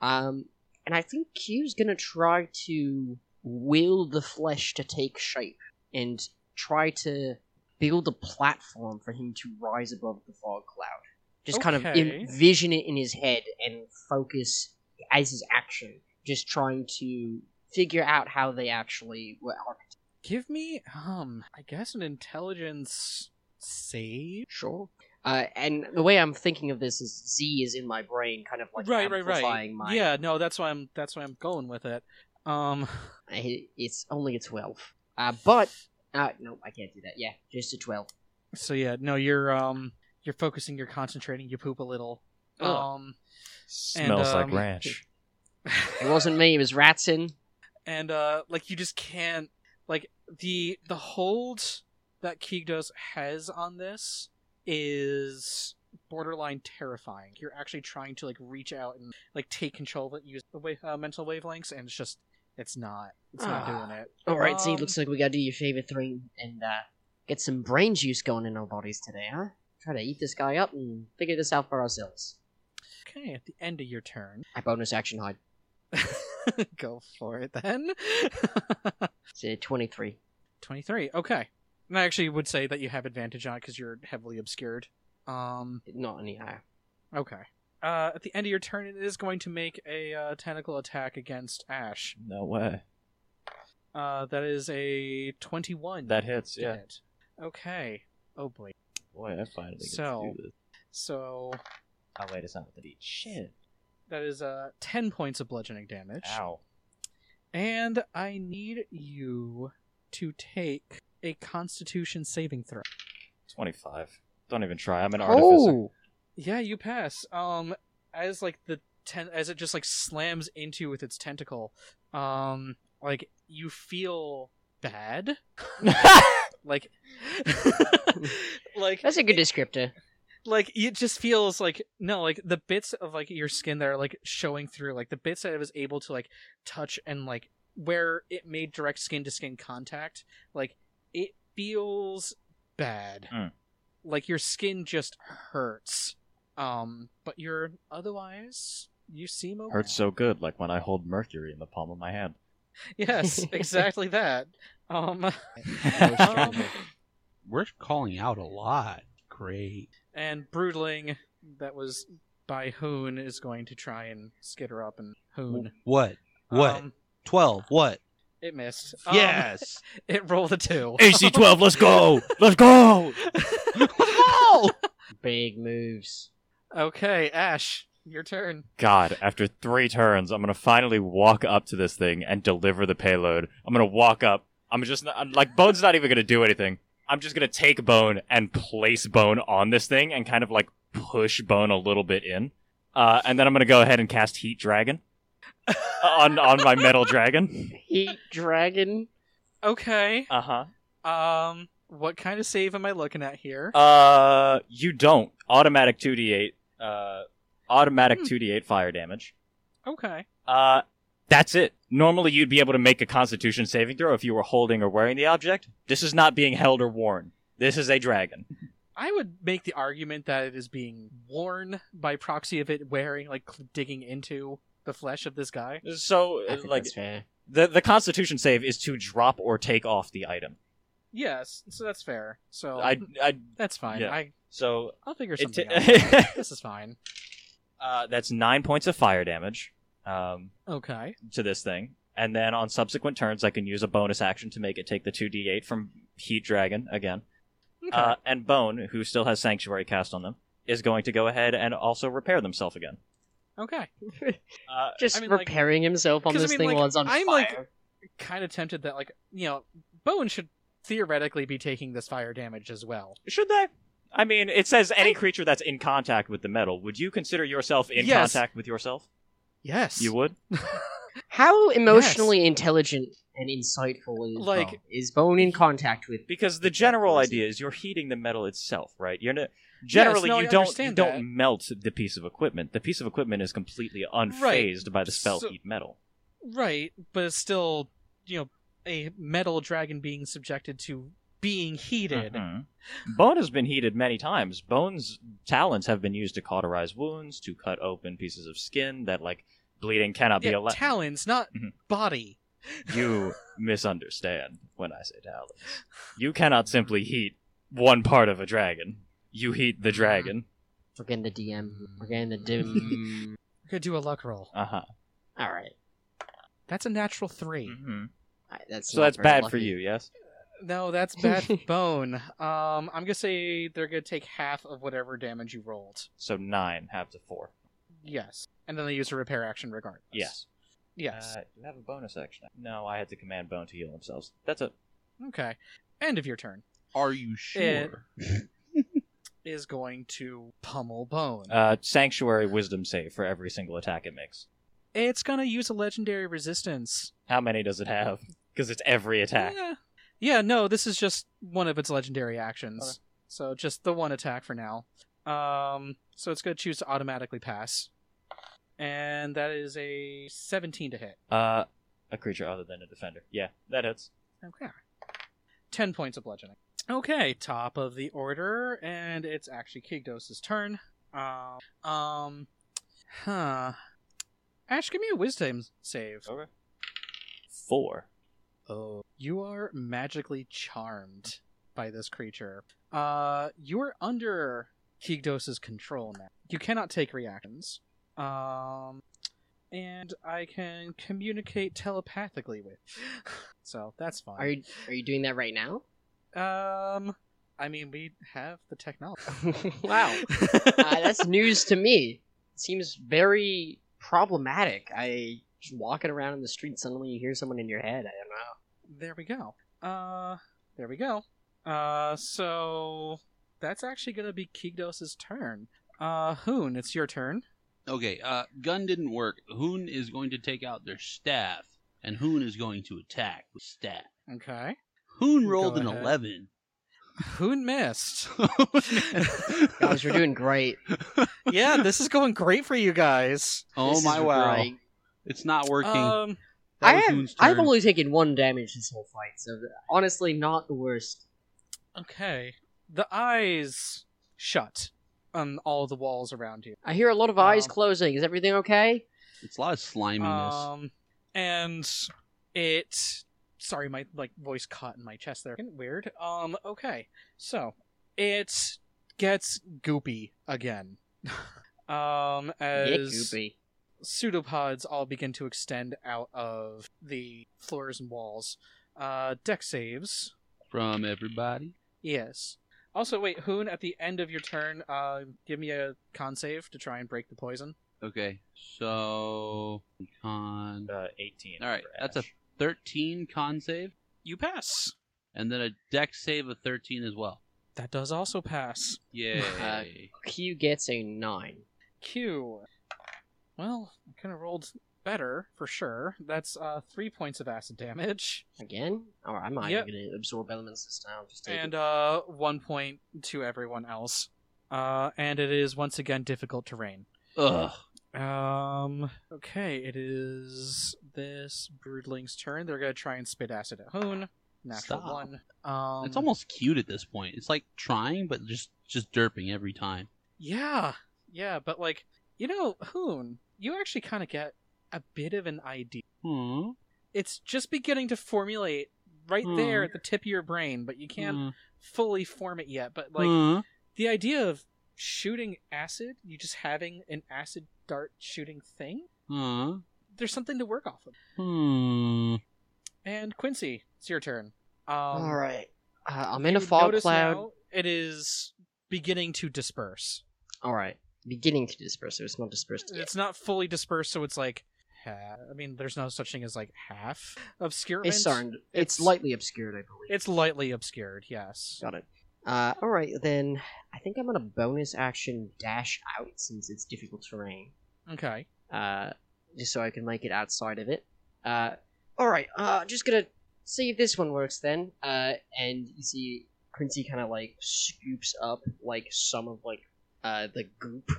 Speaker 2: Um, and I think Q's gonna try to will the flesh to take shape and try to build a platform for him to rise above the fog cloud. Just kind of
Speaker 1: Okay.
Speaker 2: envision it in his head and focus as his action, just trying to figure out how they actually were. architected.
Speaker 1: Give me, um, I guess an intelligence save.
Speaker 2: Sure. Uh, and the way I'm thinking of this is Z is in my brain, kind of like
Speaker 1: right, right,
Speaker 2: amplifying
Speaker 1: right.
Speaker 2: my.
Speaker 1: Yeah. No, that's why I'm. That's why I'm going with it. Um.
Speaker 2: I- It's only a twelve. Uh, but uh, no, I can't do that. Yeah, just a twelve.
Speaker 1: So yeah. No, you're um. You're focusing. You're concentrating. You poop a little.
Speaker 2: Ugh.
Speaker 1: Um. [laughs]
Speaker 3: Smells
Speaker 1: um,
Speaker 3: like ranch.
Speaker 2: It wasn't me. It was Ratson.
Speaker 1: and uh like you just can't like the the hold that Kigdos has on this is borderline terrifying. You're actually trying to like reach out and like take control of it, use the wa- uh, mental wavelengths, and it's just it's not it's not
Speaker 2: Ah.
Speaker 1: doing it.
Speaker 2: All right, Z.
Speaker 1: Um,
Speaker 2: Looks like we gotta do your favorite thing and uh, get some brain juice going in our bodies today, huh? Try to eat this guy up and figure this out for ourselves.
Speaker 1: Okay, at the end of your turn, [laughs]
Speaker 2: I bonus action hide.
Speaker 1: go for it then. [laughs]
Speaker 2: It's a twenty-three.
Speaker 1: Twenty three. Okay, and I actually would say that you have advantage on it because you're heavily obscured. Um,
Speaker 2: Not any higher.
Speaker 1: Okay. Uh, at the end of your turn, it is going to make a uh, tentacle attack against Ash.
Speaker 3: No way.
Speaker 1: Uh, that is a twenty-one.
Speaker 3: That hits.
Speaker 1: to
Speaker 3: Yeah.
Speaker 1: hit. Okay. Oh boy.
Speaker 3: Boy, I finally get
Speaker 1: So-
Speaker 3: to do this.
Speaker 1: So
Speaker 3: Oh wait, it's not with the D. Shit.
Speaker 1: that is uh ten points of bludgeoning damage,
Speaker 3: Ow.
Speaker 1: and I need you to take a Constitution saving throw.
Speaker 3: Twenty-five. Don't even try. I'm an artificer.
Speaker 2: Oh,
Speaker 1: Yeah, you pass. Um, as like the ten, as it just like slams into you with its tentacle. Um, like you feel bad. like like
Speaker 2: that's a good descriptor.
Speaker 1: like it just feels like no like the bits of like your skin that are like showing through like the bits that it was able to like touch and like where it made direct skin to skin contact like it feels bad
Speaker 3: Mm.
Speaker 1: like your skin just hurts um but you're otherwise you seem okay
Speaker 3: Hurts so good, like when I hold mercury in the palm of my hand.
Speaker 1: [laughs] yes exactly that
Speaker 3: [laughs]
Speaker 1: um [laughs]
Speaker 2: Um,
Speaker 4: We're calling out a lot. Great.
Speaker 1: and broodling that was by hoon is going to try and skitter up and hoon
Speaker 4: What? What?
Speaker 1: Um,
Speaker 4: 12. What?
Speaker 1: It missed. Um,
Speaker 4: Yes.
Speaker 1: [laughs] it rolled a two. [laughs]
Speaker 3: AC twelve. Let's go. Let's go.
Speaker 4: no!
Speaker 2: Big moves.
Speaker 1: okay, Ash, your turn.
Speaker 3: God, after three turns, I'm gonna finally walk up to this thing and deliver the payload. I'm gonna walk up. I'm just not, I'm, like Bone's not even gonna do anything. I'm just gonna take Bone and place Bone on this thing and kind of like push Bone a little bit in, uh, and then I'm gonna go ahead and cast Heat Dragon on on my metal dragon.
Speaker 2: Heat dragon.
Speaker 1: Okay.
Speaker 3: Uh huh.
Speaker 1: Um, what kind of save am I looking at here?
Speaker 3: Uh, you don't automatic two d eight. Uh, automatic
Speaker 1: Hmm.
Speaker 3: two d eight fire damage.
Speaker 1: okay.
Speaker 3: Uh, that's it. Normally, you'd be able to make a Constitution saving throw if you were holding or wearing the object. This is not being held or worn. This is a dragon.
Speaker 1: I would make the argument that it is being worn by proxy of it wearing, like cl- digging into the flesh of this guy.
Speaker 3: So,
Speaker 2: I think
Speaker 3: like,
Speaker 2: that's fair.
Speaker 3: the, the Constitution save is to drop or take off the item.
Speaker 1: Yes, so that's fair. So
Speaker 3: I, I,
Speaker 1: that's fine.
Speaker 3: yeah.
Speaker 1: I
Speaker 3: so
Speaker 1: I'll figure
Speaker 3: It
Speaker 1: something
Speaker 3: ta- [laughs]
Speaker 1: out. this is fine.
Speaker 3: uh, that's nine points of fire damage um,
Speaker 1: Okay.
Speaker 3: to this thing, and then on subsequent turns, I can use a bonus action to make it take the two d8 from Heat Dragon again.
Speaker 1: Okay.
Speaker 3: Uh, and Bone, who still has Sanctuary cast on them, is going to go ahead and also repair themselves again.
Speaker 1: okay.
Speaker 3: Uh,
Speaker 2: Just
Speaker 1: I mean, like-
Speaker 2: repairing himself on
Speaker 1: 'cause I
Speaker 2: this
Speaker 1: mean,
Speaker 2: thing
Speaker 1: like,
Speaker 2: while it's on
Speaker 1: I'm,
Speaker 2: fire.
Speaker 1: like- Kind of tempted that, like, you know, Bowen should theoretically be taking this fire damage as well.
Speaker 3: should they? I mean, it says any creature that's in contact with the metal. Would you consider yourself in
Speaker 1: Yes.
Speaker 3: contact with yourself?
Speaker 1: Yes.
Speaker 3: You would.
Speaker 2: How emotionally intelligent and insightful is
Speaker 1: Like-
Speaker 2: Bone? Is Bone in contact with?
Speaker 3: Because the general
Speaker 2: Exactly.
Speaker 3: idea is you're heating the metal itself, right? You're no, generally
Speaker 1: no, I
Speaker 3: you don't you
Speaker 1: understand that.
Speaker 3: don't melt the piece of equipment. The piece of equipment is completely unfazed by the spell
Speaker 1: So-
Speaker 3: heat metal.
Speaker 1: Right, but it's still, you know, a metal dragon being subjected to being heated.
Speaker 3: Mhm. Bone has been heated many times. Bone's talons have been used to cauterize wounds, to cut open pieces of skin that like bleeding cannot be
Speaker 1: Yeah,
Speaker 3: allowed.
Speaker 1: talons, not
Speaker 3: Mhm.
Speaker 1: body.
Speaker 3: [laughs] you misunderstand when I say talons. You cannot simply heat one part of a dragon. You heat
Speaker 1: Mm-hmm.
Speaker 3: the dragon.
Speaker 2: We're getting the DM. We're getting the dim.
Speaker 1: We're gonna do a luck roll.
Speaker 3: Uh huh.
Speaker 2: All right.
Speaker 1: That's a natural 3
Speaker 2: All right, That's
Speaker 3: So
Speaker 2: Mm-hmm. not
Speaker 3: that's
Speaker 2: very
Speaker 3: bad for
Speaker 2: lucky.
Speaker 3: you, yes?
Speaker 1: No, that's bad for bone. Um, I'm gonna say they're gonna take half of whatever damage you rolled.
Speaker 3: So nine, half to four.
Speaker 1: Yes, and then they use a repair action regardless.
Speaker 3: Yes.
Speaker 1: Yes.
Speaker 3: Uh, you have a bonus action. No, I had to command Bone to heal themselves. That's it.
Speaker 1: okay. End of your turn
Speaker 4: Are
Speaker 2: Eh.
Speaker 4: you sure?
Speaker 1: It- is going to pummel bone.
Speaker 3: Uh, sanctuary wisdom save for every single attack it makes.
Speaker 1: it's gonna use a legendary resistance.
Speaker 3: How many does it have? [laughs] Because it's every attack.
Speaker 1: Yeah. Yeah, no, this is just one of its legendary actions.
Speaker 3: Okay.
Speaker 1: So just the one attack for now. Um, so it's going to choose to automatically pass. And that is a 17 to hit.
Speaker 3: Uh, a creature other than a defender. Yeah, that hits.
Speaker 1: Okay. 10 points of bludgeoning. Okay, top of the order, and it's actually Kigdos' turn. Um, um, huh. Ash, give me a wisdom save.
Speaker 3: Okay. Four.
Speaker 1: Oh. You are magically charmed by this creature. Uh, you are under Kigdos' control now. You cannot take reactions. Um, and I can communicate telepathically with. [laughs] so that's fine.
Speaker 2: Are you are you doing that right now?
Speaker 1: Um, I mean, we have
Speaker 2: [laughs]
Speaker 1: the technology.
Speaker 2: wow, uh,
Speaker 4: [laughs]
Speaker 2: that's news to me. seems very problematic. I just walking around in the street, suddenly you hear someone in your head. I don't know.
Speaker 1: there we go. Uh, there we go. Uh, so that's actually gonna be Kigdos' turn. Uh, Hoon, it's your turn.
Speaker 4: Okay, uh, gun didn't work. Hoon is going to take out their staff, and Hoon is going to attack with staff.
Speaker 1: Okay.
Speaker 4: Hoon
Speaker 1: Go
Speaker 4: rolled an
Speaker 1: ahead.
Speaker 4: 11.
Speaker 1: Hoon missed.
Speaker 2: Guys,
Speaker 4: [laughs]
Speaker 2: you're doing great.
Speaker 1: [laughs] yeah, this is going great for you guys.
Speaker 4: oh
Speaker 2: This
Speaker 4: my
Speaker 2: is
Speaker 4: wow.
Speaker 2: great. Uh,
Speaker 4: It's not working.
Speaker 1: Um,
Speaker 4: that
Speaker 2: I
Speaker 4: was
Speaker 2: have,
Speaker 4: Hoon's turn.
Speaker 2: I've only taken one damage this whole fight, so honestly, not the worst.
Speaker 1: okay. The eyes shut on all the walls around you.
Speaker 2: I hear a lot of eyes
Speaker 1: Um,
Speaker 2: closing. Is everything okay?
Speaker 4: It's a lot of sliminess.
Speaker 2: Uh,
Speaker 1: Um, and it. Sorry, my like voice caught in my chest there. Weird. Um, okay. So it gets goopy again. [laughs] um,
Speaker 2: Yeah,
Speaker 1: as
Speaker 2: goopy.
Speaker 1: pseudopods all begin to extend out of the floors and walls. Uh, deck saves.
Speaker 4: From everybody.
Speaker 1: Yes. Also, wait, Hoon, at the end of your turn, uh, give me a con save to try and break the poison.
Speaker 4: Okay, so con
Speaker 3: Uh, 18.
Speaker 4: All right,
Speaker 3: for
Speaker 4: that's
Speaker 3: Ash.
Speaker 4: a 13 con save,
Speaker 1: You pass.
Speaker 4: and then a deck save of 13 as well.
Speaker 1: That does also pass.
Speaker 4: Yay.
Speaker 2: Uh, Q gets a nine.
Speaker 1: Q. Well, I kind of rolled better, for sure. That's uh, three points of acid damage
Speaker 2: Again? Oh, I'm not
Speaker 1: Yep.
Speaker 2: even gonna absorb elements this time. I'll Just take
Speaker 1: and
Speaker 2: it.
Speaker 1: uh, one point to everyone else. Uh, and it is once again difficult terrain.
Speaker 4: [laughs] Ugh.
Speaker 1: Um. Okay, it is this broodling's turn. They're gonna try and spit acid at Hoon. Natural
Speaker 4: Stop.
Speaker 1: one. Um,
Speaker 4: it's almost cute at this point. It's like trying, but just just derping every time.
Speaker 1: Yeah, yeah, but like you know, Hoon, you actually kind of get a bit of an idea.
Speaker 4: Hmm.
Speaker 1: It's just beginning to formulate right
Speaker 4: Hmm.
Speaker 1: there at the tip of your brain, but you can't
Speaker 4: Hmm.
Speaker 1: fully form it yet. But like
Speaker 4: Hmm.
Speaker 1: the idea of shooting acid, you just having an acid dart shooting thing,
Speaker 4: Hmm.
Speaker 1: there's something to work off of.
Speaker 4: Hmm.
Speaker 1: And Quincy, it's your turn. Um,
Speaker 2: All right. Uh, I'm
Speaker 1: you
Speaker 2: in a fog
Speaker 1: notice
Speaker 2: cloud.
Speaker 1: now it is beginning to disperse.
Speaker 2: All right. Beginning to disperse, so it's not dispersed yet.
Speaker 1: It's not fully dispersed, so it's like. ha- I mean, there's no such thing as like half obscurement.
Speaker 2: It's, starting, it's,
Speaker 1: It's-
Speaker 2: lightly obscured, I believe.
Speaker 1: It's lightly obscured, yes.
Speaker 2: Got it. Uh, all right, then I think I'm gonna bonus action dash out since it's difficult terrain,
Speaker 1: Okay.
Speaker 2: uh, just so I can make it outside of it. Uh, all right, uh, just gonna see if this one works then. Uh, and you see Quincy kind of like scoops up like some of like uh, the goop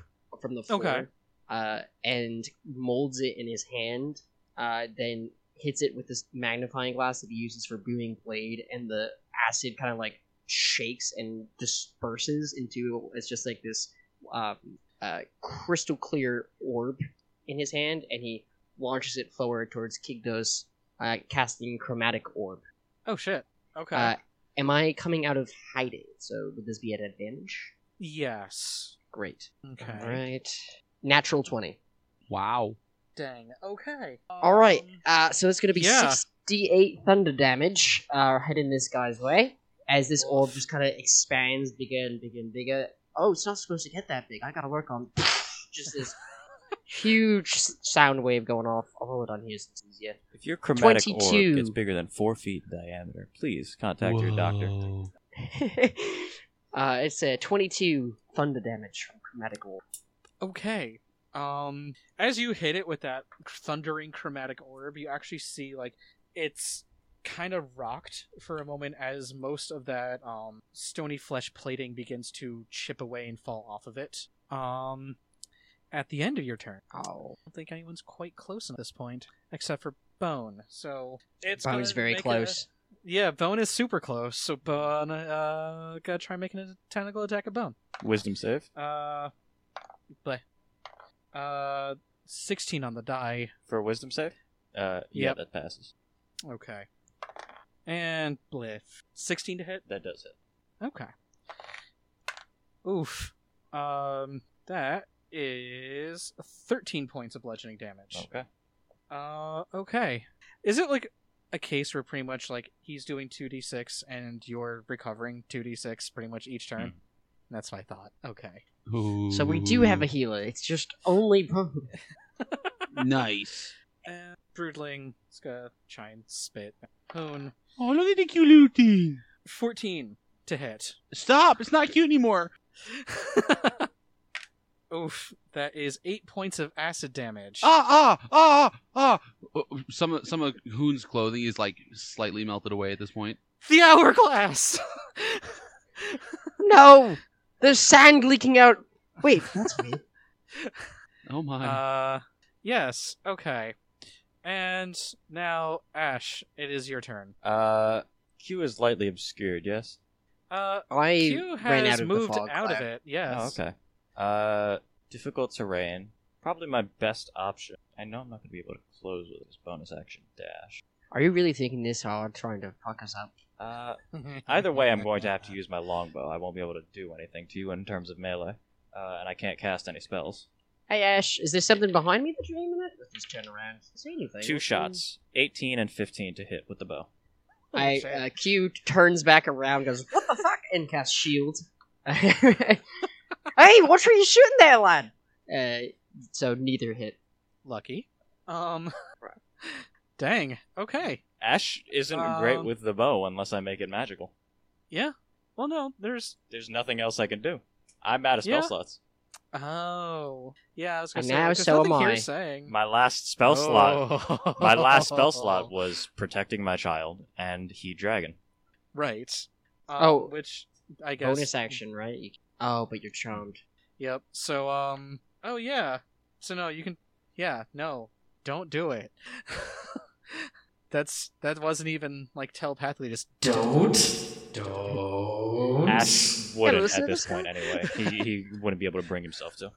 Speaker 2: from the floor,
Speaker 1: Okay.
Speaker 2: uh, and molds it in his hand. Uh, then hits it with this magnifying glass that he uses for booming blade, and the acid kind of like shakes and disperses into it's just like this um, uh, crystal clear orb in his hand, and he launches it forward towards Kigdos, uh, casting chromatic orb.
Speaker 1: Oh shit. Okay.
Speaker 2: Uh, am I coming out of hiding? So would this be at advantage?
Speaker 1: yes.
Speaker 2: Great.
Speaker 1: Okay.
Speaker 2: All right. Natural twenty.
Speaker 4: Wow.
Speaker 1: Dang. Okay.
Speaker 2: All right.
Speaker 1: Um,
Speaker 2: Uh, so it's going to be
Speaker 1: yeah.
Speaker 2: 68 thunder damage uh, heading this guy's way as this orb just kind of expands bigger and bigger and bigger. Oh, it's not supposed to get that big. I got to work on [laughs] just
Speaker 1: [laughs]
Speaker 2: this huge s- sound wave going off. I'll roll it on here so it's easier.
Speaker 3: If your chromatic
Speaker 2: 22.
Speaker 3: orb gets bigger than four feet in diameter, please contact your doctor.
Speaker 4: Whoa.
Speaker 2: [laughs] uh, it's a 22 thunder damage from chromatic orb.
Speaker 1: Okay. Um, as you hit it with that thundering chromatic orb, you actually see like it's kind of rocked for a moment as most of that um stony flesh plating begins to chip away and fall off of it. Um, at the end of your turn,
Speaker 2: Oh.
Speaker 1: I don't think anyone's quite close at this point except for Bone. So it's
Speaker 2: I was
Speaker 1: gonna
Speaker 2: very
Speaker 1: make a-
Speaker 2: close.
Speaker 1: Yeah, Bone is super close, so Bone, uh, gotta try making a tentacle attack at Bone.
Speaker 3: Wisdom save
Speaker 1: Uh, bleh. Uh, 16 on the die.
Speaker 3: for a wisdom save. Uh, yeah,
Speaker 1: Yep.
Speaker 3: that passes.
Speaker 1: Okay. And bleh. 16 to hit?
Speaker 3: That does it.
Speaker 1: Okay. Oof. Um, that is 13 points of bludgeoning damage.
Speaker 3: Okay.
Speaker 1: Uh, okay. Is it like a case where pretty much like he's doing 2d6 and you're recovering 2d6 pretty much each turn?
Speaker 3: Mm.
Speaker 1: That's what I thought. Okay.
Speaker 2: So we do have a healer. It's just only Bone.
Speaker 4: nice.
Speaker 1: And Broodling, it's gonna try and spit. Hoon,
Speaker 4: Oh, look at the cute little thing.
Speaker 1: 14 to hit.
Speaker 4: Stop! It's not cute anymore.
Speaker 1: Oof, that is 8 points of acid damage.
Speaker 4: Ah! Ah! Ah! Ah! ah. Some of- some of Hoon's clothing is like slightly melted away at this point.
Speaker 1: The hourglass!
Speaker 2: No! There's sand leaking out. Wait, that's weird.
Speaker 4: Oh my!
Speaker 1: [laughs] uh, yes, okay. And now, Ash, it is your turn.
Speaker 3: Uh, Q is lightly obscured. Yes.
Speaker 1: Uh,
Speaker 2: I
Speaker 1: Q
Speaker 2: ran
Speaker 1: has
Speaker 2: out of
Speaker 1: moved
Speaker 2: the fog
Speaker 1: out of
Speaker 2: cloud.
Speaker 1: it, yes.
Speaker 3: Oh, okay. Uh, difficult terrain. Probably my best option. I know I'm not going to be able to close with this bonus action dash.
Speaker 2: Are you really thinking this hard, trying to fuck us
Speaker 1: [laughs]
Speaker 2: up?
Speaker 3: Uh, either way, I'm going to have to use my longbow. I won't be able to do anything to you in terms of melee, uh, and I can't cast any spells.
Speaker 2: Hey Ash, is there something behind me that you're aiming at? Let's just turn around. See anything?
Speaker 3: Two shots, 18 and 15 to hit with the bow.
Speaker 2: I uh, Q turns back around, goes, "What the [laughs] fuck?" and casts shield. Uh, hey, what were you shooting there, lad? Uh, so neither hit.
Speaker 1: Lucky.
Speaker 2: [laughs]
Speaker 1: Um, dang, okay.
Speaker 3: Ash isn't great
Speaker 1: Um,
Speaker 3: with the bow unless I make it magical.
Speaker 1: Well, no, there's.
Speaker 3: There's nothing else I can do. I'm out of spell
Speaker 1: Yeah.
Speaker 3: slots.
Speaker 1: Oh, yeah. I was gonna
Speaker 2: And
Speaker 1: say,
Speaker 2: now
Speaker 1: like, there's
Speaker 2: so
Speaker 1: nothing
Speaker 2: am
Speaker 1: here
Speaker 2: I.
Speaker 1: saying
Speaker 3: My last
Speaker 1: Oh.
Speaker 3: spell slot.
Speaker 1: slot.
Speaker 3: My last spell
Speaker 1: [laughs]
Speaker 3: slot was protecting my child and he dragon.
Speaker 1: right. Um,
Speaker 2: Oh.
Speaker 1: which I guess.
Speaker 2: Bonus action, right? You- Oh, but you're charmed.
Speaker 1: Yep. So, um. Oh yeah. So no, you can. Yeah. No, don't do it. [laughs] That's that wasn't even like telepathically. Just
Speaker 5: Don't. Don't.
Speaker 3: Ash wouldn't
Speaker 2: listen
Speaker 3: at
Speaker 2: to
Speaker 3: this
Speaker 2: this
Speaker 3: point anyway. He, he wouldn't be able to bring himself to.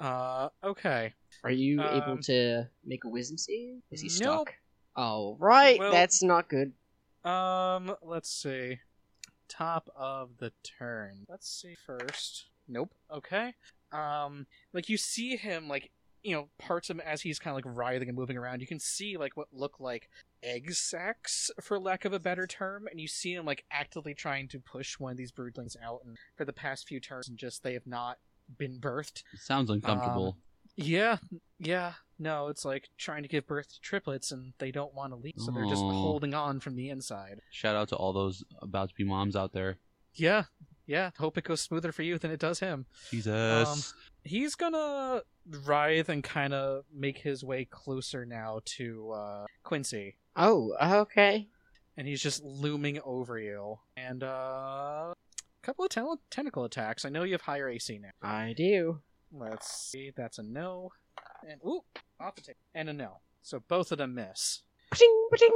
Speaker 1: uh okay.
Speaker 2: Are you able
Speaker 1: Um,
Speaker 2: to make a wisdom save? Is he
Speaker 1: nope.
Speaker 2: stuck? Oh, right.
Speaker 1: Well-
Speaker 2: That's not good.
Speaker 1: Um, let's see. Top of the turn. Let's see first. Nope. Okay. Um, like you see him, like you know, parts of him as he's kind of like writhing and moving around. You can see like what look like egg sacs, for lack of a better term, and you see him like actively trying to push one of these broodlings out. And for the past few turns, and just they have not been birthed.
Speaker 4: It sounds uncomfortable.
Speaker 1: Yeah, yeah. No, it's like trying to give birth to triplets, and they don't want to leave, so they're just
Speaker 4: Oh.
Speaker 1: holding on from the inside.
Speaker 4: Shout out to all those about to be moms out there.
Speaker 1: Yeah, yeah. Hope it goes smoother for you than it does him.
Speaker 4: Jesus.
Speaker 1: Um, He's gonna writhe and kind of make his way closer now to uh, Quincy,
Speaker 2: Oh, okay.
Speaker 1: and he's just looming over you. And uh, a couple of ten- tentacle attacks. I know you have higher AC now.
Speaker 2: I do.
Speaker 1: Let's see. That's a no, and ooh, off the table, and a no. So both of them miss.
Speaker 2: Ba-ding, ba-ding.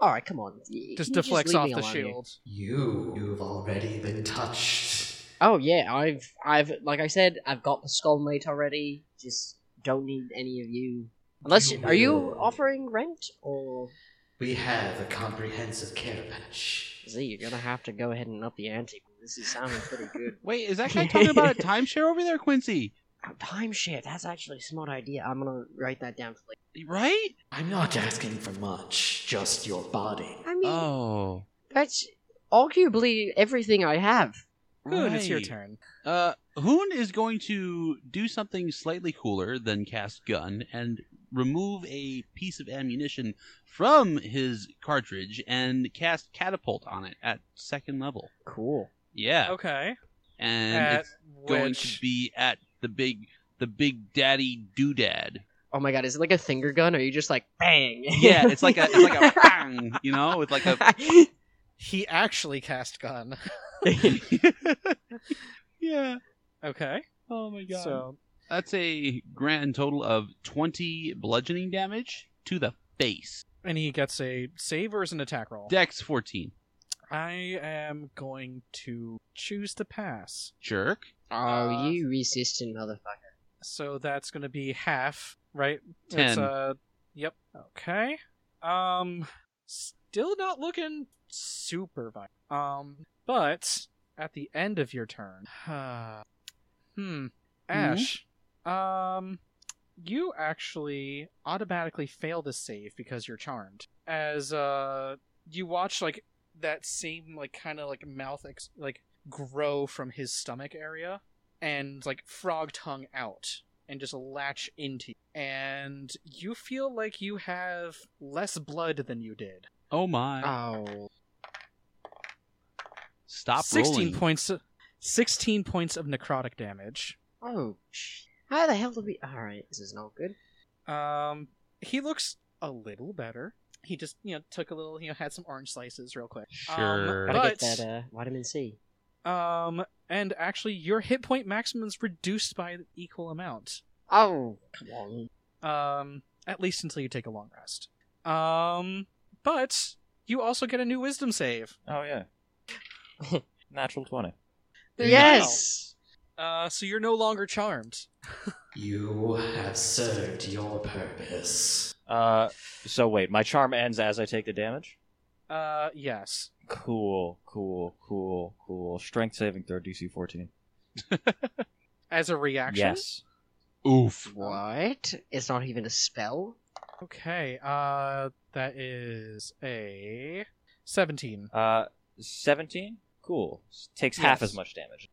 Speaker 2: All right, come on. You-
Speaker 1: Just
Speaker 2: you
Speaker 1: deflects
Speaker 2: leave
Speaker 1: off
Speaker 2: me
Speaker 1: the
Speaker 2: alone here.
Speaker 1: shield.
Speaker 5: You. You've already been touched.
Speaker 2: Oh yeah, I've I've like I said, I've got the skull mate already. Just don't need any of you. Unless you, are you
Speaker 5: will.
Speaker 2: offering rent or
Speaker 5: We have a comprehensive care patch.
Speaker 2: Z? You're gonna have to go ahead and up the ante. This is sounding pretty [laughs] good.
Speaker 4: Wait, is that guy talking about a timeshare over there, Quincy?
Speaker 2: Oh, timeshare. That's actually a smart idea. I'm gonna write that down for later.
Speaker 4: Right?
Speaker 5: I'm not asking for much, just your body.
Speaker 2: I mean,
Speaker 4: Oh.
Speaker 2: that's arguably everything I have.
Speaker 1: Boone, it's your
Speaker 4: Right.
Speaker 1: turn.
Speaker 4: Uh, Hoon is going to do something slightly cooler than cast gun and remove a piece of ammunition from his cartridge and cast catapult on it at second level.
Speaker 2: Cool.
Speaker 4: Yeah,
Speaker 1: Okay.
Speaker 4: and
Speaker 1: At
Speaker 4: it's going
Speaker 1: Oh, which-
Speaker 4: to be at the big, the big daddy doodad.
Speaker 2: Oh my god, is it like a finger gun? Or are you just like bang?
Speaker 4: [laughs] Yeah, it's like a, it's like
Speaker 2: [laughs]
Speaker 4: a bang, you know, with like a Uh,
Speaker 1: he actually cast gun.
Speaker 4: yeah.
Speaker 1: Okay.
Speaker 4: Oh my
Speaker 1: So
Speaker 4: That's a grand total of 20 bludgeoning damage to the face.
Speaker 1: and he gets a save or is an attack roll.
Speaker 4: Dex 14.
Speaker 1: I am going to choose to pass.
Speaker 4: Jerk.
Speaker 2: oh, you resistant motherfucker.
Speaker 1: So that's going to be half, right? It's,
Speaker 4: Ten.
Speaker 1: uh, yep. Okay. Um, still not looking super violent. Um, but at the end of your turn, [sighs] hmm, Ash, um, you actually automatically fail to save because you're charmed. As uh, you watch like that same like kind of like mouth ex- like grow from his stomach area and like frog tongue out and just latch into you. And you feel like you have less blood than you did.
Speaker 4: Oh my.
Speaker 1: Uh,
Speaker 2: Oh,
Speaker 4: Stop
Speaker 1: 16
Speaker 4: rolling.
Speaker 1: points 16 points of necrotic damage.
Speaker 2: oh. sh- How the hell did we? All right, this is not good.
Speaker 1: Um he looks a little better. He just, you know, took a little, you know, had some orange slices real quick.
Speaker 4: Sure.
Speaker 1: Um,
Speaker 2: Gotta
Speaker 1: But-
Speaker 2: get that uh, vitamin C.
Speaker 1: Um and actually your hit point maximum is reduced by an equal amount.
Speaker 2: Oh, come on.
Speaker 1: Um at least until you take a long rest. Um but you also get a new wisdom save.
Speaker 3: Oh yeah. Natural twenty.
Speaker 1: There you
Speaker 2: Yes.
Speaker 1: go. Uh so you're no longer charmed.
Speaker 5: You have served your purpose.
Speaker 3: Uh, so wait, my charm ends as I take the damage.
Speaker 1: Uh yes.
Speaker 3: Cool, cool, cool, cool. Strength saving throw DC fourteen.
Speaker 1: As a reaction?
Speaker 3: Yes.
Speaker 4: Oof.
Speaker 2: What? It's not even a spell.
Speaker 1: Okay, uh, that is a 17.
Speaker 3: Uh, seventeen. Cool. S- Takes half
Speaker 1: Yes.
Speaker 3: as much damage.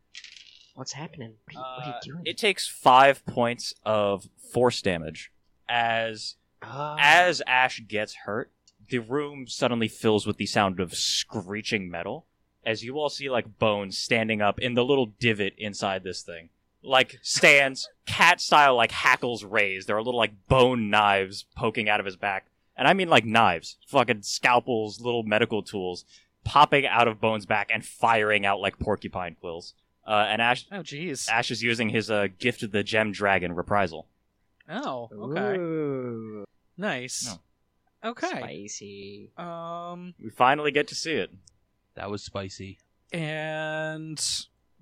Speaker 2: What's happening? What are you, what are
Speaker 3: Uh,
Speaker 2: you doing?
Speaker 3: It takes five points of force damage as
Speaker 2: Ah.
Speaker 3: As Ash gets hurt, the room suddenly fills with the sound of screeching metal as you all see like bones standing up in the little divot inside this thing. Like stands, cat style, like hackles raised. There are little like bone knives poking out of his back. And I mean like knives, fucking scalpels, little medical tools popping out of Bone's back and firing out like porcupine quills. Uh, and Ash,
Speaker 1: Oh, jeez.
Speaker 3: Ash is using his uh, gift of the gem dragon reprisal.
Speaker 1: Oh, okay.
Speaker 2: Ooh.
Speaker 1: Nice.
Speaker 3: No.
Speaker 1: Okay.
Speaker 2: Spicy.
Speaker 1: Um,
Speaker 3: We finally get to see it.
Speaker 4: That was spicy.
Speaker 1: and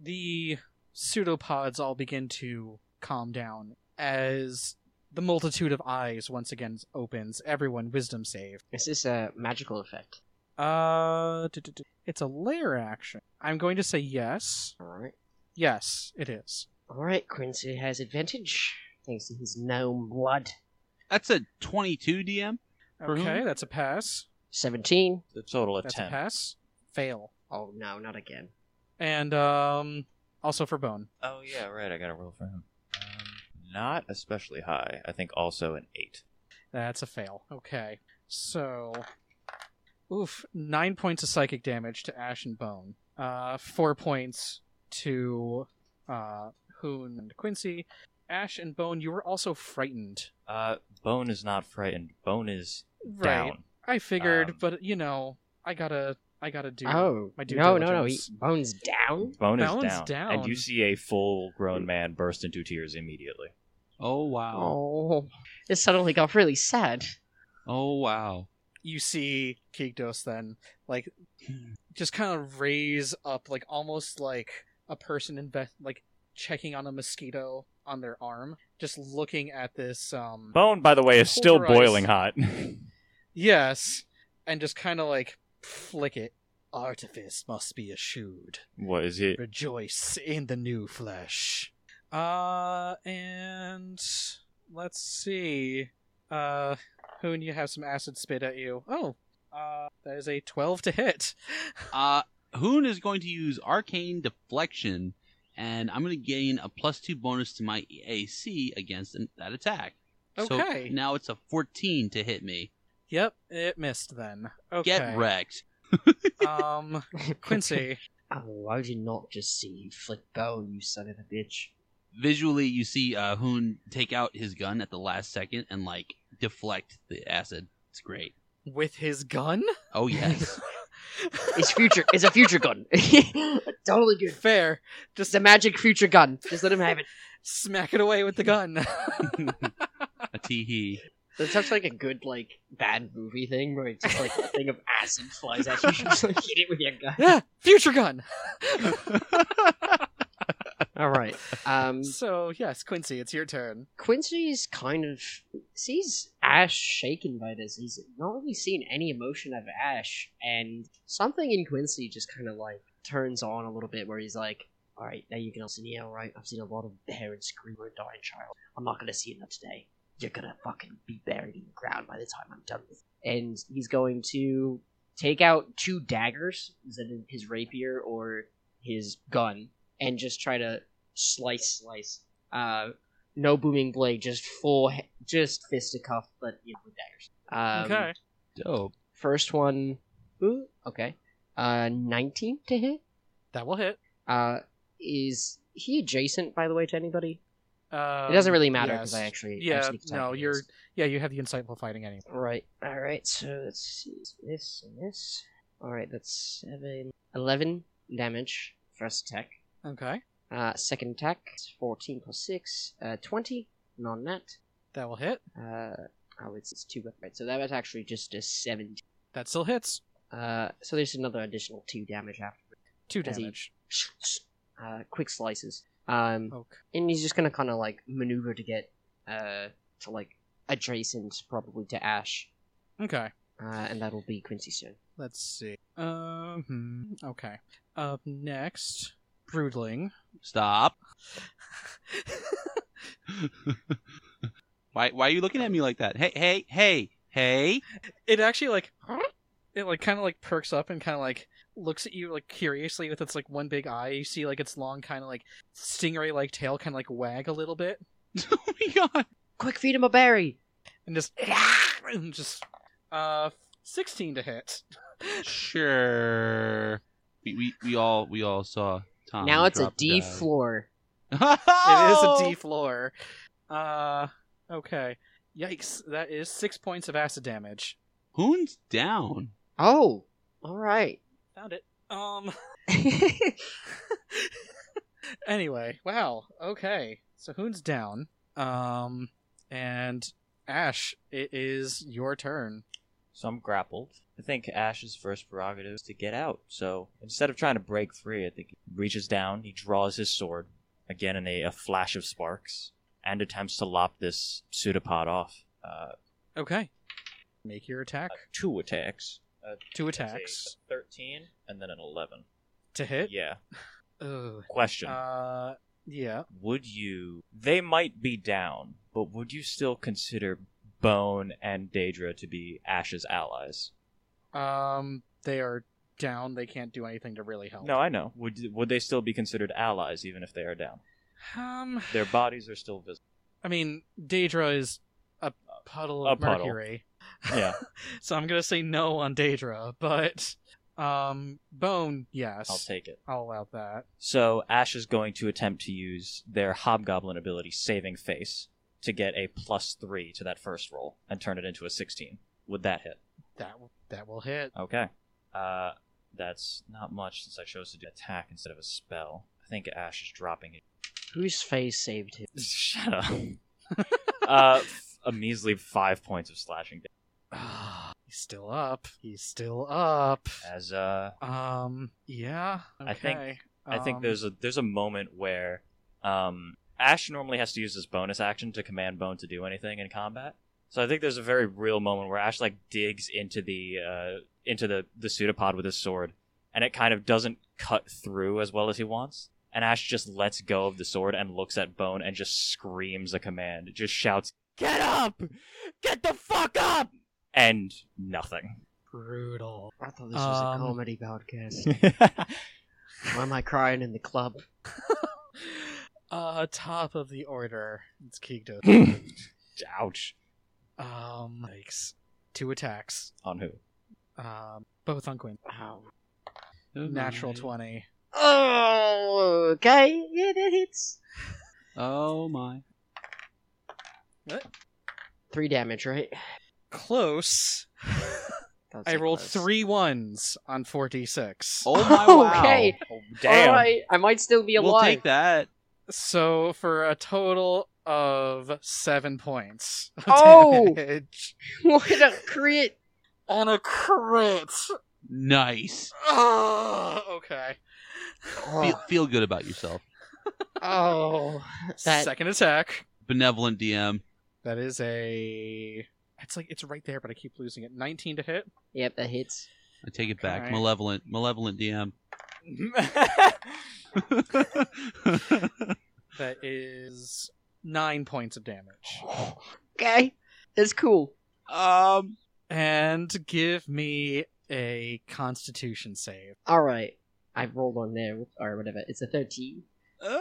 Speaker 1: the pseudopods all begin to calm down as the multitude of eyes once again opens. Everyone, wisdom save.
Speaker 2: This is a magical effect.
Speaker 1: Uh, duh, duh, duh. it's a layer action. I'm going to say yes.
Speaker 2: All right.
Speaker 1: Yes, it is.
Speaker 2: All right, Quincy has advantage thanks to his gnome blood.
Speaker 4: That's a 22 DM. For whom?
Speaker 1: Okay, that's a pass.
Speaker 2: 17.
Speaker 3: The total of
Speaker 1: That's a
Speaker 3: ten.
Speaker 1: pass. Fail.
Speaker 2: Oh, no, not again.
Speaker 1: And um, also for bone.
Speaker 3: Oh yeah, right. I got a roll for him. Um, not especially high. I think also an eight.
Speaker 1: That's a fail. Okay. So, oof, nine points of psychic damage to Ash and Bone. Uh, four points to uh, Hoon and Quincy. Ash and Bone, you were also frightened.
Speaker 3: Uh, Bone is not frightened. Bone is down.
Speaker 1: I figured,
Speaker 3: Um,
Speaker 1: but you know, I gotta, I gotta do.
Speaker 2: oh,
Speaker 1: my due
Speaker 2: no, no, no. He,
Speaker 1: diligence.
Speaker 2: bones down?
Speaker 3: Bone is
Speaker 1: Bone's
Speaker 3: down.
Speaker 1: down.
Speaker 3: And you see a full-grown man burst into tears immediately.
Speaker 4: Oh wow.
Speaker 2: Oh. This suddenly got really sad.
Speaker 4: Oh wow.
Speaker 1: You see Kigdos then, like, just kind of raise up, like almost like a person invest, like checking on a mosquito on their arm, just looking at this. um
Speaker 3: Bone, by the way, is still
Speaker 1: Polarized.
Speaker 3: boiling hot. [laughs]
Speaker 1: Yes, and just kind of like flick it. Artifice must be eschewed.
Speaker 3: what is it?
Speaker 1: Rejoice in the new flesh. Uh, and let's see. Uh, Hoon, you have some acid spit at you. Oh, uh, that is a 12 to hit. [laughs]
Speaker 4: Uh, Hoon is going to use Arcane Deflection, and I'm going to gain a plus two bonus to my AC against an- that attack.
Speaker 1: Okay.
Speaker 4: So now it's a 14 to hit me.
Speaker 1: Yep, it missed then. Okay.
Speaker 4: Get wrecked.
Speaker 1: um, [laughs] Quincy.
Speaker 2: [laughs] Oh, why would you not just see you flick bone, you son of a bitch?
Speaker 4: Visually, you see uh, Hoon take out his gun at the last second and like deflect the acid. It's great.
Speaker 1: [laughs] With his gun?
Speaker 4: Oh
Speaker 2: [laughs]
Speaker 4: yes.
Speaker 2: It's future. it's a future gun. [laughs] totally good.
Speaker 1: Fair.
Speaker 2: It's a magic future gun. Just let him have it.
Speaker 1: [laughs] Smack it away with the [laughs] gun.
Speaker 4: a teehee.
Speaker 2: That's such like a good like bad movie thing where it's just like a thing of acid flies at you. [laughs] You Just like hit it with your gun.
Speaker 1: yeah, future [laughs] gun.
Speaker 2: All right. Um,
Speaker 1: so, yes, Quincy, it's your turn.
Speaker 2: Quincy's kind of sees Ash shaken by this. He's not really seen any emotion of Ash, and something in Quincy just kind of like turns on a little bit, where he's like, "All right, now you can also see. All right, I've seen a lot of parents scream or die in child. I'm not gonna see enough today. You're gonna fucking be buried in the ground by the time I'm done with." It. And he's going to take out two daggers, is it his rapier or his gun, and just try to slice, slice. Uh, no booming blade, just full, he- just fisticuff, but you know, with daggers. Um,
Speaker 1: okay.
Speaker 4: Dope.
Speaker 2: First one, ooh, okay, uh, nineteen to hit.
Speaker 1: That will hit.
Speaker 2: Uh, is he adjacent, by the way, to anybody?
Speaker 1: Um,
Speaker 2: it doesn't really matter because
Speaker 1: yes.
Speaker 2: I actually
Speaker 1: Yeah,
Speaker 2: I sneak attack
Speaker 1: no,
Speaker 2: with
Speaker 1: you're-
Speaker 2: this.
Speaker 1: Yeah, you have the insightful fighting anyway.
Speaker 2: right. All right, so let's see it's this and this. All right, that's seven, eleven damage first attack.
Speaker 1: Okay,
Speaker 2: Uh, second attack, fourteen plus six, uh, twenty, non net.
Speaker 1: that will hit.
Speaker 2: Uh, oh, it's, it's two weapons. Right, so that was actually just a 17.
Speaker 1: That still hits.
Speaker 2: Uh, so there's another additional two damage after.
Speaker 1: Two
Speaker 2: As he-
Speaker 1: damage.
Speaker 2: Uh, quick slices. Um,
Speaker 1: Okay.
Speaker 2: and he's just gonna kind of like maneuver to get uh to like adjacent probably to Ash,
Speaker 1: Okay.
Speaker 2: uh, and that'll be Quincy soon.
Speaker 1: Let's see. Um. hmm, Okay. Up next, broodling.
Speaker 4: Stop. why? Why are you looking at me like that? Hey! Hey! Hey! Hey! [laughs]
Speaker 1: It actually like it like kind of like perks up and kind of like looks at you like curiously with its like one big eye. You see like its long kind of like stingray like tail kind of like wag a little bit
Speaker 4: oh my god.
Speaker 2: Quick, feed him a berry.
Speaker 1: and just [laughs] and just uh sixteen to hit.
Speaker 4: Sure. We, we we all we all saw Tom.
Speaker 2: now it's a
Speaker 4: drop
Speaker 2: D
Speaker 4: the Oh! bag. [laughs]
Speaker 2: floor.
Speaker 1: It is a D floor. Oh. Uh, okay. Yikes! That is six points of acid damage.
Speaker 4: Hoon's down.
Speaker 2: Oh, all right.
Speaker 1: Found it. Um. [laughs]
Speaker 2: [laughs]
Speaker 1: Anyway, wow. Okay. So Hoon's down. Um, and Ash, it is your turn.
Speaker 3: so I'm grappled. I think Ash's first prerogative is to get out. So instead of trying to break free, I think he reaches down, he draws his sword, again in a, a flash of sparks, and attempts to lop this pseudopod off. Uh,
Speaker 1: Okay. Make your attack.
Speaker 3: two attacks. Uh,
Speaker 1: Two
Speaker 3: that's a
Speaker 1: attacks
Speaker 3: 13 and then an 11.
Speaker 1: to hit.
Speaker 3: Yeah.
Speaker 1: Ugh.
Speaker 3: Question.
Speaker 1: Uh, yeah.
Speaker 3: would you they might be down but would you still consider bone and daedra to be ash's allies
Speaker 1: Um, they are down. They can't do anything to really help.
Speaker 3: no i know would would they still be considered allies even if they are down
Speaker 1: Um,
Speaker 3: their bodies are still visible
Speaker 1: I mean, Daedra is a puddle of
Speaker 3: A puddle.
Speaker 1: mercury.
Speaker 3: yeah
Speaker 1: [laughs] so I'm gonna say no on Daedra, but um, Bone, yes,
Speaker 3: i'll take it
Speaker 1: I'll allow that.
Speaker 3: so ash is going to attempt to use their hobgoblin ability saving face to get a plus three to that first roll and turn it into a 16 would that hit
Speaker 1: That that will hit. [sighs]
Speaker 3: Okay. Uh, that's not much since I chose to do attack instead of a spell. I think Ash is dropping it. [laughs]
Speaker 2: Whose face saved him?
Speaker 3: Shut up. uh, f- a measly five points of slashing damage
Speaker 1: He's still up. He's still up.
Speaker 3: as uh,
Speaker 1: Um, yeah. Okay.
Speaker 3: I think- I think
Speaker 1: Um,
Speaker 3: there's a there's a moment where um, Ash normally has to use his bonus action to command Bone to do anything in combat. So I think there's a very real moment where Ash like digs into the uh, into the the pseudopod with his sword, and it kind of doesn't cut through as well as he wants. And Ash just lets go of the sword and looks at Bone and just screams a command. It just shouts, "Get up! Get the fuck up!" And nothing. [laughs]
Speaker 1: brutal.
Speaker 2: I thought this was
Speaker 1: Um,
Speaker 2: a comedy
Speaker 4: [laughs]
Speaker 2: podcast. Why am I crying in the club?
Speaker 1: Uh, top of the order.
Speaker 3: [laughs]
Speaker 1: It's Kigdo.
Speaker 3: Ouch.
Speaker 1: um, yikes. Two attacks.
Speaker 3: On who?
Speaker 1: Um, both on Quinn.
Speaker 2: Wow.
Speaker 1: Natural twenty.
Speaker 2: Oh, okay. Yeah, that hits.
Speaker 4: Oh
Speaker 2: [laughs]
Speaker 4: my.
Speaker 2: Three damage, right?
Speaker 1: Close. [laughs]
Speaker 2: That was
Speaker 1: I
Speaker 2: so
Speaker 1: rolled
Speaker 2: close.
Speaker 1: three ones on forty six.
Speaker 4: Oh my wow.
Speaker 2: Okay.
Speaker 3: Oh, damn.
Speaker 2: All right, I might still be
Speaker 4: We'll
Speaker 2: alive. [laughs]
Speaker 4: take that.
Speaker 1: So for a total of seven points. of
Speaker 2: Oh!
Speaker 1: damage.
Speaker 2: what a crit!
Speaker 1: on a crit.
Speaker 4: Nice.
Speaker 1: Ugh, okay.
Speaker 4: Feel, feel good about yourself.
Speaker 2: Oh, that
Speaker 1: Second attack.
Speaker 4: Benevolent DM.
Speaker 1: That is a. It's like it's right there, but I keep losing it. Nineteen to hit.
Speaker 2: yep, that hits.
Speaker 4: I take it back.
Speaker 1: Okay.
Speaker 4: Malevolent. Malevolent [laughs] DM.
Speaker 1: That is nine points of damage.
Speaker 2: Okay, that's cool.
Speaker 4: um.
Speaker 1: And give me a Constitution save.
Speaker 2: All right, I rolled on there or whatever. It's a thirteen.
Speaker 4: uh,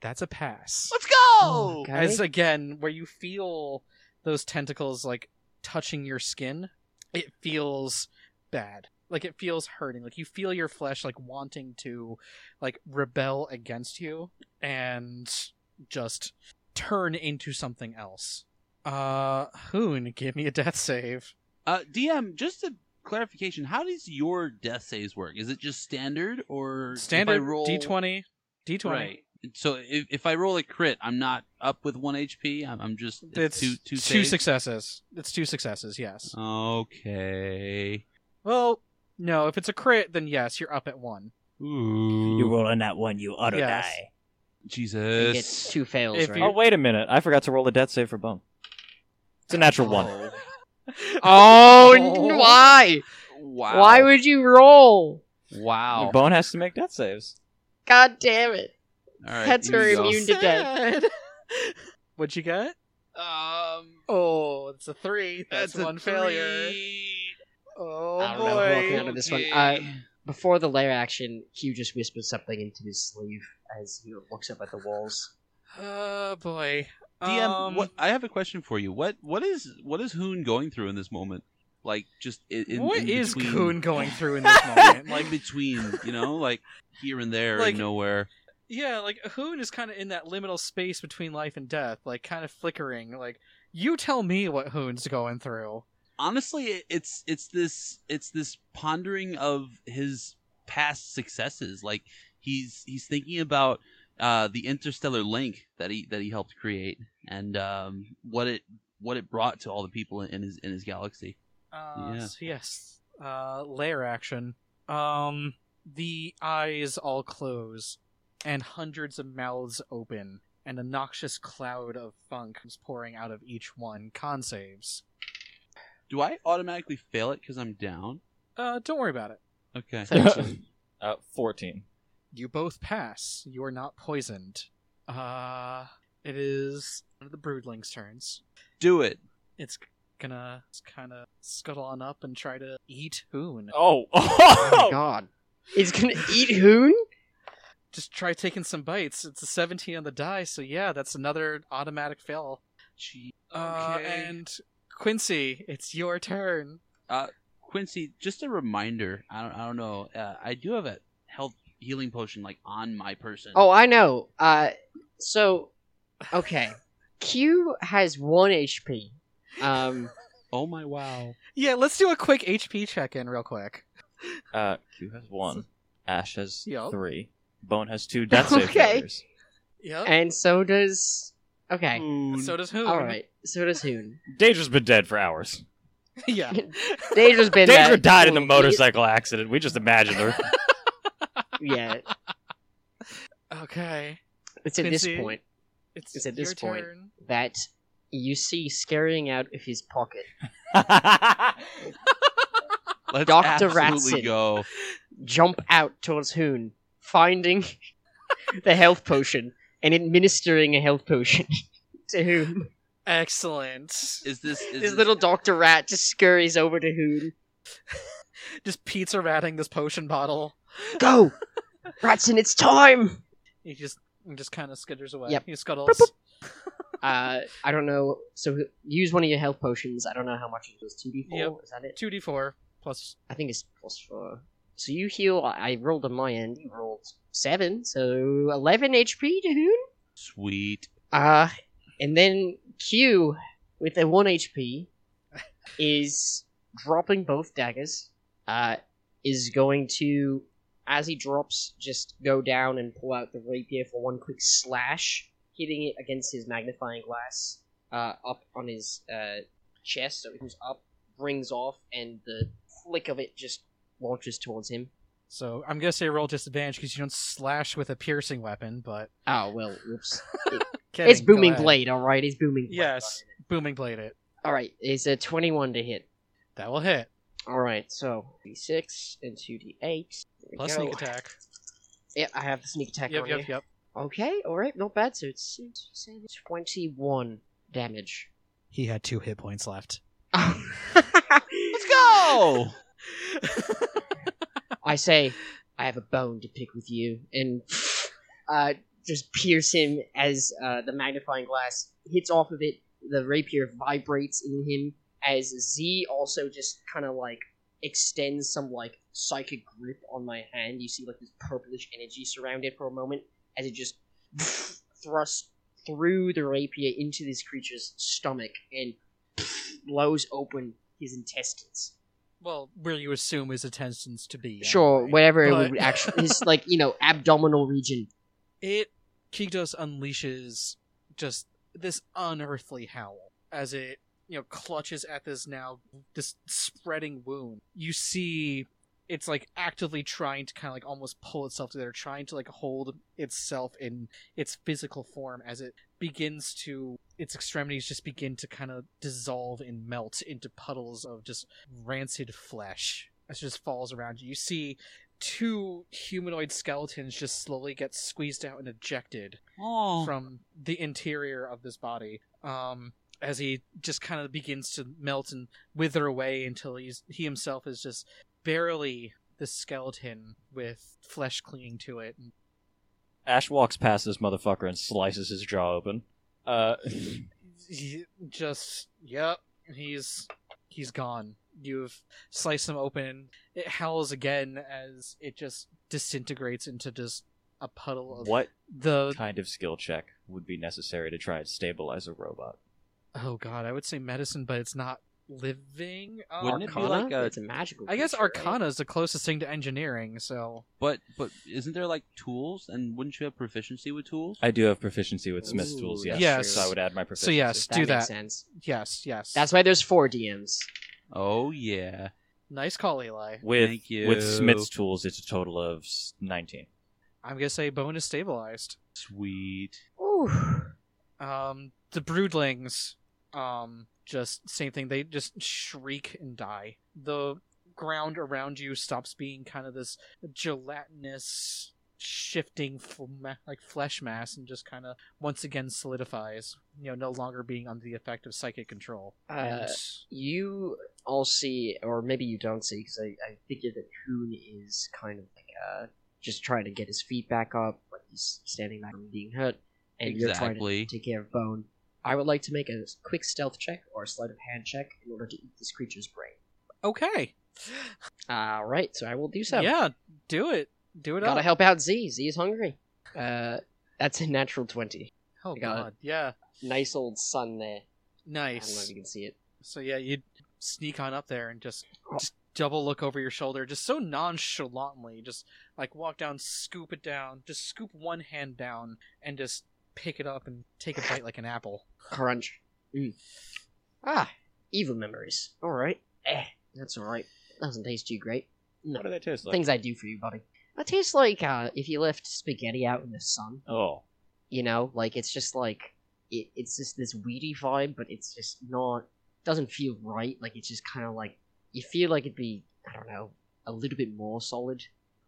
Speaker 1: That's a pass.
Speaker 4: let's
Speaker 2: Oh,
Speaker 4: go.
Speaker 2: okay.
Speaker 1: As again, where you feel those tentacles like touching your skin, it feels bad. Like it feels hurting. Like you feel your flesh like wanting to like rebel against you and just turn into something else. Uh Hoon, give me a death save.
Speaker 4: Uh, DM, just a clarification. How does your death saves work? Is it just standard or if I
Speaker 1: Standard
Speaker 4: roll-
Speaker 1: D twenty. D twenty.
Speaker 4: Right. So if, if I roll a crit, I'm not up with one HP. I'm, I'm just
Speaker 1: It's
Speaker 4: two two saves? Uh.
Speaker 1: successes. It's two successes, yes.
Speaker 4: Okay.
Speaker 1: Well, no, if it's a crit, then yes, you're up at one.
Speaker 4: Ooh.
Speaker 3: You roll on that one, you utter
Speaker 1: Yes.
Speaker 3: die.
Speaker 2: You
Speaker 4: Jesus.
Speaker 2: get two fails,
Speaker 1: if
Speaker 2: right?
Speaker 1: you-
Speaker 3: Oh wait a minute! I forgot to roll a death save for Bone. It's a natural one.
Speaker 1: [laughs]
Speaker 2: Oh,
Speaker 1: Oh.
Speaker 2: why?
Speaker 4: Wow.
Speaker 2: Why would you roll?
Speaker 4: Oh, Wow.
Speaker 3: Bone has to make death saves.
Speaker 2: God damn it!
Speaker 4: All right,
Speaker 2: Pets
Speaker 4: here
Speaker 2: are
Speaker 4: you go.
Speaker 2: immune to death.
Speaker 1: What'd you get?
Speaker 4: Um,
Speaker 1: Oh, it's a three. That's,
Speaker 4: a
Speaker 1: one failure.
Speaker 4: three.
Speaker 1: Oh
Speaker 2: I don't know who I can-
Speaker 1: boy.
Speaker 2: out of this one. Uh, Before the lair action, Hugh just whispers something into his sleeve as he looks up at the walls.
Speaker 1: Oh boy.
Speaker 4: DM,
Speaker 1: Um,
Speaker 4: what, I have a question for you. What what is what is Hoon going through in this moment? Like just in, in
Speaker 1: what
Speaker 4: in
Speaker 1: is
Speaker 4: between, [laughs]
Speaker 1: Kuhn going through in this moment?
Speaker 4: like
Speaker 1: Like,
Speaker 4: in between, you know, like here and there
Speaker 1: Like-
Speaker 4: and nowhere.
Speaker 1: yeah, like Kuhn is kind of in that liminal space between life and death, like kind of flickering. Like, you tell me what Hoon's going through.
Speaker 4: Honestly, it- it's it's this it's this pondering of his past successes. Like he's he's thinking about uh, the interstellar link that he that he helped create and um, what it what it brought to all the people in his in his galaxy.
Speaker 1: Uh,
Speaker 4: Yeah.
Speaker 1: so yes. Uh, layer action. Um, the eyes all close, and hundreds of mouths open, and a noxious cloud of funk is pouring out of each one. Con saves.
Speaker 4: Do I automatically fail it because I'm down?
Speaker 1: Uh, don't worry about it.
Speaker 4: Okay.
Speaker 2: Thirteen.
Speaker 3: [laughs] Uh, 14.
Speaker 1: You both pass. You are not poisoned. Uh, it is one of the broodlings' turns.
Speaker 4: [laughs] Do it.
Speaker 1: It's gonna kind of scuttle on up and try to eat Hoon.
Speaker 3: Oh! [laughs]
Speaker 2: Oh my god. It's gonna eat Hoon?
Speaker 1: Just try taking some bites. It's a 17 on the die, so yeah, that's another automatic fail.
Speaker 4: Gee.
Speaker 1: Uh,
Speaker 4: Okay.
Speaker 1: and Quincy, it's your turn.
Speaker 4: Quincy, just a reminder. I don't. I don't know. Uh, I do have a health healing potion like on my person.
Speaker 2: Oh, I know. Uh, so, okay. Q has one HP. Um,
Speaker 4: Oh my
Speaker 2: [laughs]
Speaker 4: wow.
Speaker 1: Yeah, let's do a quick HP check in real quick.
Speaker 3: Uh, Q has one. Ash has
Speaker 1: Yup.
Speaker 3: three. Bone has two death save
Speaker 2: Okay.
Speaker 3: failures.
Speaker 1: Yep.
Speaker 2: and so does. Okay.
Speaker 1: So does Hoon.
Speaker 2: All right. So does Hoon. [laughs]
Speaker 3: Daedra's been dead for hours.
Speaker 1: [laughs] yeah.
Speaker 2: Deja's been.
Speaker 3: Daedra
Speaker 2: that
Speaker 3: died in the
Speaker 2: cool.
Speaker 3: motorcycle accident. We just imagined her.
Speaker 2: [laughs] Yeah.
Speaker 1: Okay.
Speaker 2: It's at this
Speaker 1: Quincy.
Speaker 2: point
Speaker 1: It's,
Speaker 2: It's at this
Speaker 1: your
Speaker 2: point.
Speaker 1: turn.
Speaker 2: that you see scurrying out of his pocket
Speaker 4: Let's
Speaker 2: Dr.
Speaker 4: absolutely
Speaker 2: Ratson.
Speaker 4: go.
Speaker 2: jump out towards Hoon, finding [laughs] the health potion and administering a health potion [laughs] to Hoon.
Speaker 1: Excellent.
Speaker 4: Is this is
Speaker 2: This
Speaker 4: this-
Speaker 2: little Doctor Rat just scurries over to Hoon.
Speaker 1: Just pizza ratting this potion bottle.
Speaker 2: Go, Ratson! It's time.
Speaker 1: He just he just kind of skitters away.
Speaker 2: Yep.
Speaker 1: He scuttles.
Speaker 2: Uh, I don't know. So use one of your health potions. I don't know how much it does. Two D
Speaker 1: Yep.
Speaker 2: four. Is that it?
Speaker 1: 2d4 plus.
Speaker 2: I think it's plus four. So you heal. I I rolled on my end. You rolled seven, so eleven HP to Hoon.
Speaker 4: sweet?
Speaker 2: Uh, and then Q with a one HP is dropping both daggers. Uh, is going to as he drops, just go down and pull out the rapier for one quick slash, hitting it against his magnifying glass. Uh, up on his uh chest, so it goes up, brings off, and the flick of it just launches towards him.
Speaker 1: So I'm gonna say roll disadvantage because you don't slash with a piercing weapon, but
Speaker 2: Oh well, whoops.
Speaker 1: Kidding,
Speaker 2: it's booming
Speaker 1: go ahead.
Speaker 2: blade, all right. It's booming. Blade,
Speaker 1: Yes, booming blade. It
Speaker 2: All right. It's a twenty-one to hit.
Speaker 1: that will hit.
Speaker 2: All right, so d6 and two d8. There we
Speaker 1: Plus
Speaker 2: go.
Speaker 1: sneak
Speaker 2: [laughs]
Speaker 1: attack.
Speaker 2: Yeah, I have the sneak attack
Speaker 1: Yep,
Speaker 2: on
Speaker 1: yep,
Speaker 2: here.
Speaker 1: yep.
Speaker 2: Okay, all right, not bad. So it's twenty-one damage.
Speaker 1: He had two hit points left.
Speaker 2: I
Speaker 4: Let's go.
Speaker 2: say, I have a bone to pick with you, and uh, just pierce him as uh, the magnifying glass hits off of it. The rapier vibrates in him as Z also just kind of like extends some like psychic grip on my hand. You see like this purplish energy surround it for a moment as it just thrusts through the rapier into this creature's stomach and blows open his intestines.
Speaker 1: Well, where you assume his intentions to be.
Speaker 2: sure,
Speaker 1: anyway.
Speaker 2: whatever it
Speaker 1: But-
Speaker 2: would actually his [laughs] like you know abdominal region.
Speaker 1: it Kigdos unleashes just this unearthly howl as it you know clutches at this now this spreading wound you see it's like actively trying to kind of like almost pull itself together trying to like hold itself in its physical form as it begins to its extremities just begin to kind of dissolve and melt into puddles of just rancid flesh as it just falls around you you see two humanoid skeletons just slowly get squeezed out and ejected
Speaker 4: Oh,
Speaker 1: from the interior of this body um, as he just kind of begins to melt and wither away until he's he himself is just barely the skeleton with flesh clinging to it.
Speaker 3: [laughs] Ash walks past this motherfucker and slices his jaw open. Uh,
Speaker 1: He just yep, he's he's gone. You've sliced him open. It howls again as it just disintegrates into just a puddle of
Speaker 3: what
Speaker 1: the
Speaker 3: kind of skill check would be necessary to try and stabilize a robot?
Speaker 1: oh god i would say medicine but it's not living uh,
Speaker 4: Wouldn't it be
Speaker 2: Arcana?
Speaker 1: Arcana?
Speaker 4: like a-
Speaker 2: it's a magical.
Speaker 1: i guess
Speaker 2: creature, right?
Speaker 1: arcana is the closest thing to engineering so
Speaker 4: but but isn't there like tools? And wouldn't you have proficiency with tools?
Speaker 3: I do have proficiency with Smith's
Speaker 2: Ooh,
Speaker 3: tools,
Speaker 2: that's
Speaker 3: yes.
Speaker 1: Yes.
Speaker 3: So I would add my
Speaker 1: so
Speaker 3: proficiency.
Speaker 1: yes do
Speaker 2: makes
Speaker 1: that
Speaker 2: sense.
Speaker 1: yes yes
Speaker 2: That's why there's four DMs.
Speaker 4: Oh yeah.
Speaker 1: Nice call, Eli.
Speaker 3: With
Speaker 4: Thank you.
Speaker 3: with Smith's tools, it's a total of s- nineteen.
Speaker 1: I'm gonna say bonus stabilized.
Speaker 4: Sweet.
Speaker 2: Ooh.
Speaker 1: Um, the broodlings, um, just same thing. They just shriek and die. The ground around you stops being kind of this gelatinous, shifting fl- ma- like flesh mass, and just kind of once again solidifies. You know, no longer being under the effect of psychic control.
Speaker 2: Uh,
Speaker 1: And
Speaker 2: You all see, or maybe you don't see, because I, I figure that Hoon is kind of like uh, just trying to get his feet back up, like he's standing back from being hurt, and
Speaker 4: Exactly.
Speaker 2: you're trying to take care of Bone. I would like to make a quick stealth check or a sleight of hand check in order to eat this creature's brain.
Speaker 1: okay,
Speaker 2: All right, so I will do so.
Speaker 1: yeah, do it, do it
Speaker 2: gotta
Speaker 1: up.
Speaker 2: help out Z. Z is hungry. Uh, that's a natural twenty.
Speaker 1: Oh
Speaker 2: I got it.
Speaker 1: god, yeah,
Speaker 2: Nice old sun there. I don't know if
Speaker 1: nice.
Speaker 2: you can see it.
Speaker 1: So yeah, you sneak on up there and just, just double look over your shoulder, just so nonchalantly, just like walk down, scoop it down, just scoop one hand down, and just pick it up and take a bite like an apple.
Speaker 2: Crunch. Mm. Ah, evil memories. All right. Eh, that's all right. Doesn't taste too great. No.
Speaker 3: What do they taste like?
Speaker 2: Things I do for you, buddy. It tastes like uh, if you left spaghetti out in the sun.
Speaker 3: oh,
Speaker 2: You know, like it's just like it, it's just this weedy vibe, but it's just not. Doesn't feel right. Like it's just kind of like you feel like it'd be I don't know a little bit more solid.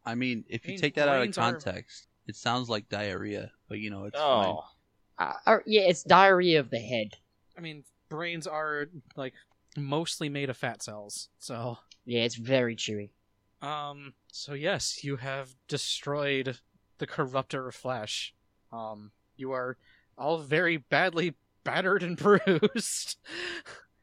Speaker 4: I mean, if
Speaker 1: I
Speaker 4: you
Speaker 1: mean,
Speaker 4: take that out of
Speaker 1: brains are-
Speaker 4: context, it sounds like diarrhea, but you know it's fine.
Speaker 3: oh,
Speaker 2: Uh, or, yeah, it's diarrhea of the head.
Speaker 1: I mean, brains are like mostly made of fat cells, so
Speaker 2: Yeah, it's very chewy.
Speaker 1: um, so yes, you have destroyed the corrupter of flesh. Um, you are all very badly battered and [laughs] bruised.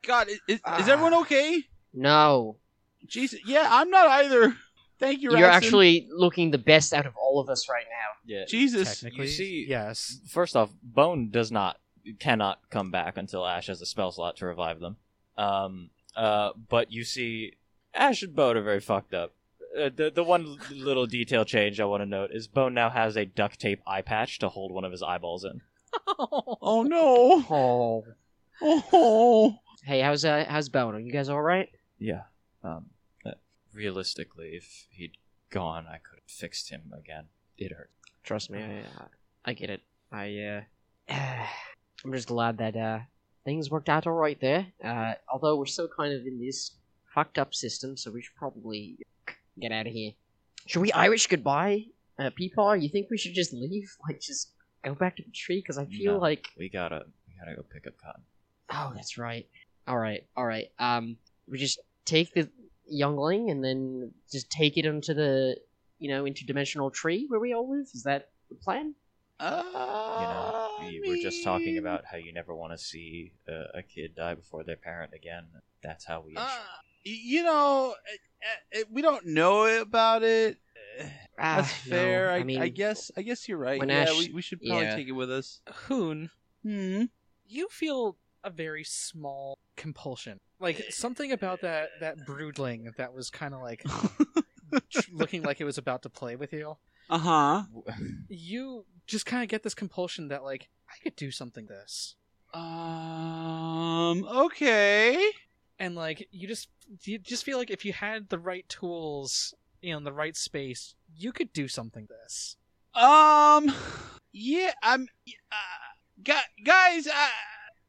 Speaker 4: God, is, is, is
Speaker 2: Ah.
Speaker 4: everyone okay?
Speaker 2: No,
Speaker 4: Jesus, yeah, I'm not either. Thank you.
Speaker 2: you're
Speaker 4: Raxon.
Speaker 2: actually looking the best out of all of us right now.
Speaker 3: yeah.
Speaker 4: Jesus.
Speaker 1: Technically,
Speaker 3: see-
Speaker 1: yes.
Speaker 3: First off, Bone does not cannot come back until Ash has a spell slot to revive them. Um, uh, but you see, Ash and Bone are very fucked up. Uh, the the one little detail change I want to note is Bone now has a duct tape eye patch to hold one of his eyeballs in.
Speaker 4: Oh no.
Speaker 2: Oh,
Speaker 4: Oh.
Speaker 2: hey, how's uh, how's Bone? Are you guys all right?
Speaker 3: Yeah. Um, uh, realistically, if he'd gone, I could have fixed him again. It hurt.
Speaker 2: Trust me, I, uh, I get it. I uh, [sighs] I'm just glad that uh, things worked out all right there. Uh, although we're still kind of in this fucked up system, so we should probably get out of here. Should we Irish goodbye, uh, Peepaw? You think we should just leave, like just go back to the tree? Because I feel
Speaker 3: No.
Speaker 2: like
Speaker 3: We gotta we gotta go pick up Cotton.
Speaker 2: Oh, that's right. All right, all right. Um, we just take the youngling and then just take it into the, you know, interdimensional tree where we all live. Is that the plan?
Speaker 3: You
Speaker 4: Uh,
Speaker 3: know, we were just talking
Speaker 4: mean,
Speaker 3: about how you never want to see uh, a kid die before their parent again. That's how we.
Speaker 4: Uh, y- you know, uh, uh, we don't know about it.
Speaker 2: Ah,
Speaker 4: That's
Speaker 2: no,
Speaker 4: fair. I, I, guess. I guess you're right.
Speaker 2: when
Speaker 4: Yeah,
Speaker 2: Ash-
Speaker 4: we, we should probably
Speaker 2: yeah.
Speaker 4: take it with us.
Speaker 1: Hoon,
Speaker 2: [laughs]
Speaker 4: Hmm.
Speaker 1: you feel a very small compulsion like something about that that broodling that was kind of like tr- looking like it was about to play with you
Speaker 4: uh huh.
Speaker 3: Uh-huh.
Speaker 1: you just kind of get this compulsion that like i could do something this
Speaker 4: Um. Okay.
Speaker 1: and like you just you just feel like if you had the right tools you know in the right space you could do something this
Speaker 4: Um. Yeah. I'm. Uh, gu- guys. I.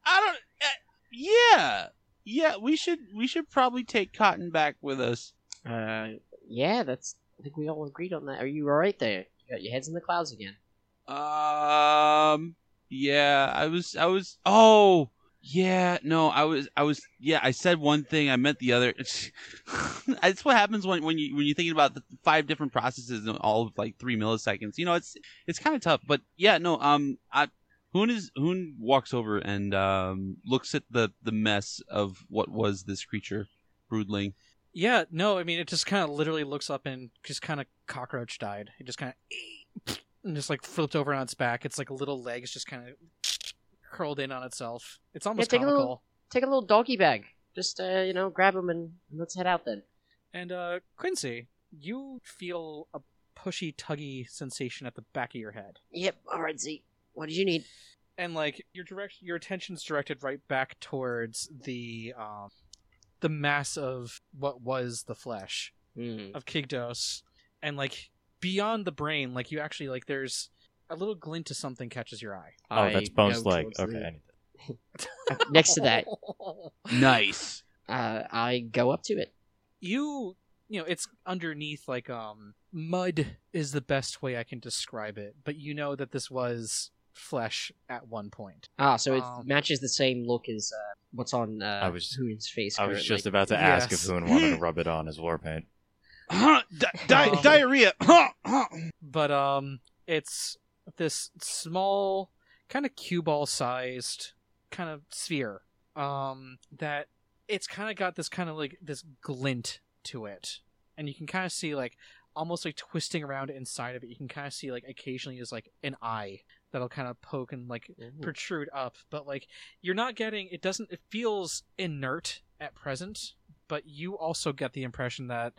Speaker 4: I don't. Uh, yeah. Yeah. We should. We should probably take Cotton back with us.
Speaker 2: Uh, yeah, that's. I think we all agreed on that. Are you all right there? You got your heads in the clouds again.
Speaker 4: Um. Yeah. I was. I was. Oh. Yeah. No. I was. I was. Yeah. I said one thing. I meant the other. [laughs] That's what happens when when you when you're thinking about the five different processes in all of like three milliseconds. You know, it's it's kind of tough. But yeah. No. Um. I. Hoon is Hoon walks over and um looks at the the mess of what was this creature, broodling.
Speaker 1: yeah no i mean it just kind of literally looks up and just kind of cockroach died it just kind of [sniffs] and just like flipped over on its back its like little legs just kind of [sniffs] curled in on itself it's almost
Speaker 2: take a
Speaker 1: comical
Speaker 2: little- Take a little doggy bag. Just uh, you know, grab him and, and let's head out then.
Speaker 1: and uh quincy you feel a pushy tuggy sensation at the back of your head
Speaker 2: Yep. All right, Z. What did you need?
Speaker 1: and like your direct your attention's directed right back towards the um the mass of what was the flesh
Speaker 2: Mm.
Speaker 1: of Kygdos, and like beyond the brain, like you actually like there's a little glint of something catches your eye.
Speaker 3: Oh, that's
Speaker 2: I
Speaker 3: Bones'
Speaker 2: don't
Speaker 3: leg.
Speaker 2: close
Speaker 3: Okay.
Speaker 2: the-
Speaker 3: I need
Speaker 2: [laughs]
Speaker 3: that.
Speaker 2: Next to that,
Speaker 4: Nice.
Speaker 2: uh, I go up to it.
Speaker 1: [laughs] you you know it's underneath like um mud is the best way I can describe it, but you know that this was flesh at one point.
Speaker 2: Ah, so it
Speaker 1: Um,
Speaker 2: matches the same look as uh, what's on uh,
Speaker 3: I was-
Speaker 2: Hoon's face.
Speaker 3: I was
Speaker 2: currently.
Speaker 3: just about to ask
Speaker 1: Yes.
Speaker 3: if Hoon wanted to rub it on his war paint.
Speaker 4: Huh, [laughs] di- di-
Speaker 1: Um,
Speaker 4: diarrhea. [laughs] Huh, huh.
Speaker 1: but um it's this small kind of cue ball sized kind of sphere um that it's kind of got this kind of like this glint to it and you can kind of see like almost like twisting around inside of it you can kind of see like occasionally is like an eye that'll kind of poke and like protrude up but like you're not getting it doesn't it feels inert at present but you also get the impression that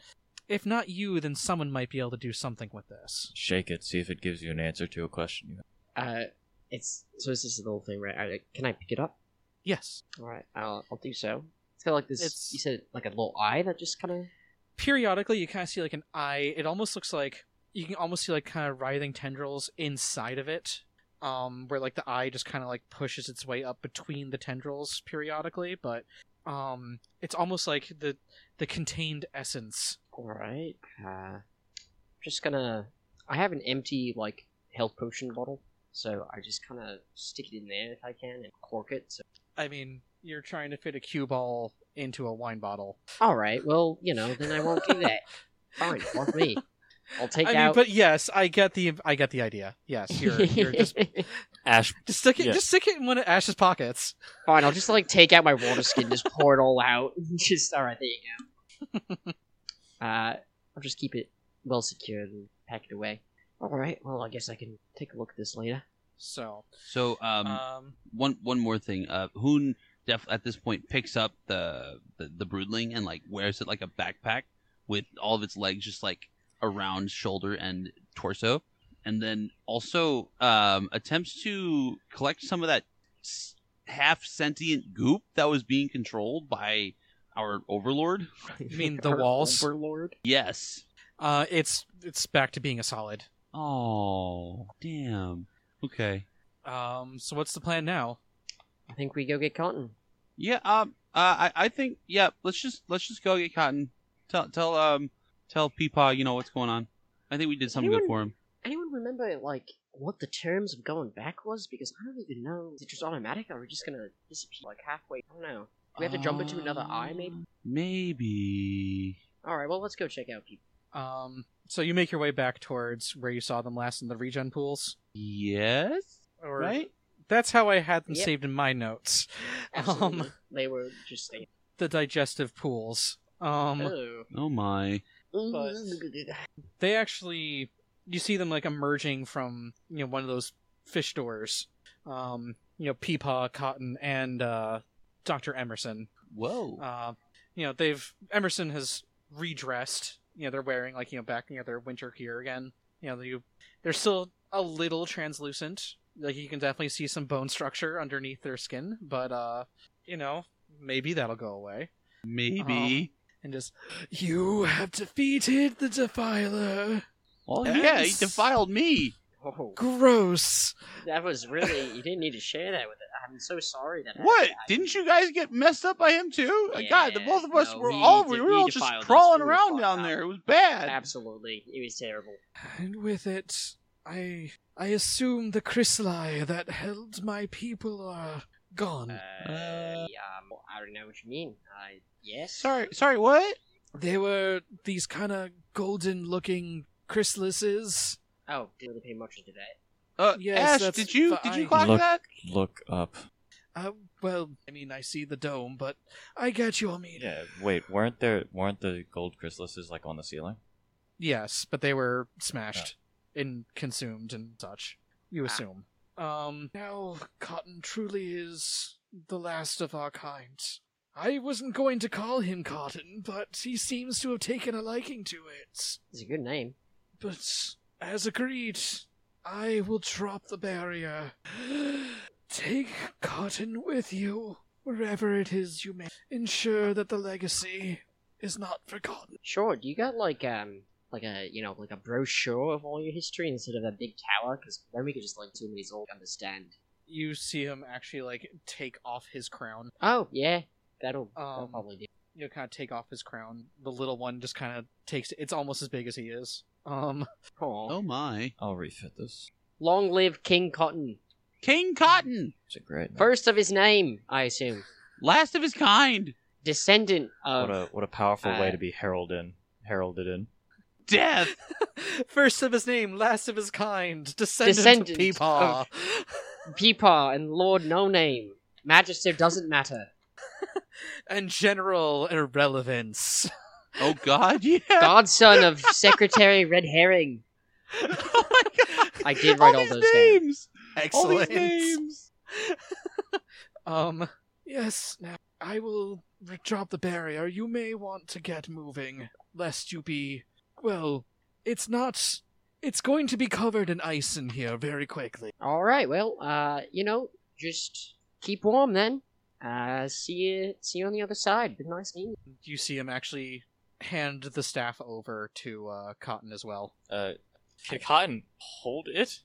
Speaker 1: if not you then someone might be able to do something with this
Speaker 3: Shake it, see if it gives you an answer to a question. you have.
Speaker 2: Uh, it's so it's just a little thing, right? I, can I pick it up?
Speaker 1: Yes.
Speaker 2: All right, I'll, I'll do so. It's got like this.
Speaker 1: It's-
Speaker 2: You said like a little eye that just kind of.
Speaker 1: Periodically, you kind of see like an eye. It almost looks like you can almost see like kind of writhing tendrils inside of it, um, where like the eye just kind of like pushes its way up between the tendrils periodically. But um, it's almost like the the contained essence.
Speaker 2: All right. Uh, just gonna. I have an empty like health potion bottle, so I just kind of stick it in there if I can and cork it. So.
Speaker 1: I mean, you're trying to fit a cue ball into a wine bottle.
Speaker 2: All right. Well, you know, then I won't do
Speaker 1: [laughs]
Speaker 2: that. Fine, cork me. I'll take
Speaker 1: I mean,
Speaker 2: out.
Speaker 1: but yes, I get the I get the idea. Yes,
Speaker 2: [laughs]
Speaker 1: you're, you're just
Speaker 3: Ash,
Speaker 1: just stick it
Speaker 3: Yeah.
Speaker 1: just stick it in one of Ash's pockets.
Speaker 2: Fine, I'll just like take out my water skin, just pour it all out. [laughs] just all right, there you
Speaker 1: [laughs]
Speaker 2: go. uh, I'll just keep it well secured and pack it away. All right, well, I guess I can take a look at this later.
Speaker 1: So,
Speaker 4: So, um,
Speaker 1: um,
Speaker 4: one one more thing. Uh, Hoon def at this point picks up the, the the broodling and like wears it like a backpack with all of its legs just like around shoulder and torso, and then also um, attempts to collect some of that s- half sentient goop that was being controlled by our overlord.
Speaker 2: [laughs]
Speaker 1: You mean the walls?
Speaker 2: Overlord?
Speaker 4: Yes.
Speaker 1: uh, it's it's back to being a solid.
Speaker 4: Oh damn. Okay.
Speaker 1: Um, so what's the plan now?
Speaker 2: I think we go get Cotton.
Speaker 4: Yeah, um, uh, I, I think, yeah, let's just, let's just go get Cotton. Tell, tell, um, tell Peepaw, you know, what's going on. I think we did something good for him.
Speaker 2: Anyone remember like what the terms of going back was? Because I don't even know. Is it just automatic? Or are we just gonna disappear like halfway? I don't know. Do we have to jump into another eye, maybe?
Speaker 4: Um, Maybe.
Speaker 2: All right, well, let's go check out people.
Speaker 1: Um, so you make your way back towards where you saw them last in the regen pools,
Speaker 4: Yes?
Speaker 1: or
Speaker 4: Right?
Speaker 1: that's how I had them
Speaker 2: Yep.
Speaker 1: saved in my notes. [laughs]
Speaker 2: Absolutely.
Speaker 1: [laughs] Um,
Speaker 2: they were just saying,
Speaker 1: the digestive pools. Um,
Speaker 2: oh.
Speaker 4: Oh my.
Speaker 1: [laughs] they actually, you see them like emerging from you know one of those fish doors. Um, you know, Peepaw, Cotton, and uh, Doctor Emerson.
Speaker 4: Whoa.
Speaker 1: uh, you know they've emerson has redressed you know they're wearing like you know back you know their winter gear again you know they, they're still a little translucent like you can definitely see some bone structure underneath their skin but uh you know maybe that'll go away
Speaker 4: Maybe.
Speaker 1: and just you have defeated the defiler
Speaker 2: uh-huh.
Speaker 4: Oh
Speaker 1: yes.
Speaker 4: yeah, he defiled me.
Speaker 2: Oh,
Speaker 1: gross
Speaker 2: that was really. You didn't need to share that with it. I'm so sorry that.
Speaker 4: What?
Speaker 2: happened. I-
Speaker 4: Didn't you guys get messed up by him too? Uh,
Speaker 2: Yeah,
Speaker 4: God, the both of us
Speaker 2: no,
Speaker 4: were
Speaker 2: he
Speaker 4: all,
Speaker 2: did-
Speaker 4: we were
Speaker 2: he
Speaker 4: all just
Speaker 2: defiled us.
Speaker 4: crawling
Speaker 2: We were
Speaker 4: around
Speaker 2: fucked
Speaker 4: down
Speaker 2: up.
Speaker 4: there. It was bad.
Speaker 2: Absolutely, it was terrible.
Speaker 1: and with it i i assume the chrysalis that held my people are gone
Speaker 2: Uh,
Speaker 4: Uh,
Speaker 2: yeah, um, I don't know what you mean. I yes.
Speaker 4: Sorry, sorry, what?
Speaker 1: They were these kind of golden looking chrysalises.
Speaker 2: Oh, didn't really pay much into that.
Speaker 4: Uh,
Speaker 1: Yes,
Speaker 4: Ash,
Speaker 1: that's
Speaker 4: did you, did you
Speaker 1: fine.
Speaker 4: clock
Speaker 3: Look.
Speaker 4: that?
Speaker 3: Look up.
Speaker 1: Uh, well, I mean, I see the dome, but I get your meaning.
Speaker 3: Yeah, wait, weren't there weren't the gold chrysalises like on the ceiling?
Speaker 1: Yes, but they were smashed and consumed and such. You assume. Um, now Cotton truly is the last of our kind. I wasn't going to call him Cotton, but he seems to have taken a liking to it.
Speaker 2: It's a good name.
Speaker 1: But as agreed, I will drop the barrier. Take Cotton with you wherever it is you may, ensure that the legacy is not forgotten.
Speaker 2: Sure. Do you got like um like a you know like a brochure of all your history instead of that big tower? Because then we could just like two of these all understand.
Speaker 1: You see him actually like take off his crown.
Speaker 2: Oh yeah, that'll, that'll
Speaker 1: Um,
Speaker 2: probably do.
Speaker 1: You know, kind of take off his crown. The little one just kind of takes. It's almost as big as he is. Um, [laughs]
Speaker 2: Aw.
Speaker 4: Oh my.
Speaker 3: I'll refit this.
Speaker 2: Long live King Cotton,
Speaker 4: King Cotton,
Speaker 3: It's a great. name.
Speaker 2: first of his name, I assume.
Speaker 4: last of his kind.
Speaker 2: Descendant of
Speaker 3: what a what a powerful way
Speaker 2: uh,
Speaker 3: to be heralded in. Heralded in.
Speaker 4: Death.
Speaker 1: first of his name, last of his kind, descendant, of
Speaker 2: Descendant
Speaker 1: Peepaw.
Speaker 2: Peepaw and Lord No Name. Magister doesn't matter.
Speaker 1: and general irrelevance.
Speaker 4: Oh God, yeah.
Speaker 2: Godson of Secretary Red Herring.
Speaker 4: Oh my God.
Speaker 2: I did write all
Speaker 4: these
Speaker 2: those down.
Speaker 4: names. All
Speaker 1: Excellent.
Speaker 4: these names.
Speaker 1: Um, yes, now I will re- drop the barrier. You may want to get moving, lest you be. Well, it's not. It's going to be covered in ice in here very quickly.
Speaker 2: All right, well, uh, you know, just keep warm then. Uh, see you, see you on the other side. Been nice meeting you.
Speaker 1: You see him actually hand the staff over to uh, Cotton as well.
Speaker 3: Uh, can Cotton hold it?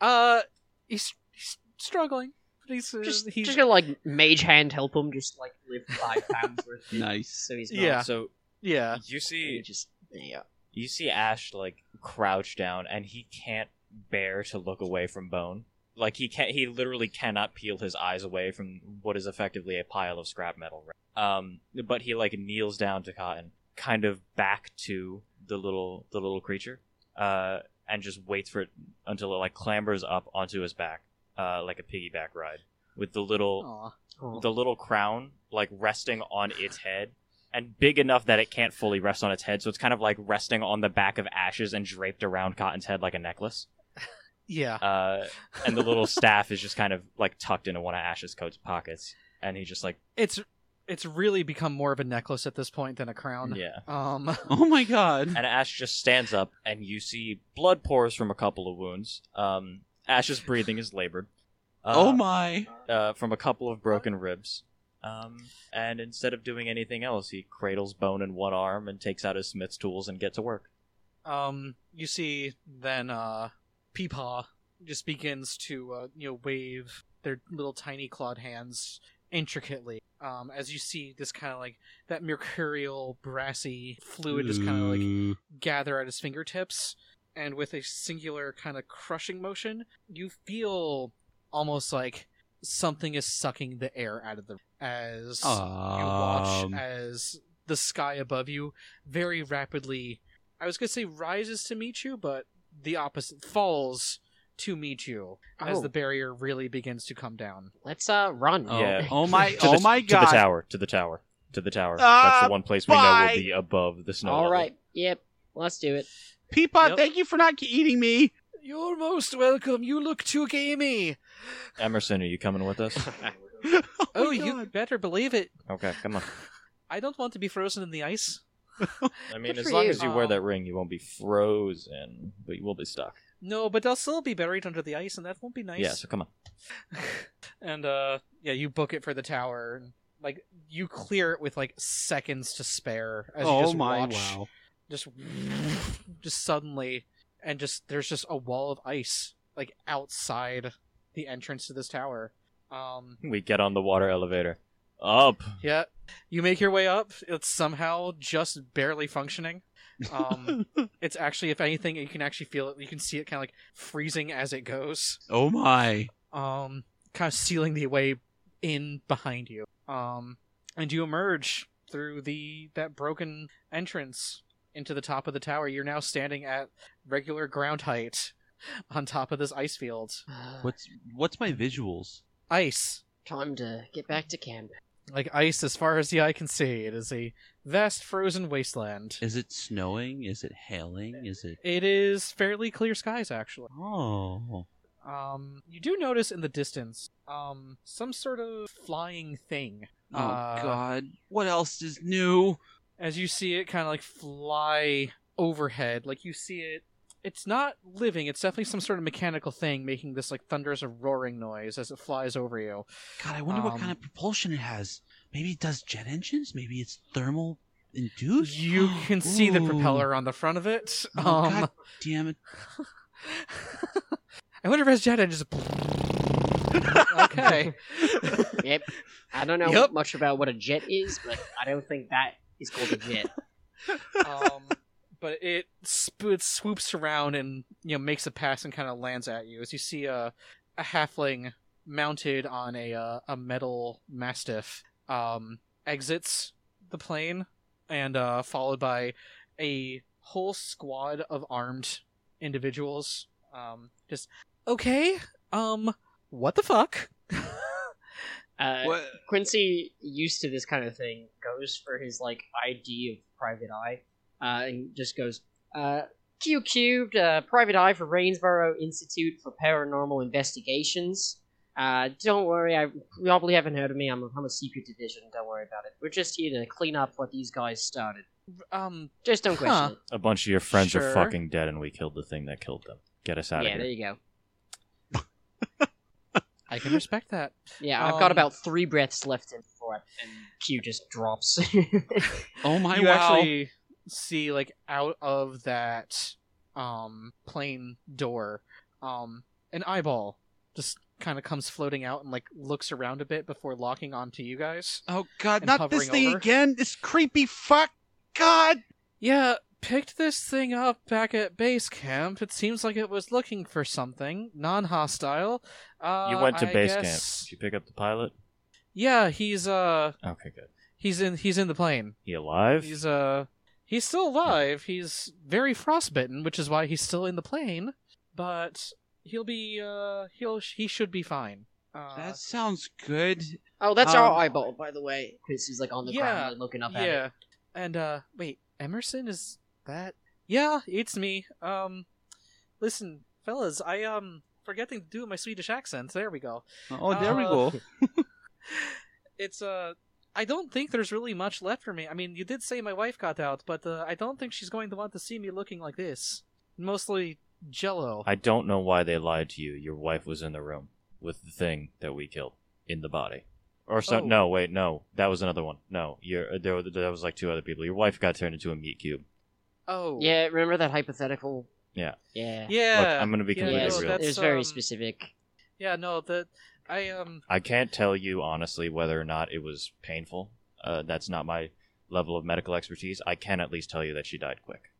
Speaker 1: Uh, he's, he's struggling. But he's, uh,
Speaker 2: Just,
Speaker 1: he's
Speaker 2: just gonna like mage hand help him. Just like live five pounds worth. of it,
Speaker 4: Nice.
Speaker 2: So he's not,
Speaker 1: Yeah.
Speaker 3: So
Speaker 1: yeah.
Speaker 3: you
Speaker 2: he
Speaker 3: see,
Speaker 2: just yeah.
Speaker 3: you see Ash like crouch down, and he can't bear to look away from Bone. Like he can't, he literally cannot peel his eyes away from what is effectively a pile of scrap metal. Um, but he like kneels down to Cotton, kind of back to the little the little creature, uh, and just waits for it until it like clambers up onto his back, uh, like a piggyback ride with the little
Speaker 1: Aw.
Speaker 2: Oh.
Speaker 3: the little crown like resting on its head and big enough that it can't fully rest on its head so it's kind of like resting on the back of ashes and draped around cotton's head like a necklace
Speaker 1: Yeah.
Speaker 3: uh, and
Speaker 1: [laughs]
Speaker 3: the little staff is just kind of like tucked into one of ash's coat's pockets and he just like
Speaker 1: It's it's really become more of a necklace at this point than a crown.
Speaker 3: yeah
Speaker 1: Um.
Speaker 4: Oh my God.
Speaker 1: uh,
Speaker 3: and ash just stands up and you see blood pours from a couple of wounds um, ash's breathing is labored uh,
Speaker 4: oh my.
Speaker 3: uh, from a couple of broken ribs. Um, and instead of doing anything else, he cradles Bone in one arm and takes out his smith's tools and get to work.
Speaker 1: um, you see then uh, Peepaw just begins to uh, you know wave their little tiny clawed hands intricately um, as you see this kind of like that mercurial brassy fluid just kind of like
Speaker 4: Ooh.
Speaker 1: gather at his fingertips and with a singular kind of crushing motion you feel almost like something is sucking the air out of the as you watch
Speaker 4: Um,
Speaker 1: as the sky above you very rapidly i was going to say rises to meet you but the opposite falls to meet you as
Speaker 2: Oh.
Speaker 1: the barrier really begins to come down
Speaker 2: Let's uh run.
Speaker 4: Oh,
Speaker 3: Yeah.
Speaker 4: oh my!
Speaker 3: [laughs] To
Speaker 4: Oh
Speaker 3: the,
Speaker 4: my
Speaker 3: To the
Speaker 4: God!
Speaker 3: tower. To the tower. To the tower. That's
Speaker 4: Ah,
Speaker 3: the one place we know
Speaker 4: bye.
Speaker 3: will be above the snow.
Speaker 2: All
Speaker 3: level.
Speaker 2: right. Yep. Let's do it.
Speaker 4: Peapod,
Speaker 1: Yep.
Speaker 4: thank you for not eating me. [laughs]
Speaker 1: you're most welcome you look too gamey
Speaker 3: Emerson, are you coming with
Speaker 4: [laughs]
Speaker 3: us?
Speaker 4: oh,
Speaker 1: oh
Speaker 4: my
Speaker 1: you
Speaker 4: God.
Speaker 1: better believe it
Speaker 3: Okay, come on.
Speaker 1: [laughs] i don't want to be frozen in the ice
Speaker 3: I mean,
Speaker 2: Good
Speaker 3: as
Speaker 2: for
Speaker 3: long
Speaker 2: you.
Speaker 3: as you wear
Speaker 1: Um,
Speaker 3: that ring, you won't be frozen, but you will be stuck.
Speaker 1: no but i'll still be buried under the ice and that won't be nice
Speaker 3: Yeah, so come on.
Speaker 1: and uh yeah you book it for the tower and like you clear it with like seconds to spare as you
Speaker 4: Oh
Speaker 1: just
Speaker 4: my!
Speaker 1: watch
Speaker 4: Wow.
Speaker 1: just just suddenly and just there's just a wall of ice like outside the entrance to this tower um
Speaker 3: We get on the water elevator. Up.
Speaker 1: yeah you make your way up it's somehow just barely functioning um it's actually if anything you can actually feel it you can see it kind of like freezing as it goes
Speaker 4: Oh my!
Speaker 1: um kind of sealing the way in behind you um and you emerge through the that broken entrance into the top of the tower you're now standing at regular ground height on top of this ice field
Speaker 4: What's what's my visuals?
Speaker 1: ice
Speaker 2: Uh, Time to get back to camp.
Speaker 1: like ice as far as the eye can see it is a vast frozen wasteland
Speaker 4: Is it snowing? Is it hailing? Is it?
Speaker 1: it is fairly clear skies actually
Speaker 4: Oh.
Speaker 1: um you do notice in the distance um some sort of flying thing
Speaker 4: Oh
Speaker 1: Uh,
Speaker 4: God! What else is new?
Speaker 1: as you see it kind of like fly overhead like you see it it's not living. It's definitely some sort of mechanical thing making this like thunderous roaring noise as it flies over you.
Speaker 4: God, I wonder what
Speaker 1: Um,
Speaker 4: kind of propulsion it has. Maybe it does jet engines. Maybe it's thermal induced. [gasps]
Speaker 1: You can see the
Speaker 4: Ooh.
Speaker 1: propeller on the front of it.
Speaker 4: Oh,
Speaker 1: um,
Speaker 4: God damn it!
Speaker 1: [laughs] I wonder if it has
Speaker 4: [laughs]
Speaker 1: jet engines. [laughs] okay.
Speaker 2: Yep. I don't know
Speaker 1: [laughs] Yup.
Speaker 2: much about what a jet is, but I don't think that is called a
Speaker 1: [laughs]
Speaker 2: jet.
Speaker 1: um, [laughs] but it, sp- it swoops around and you know makes a pass and kind of lands at you as you see a, a halfling mounted on a uh, a metal mastiff um, exits the plane and uh, followed by a whole squad of armed individuals um, just okay um what the fuck
Speaker 2: Uh,
Speaker 4: What?
Speaker 2: Quincy, used to this kind of thing, goes for his like ID of Private Eye, uh, and just goes, uh, "Q cubed, uh, Private Eye for Rainsborough Institute for Paranormal Investigations." Uh, don't worry, I you probably haven't heard of me. I'm, I'm a secret division. Don't worry about it. We're just here to clean up what these guys started.
Speaker 1: [laughs] um
Speaker 2: Just don't question
Speaker 1: Huh.
Speaker 2: it.
Speaker 3: A bunch of your friends
Speaker 1: Sure.
Speaker 3: are fucking dead, and we killed the thing that killed them. Get us out
Speaker 2: yeah,
Speaker 3: of
Speaker 2: there
Speaker 3: here.
Speaker 2: you go.
Speaker 1: i can respect that
Speaker 2: Yeah, I've got
Speaker 1: Um,
Speaker 2: about three breaths left in before, I, and Q just drops. [laughs]
Speaker 4: Oh my!
Speaker 1: you
Speaker 4: wow.
Speaker 1: actually see like out of that um plane door um an eyeball just kind of comes floating out and like looks around a bit before locking onto you guys
Speaker 4: Oh God!
Speaker 1: and
Speaker 4: Not this
Speaker 1: hovering
Speaker 4: thing
Speaker 1: over.
Speaker 4: again! This creepy fuck! God!
Speaker 1: yeah picked this thing up back at base camp it seems like it was looking for something non-hostile uh
Speaker 3: You went to
Speaker 1: I
Speaker 3: base
Speaker 1: guess-
Speaker 3: camp. Did you pick up the pilot?
Speaker 1: yeah he's uh
Speaker 3: Okay, good.
Speaker 1: he's in he's in the plane
Speaker 3: He alive?
Speaker 1: he's uh he's still alive he's very frostbitten which is why he's still in the plane but he'll be uh he'll he should be fine uh,
Speaker 4: That sounds good.
Speaker 2: oh, that's
Speaker 1: Um,
Speaker 2: our eyeball, by the way. Quincy's like on the
Speaker 1: Yeah,
Speaker 2: ground, like, looking up at it.
Speaker 1: yeah and uh wait emerson is that yeah it's me um listen fellas i um forgetting to do my swedish accent there we go
Speaker 4: Oh, there we
Speaker 1: Uh,
Speaker 4: go.
Speaker 1: it's uh I don't think there's really much left for me. I mean, you did say my wife got out, but uh, I don't think she's going to want to see me looking like this. Mostly jello.
Speaker 3: I don't know why they lied to you. Your wife was in the room with the thing that we killed in the body. Or so?
Speaker 1: Oh.
Speaker 3: No, wait, no, that was another one. No, you're, there. were- There was like two other people. Your wife got turned into a meat cube.
Speaker 1: Oh.
Speaker 2: Yeah, remember that hypothetical?
Speaker 3: Yeah.
Speaker 2: Yeah.
Speaker 1: Yeah.
Speaker 3: Look, I'm gonna be
Speaker 1: Yeah,
Speaker 3: completely
Speaker 1: no,
Speaker 2: it's-
Speaker 3: real.
Speaker 1: that's,
Speaker 2: it was very
Speaker 1: um,
Speaker 2: specific.
Speaker 1: Yeah, no, the I um
Speaker 3: I can't tell you honestly whether or not it was painful. Uh, that's not my level of medical expertise. I can at least tell you that she died quick.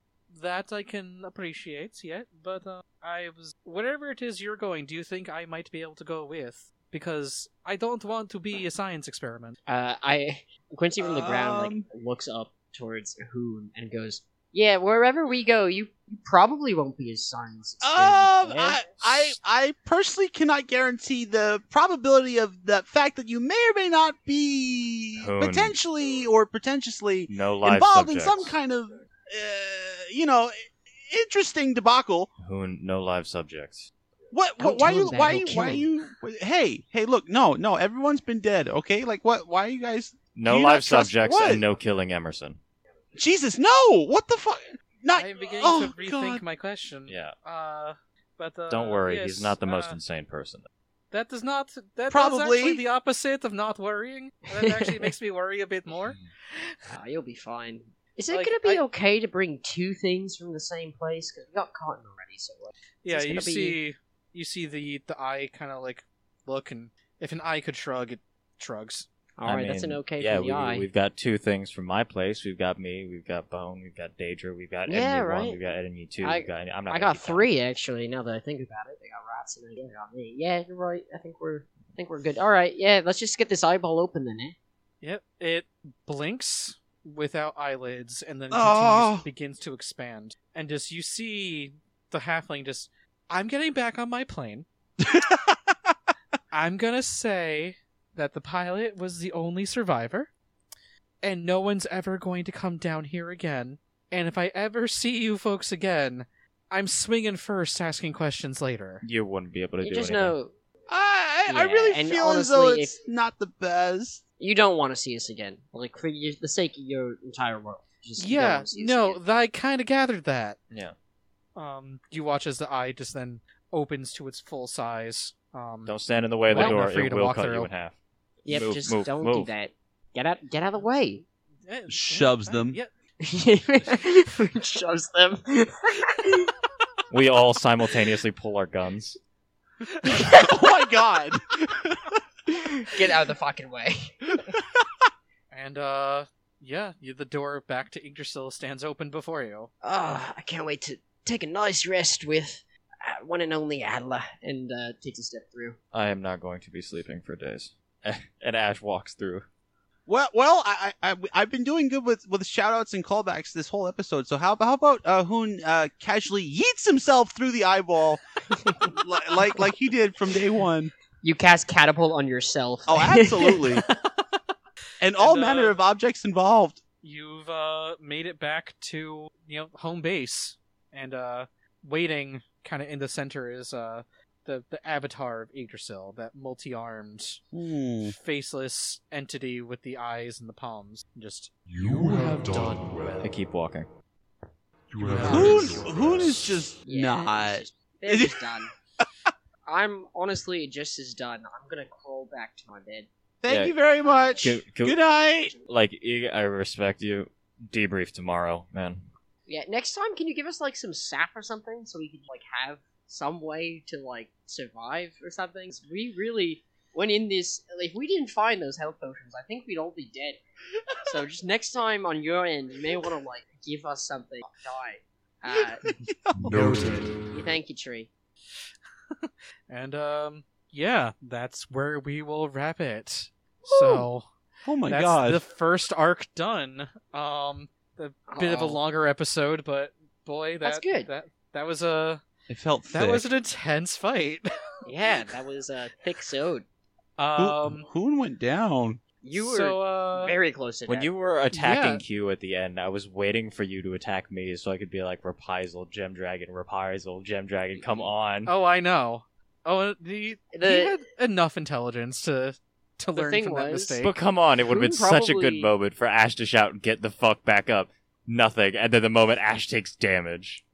Speaker 1: that I can appreciate yet, but uh, I was whatever it is you're going, do you think I might be able to go with? Because I don't want to be a science experiment.
Speaker 2: Uh, I Quincy from the ground
Speaker 4: Um,
Speaker 2: like looks up towards Hoon and goes, "Yeah, wherever we go, you you probably won't be a science
Speaker 4: Um,
Speaker 1: Oh,
Speaker 2: experiment, eh?"
Speaker 4: I, I, I personally cannot guarantee the probability of the fact that you may or may not be
Speaker 3: Hoon.
Speaker 4: potentially or pretentiously
Speaker 3: No live
Speaker 4: involved
Speaker 3: subjects.
Speaker 4: in some kind of, uh, you know, i- interesting debacle.
Speaker 3: Hoon, no live subjects.
Speaker 4: What?
Speaker 2: Don't
Speaker 4: what why
Speaker 2: tell
Speaker 4: you?
Speaker 2: him that,
Speaker 4: Why
Speaker 2: he'll
Speaker 4: you?
Speaker 2: kill
Speaker 4: Why
Speaker 2: him.
Speaker 4: you? Hey, hey! Look, no, no. Everyone's been dead. Okay, like what? Why are you guys?
Speaker 3: No
Speaker 4: Do you
Speaker 3: live
Speaker 4: not trust
Speaker 3: subjects
Speaker 4: what?
Speaker 3: and no killing Emerson.
Speaker 4: Jesus, no! What the fuck? Not.
Speaker 1: I'm beginning
Speaker 4: oh,
Speaker 1: to rethink
Speaker 4: God.
Speaker 1: my question.
Speaker 3: Yeah.
Speaker 1: Uh but uh,
Speaker 3: Don't worry,
Speaker 1: yes,
Speaker 3: he's not the most
Speaker 1: uh,
Speaker 3: insane person.
Speaker 1: That does not. That, That's
Speaker 4: Probably.
Speaker 1: actually the opposite of not worrying. That actually makes me worry a bit more.
Speaker 2: Ah, you'll be fine. Is it
Speaker 1: Like,
Speaker 2: gonna be
Speaker 1: I-
Speaker 2: okay to bring two things from the same place? Because we got cotton already, so like,
Speaker 1: Yeah,
Speaker 2: It's
Speaker 1: you
Speaker 2: gonna be-
Speaker 1: see, you see the the eye kind of like look, and if an eye could shrug, it shrugs.
Speaker 2: all
Speaker 3: I
Speaker 2: right, that's an
Speaker 3: mean,
Speaker 2: okay
Speaker 3: yeah,
Speaker 2: from the
Speaker 3: we,
Speaker 2: eye.
Speaker 3: we've got two things from my place. We've got me, we've got Bone, we've got Daedra, we've got
Speaker 2: Yeah,
Speaker 3: enemy
Speaker 2: right.
Speaker 3: one, we've got enemy two.
Speaker 2: I-
Speaker 3: we've got, I'm not
Speaker 2: I got
Speaker 3: gonna keep counting.
Speaker 2: three actually. Now that I think about it, they got rats and they got me. Yeah, you're right. I think we're I think we're good. All right, yeah. Let's just get this eyeball open then. Eh?
Speaker 1: Yep, it blinks without eyelids, and then continues,
Speaker 4: Oh.
Speaker 1: begins to expand. And just you see the halfling just. I'm getting back on my plane. I'm gonna say that the pilot was the only survivor, and no one's ever going to come down here again. And if I ever see you folks again, I'm swinging first, asking questions later.
Speaker 3: You wouldn't be able to
Speaker 2: You
Speaker 3: do
Speaker 2: just
Speaker 3: anything.
Speaker 2: know
Speaker 4: I, I I
Speaker 2: Yeah,
Speaker 4: really
Speaker 2: and
Speaker 4: feel as though
Speaker 2: honestly,
Speaker 4: it's not the
Speaker 2: [laughs]
Speaker 4: best. [laughs]
Speaker 2: you don't want to see us again. Like for your, the sake of your entire world. Just, you don't
Speaker 1: yeah,
Speaker 2: wanna see us
Speaker 1: no,
Speaker 2: again.
Speaker 1: th- I kind of gathered that.
Speaker 3: Yeah.
Speaker 1: Um, you watch as the eye just then opens to its full size. Um,
Speaker 3: Don't stand in the way of the
Speaker 1: Well,
Speaker 3: door.
Speaker 1: for you
Speaker 3: It
Speaker 1: to
Speaker 3: will
Speaker 1: walk
Speaker 3: cut
Speaker 1: through.
Speaker 3: you in half.
Speaker 2: Yep,
Speaker 3: Move,
Speaker 2: just
Speaker 3: move,
Speaker 2: don't
Speaker 3: move.
Speaker 2: do that. Get out get out of the way. [laughs]
Speaker 1: eh, eh,
Speaker 4: Shoves
Speaker 1: eh,
Speaker 4: them.
Speaker 1: Yeah,
Speaker 2: Shoves them.
Speaker 3: We all simultaneously pull our guns.
Speaker 4: oh my god!
Speaker 2: [laughs] [laughs] get out of the fucking way.
Speaker 1: and uh, yeah, you, the door back to Yggdrasil stands open before you.
Speaker 2: Oh, I can't wait to take a nice rest with uh, one and only Adler. And uh, takes a step through.
Speaker 3: I am not going to be sleeping for days. [laughs] and Ash walks through.
Speaker 4: Well, well, I, I, I- I've been doing good with with shout outs and callbacks this whole episode. So how, how about uh, Hoon uh, casually yeets himself through the eyeball, li- like like he did from day one?
Speaker 2: You cast catapult on yourself.
Speaker 4: [laughs]
Speaker 2: [laughs]
Speaker 4: Oh, absolutely. and all
Speaker 1: And, uh,
Speaker 4: manner of objects involved.
Speaker 1: You've uh, made it back to you know home base, and uh, waiting kind of in the center is uh, the the avatar of Yggdrasil, that multi-armed, Hmm.
Speaker 4: Mm.
Speaker 1: faceless entity with the eyes and the palms, just
Speaker 5: You have done well.
Speaker 3: I keep walking.
Speaker 5: You
Speaker 4: Hoon,
Speaker 5: have done
Speaker 4: Hoon is just
Speaker 2: Yeah, it's
Speaker 4: not.
Speaker 2: just- they're just
Speaker 3: [laughs]
Speaker 2: done. I'm honestly just as done. I'm gonna crawl back to my bed.
Speaker 4: Thank
Speaker 3: Yeah.
Speaker 4: you very much.
Speaker 3: Can- can-
Speaker 4: Good night.
Speaker 3: like, I I respect you. Debrief tomorrow, man.
Speaker 2: Yeah, next time, can you give us like some sap or something so we could like have some way to like survive or something? 'Cause We really went in this. If we didn't find those health potions, I think we'd all be dead. so just next time on your end, you may want to like give us something. Oh, Die. Uh,
Speaker 1: [laughs]
Speaker 5: Noted.
Speaker 2: thank you, Tree.
Speaker 1: and um yeah, that's where we will wrap it. So
Speaker 4: Oh my
Speaker 1: that's
Speaker 4: god.
Speaker 1: the first arc done. Um, a bit of a
Speaker 2: Oh.
Speaker 1: longer episode, but boy, that,
Speaker 2: That's good.
Speaker 1: That that was a
Speaker 4: it felt
Speaker 1: that was an intense fight.
Speaker 2: Yeah, that was a thick sode.
Speaker 1: um,
Speaker 4: Hoon went down.
Speaker 2: You were
Speaker 1: so, uh,
Speaker 2: very close to
Speaker 3: When
Speaker 2: death.
Speaker 3: you were attacking
Speaker 1: Yeah.
Speaker 3: Q at the end, I was waiting for you to attack me so I could be like, Reprisal, Gem Dragon, Reprisal, Gem Dragon, come on.
Speaker 1: oh, I know. Oh, the,
Speaker 2: The-
Speaker 1: he had enough intelligence to
Speaker 2: The
Speaker 1: to learn
Speaker 2: thing
Speaker 1: from that
Speaker 2: was-
Speaker 1: mistake.
Speaker 3: But come on, it would have been
Speaker 2: Who
Speaker 3: such a good
Speaker 2: probably-
Speaker 3: moment for Ash to shout, get the fuck back up. Nothing. And then the moment Ash takes damage.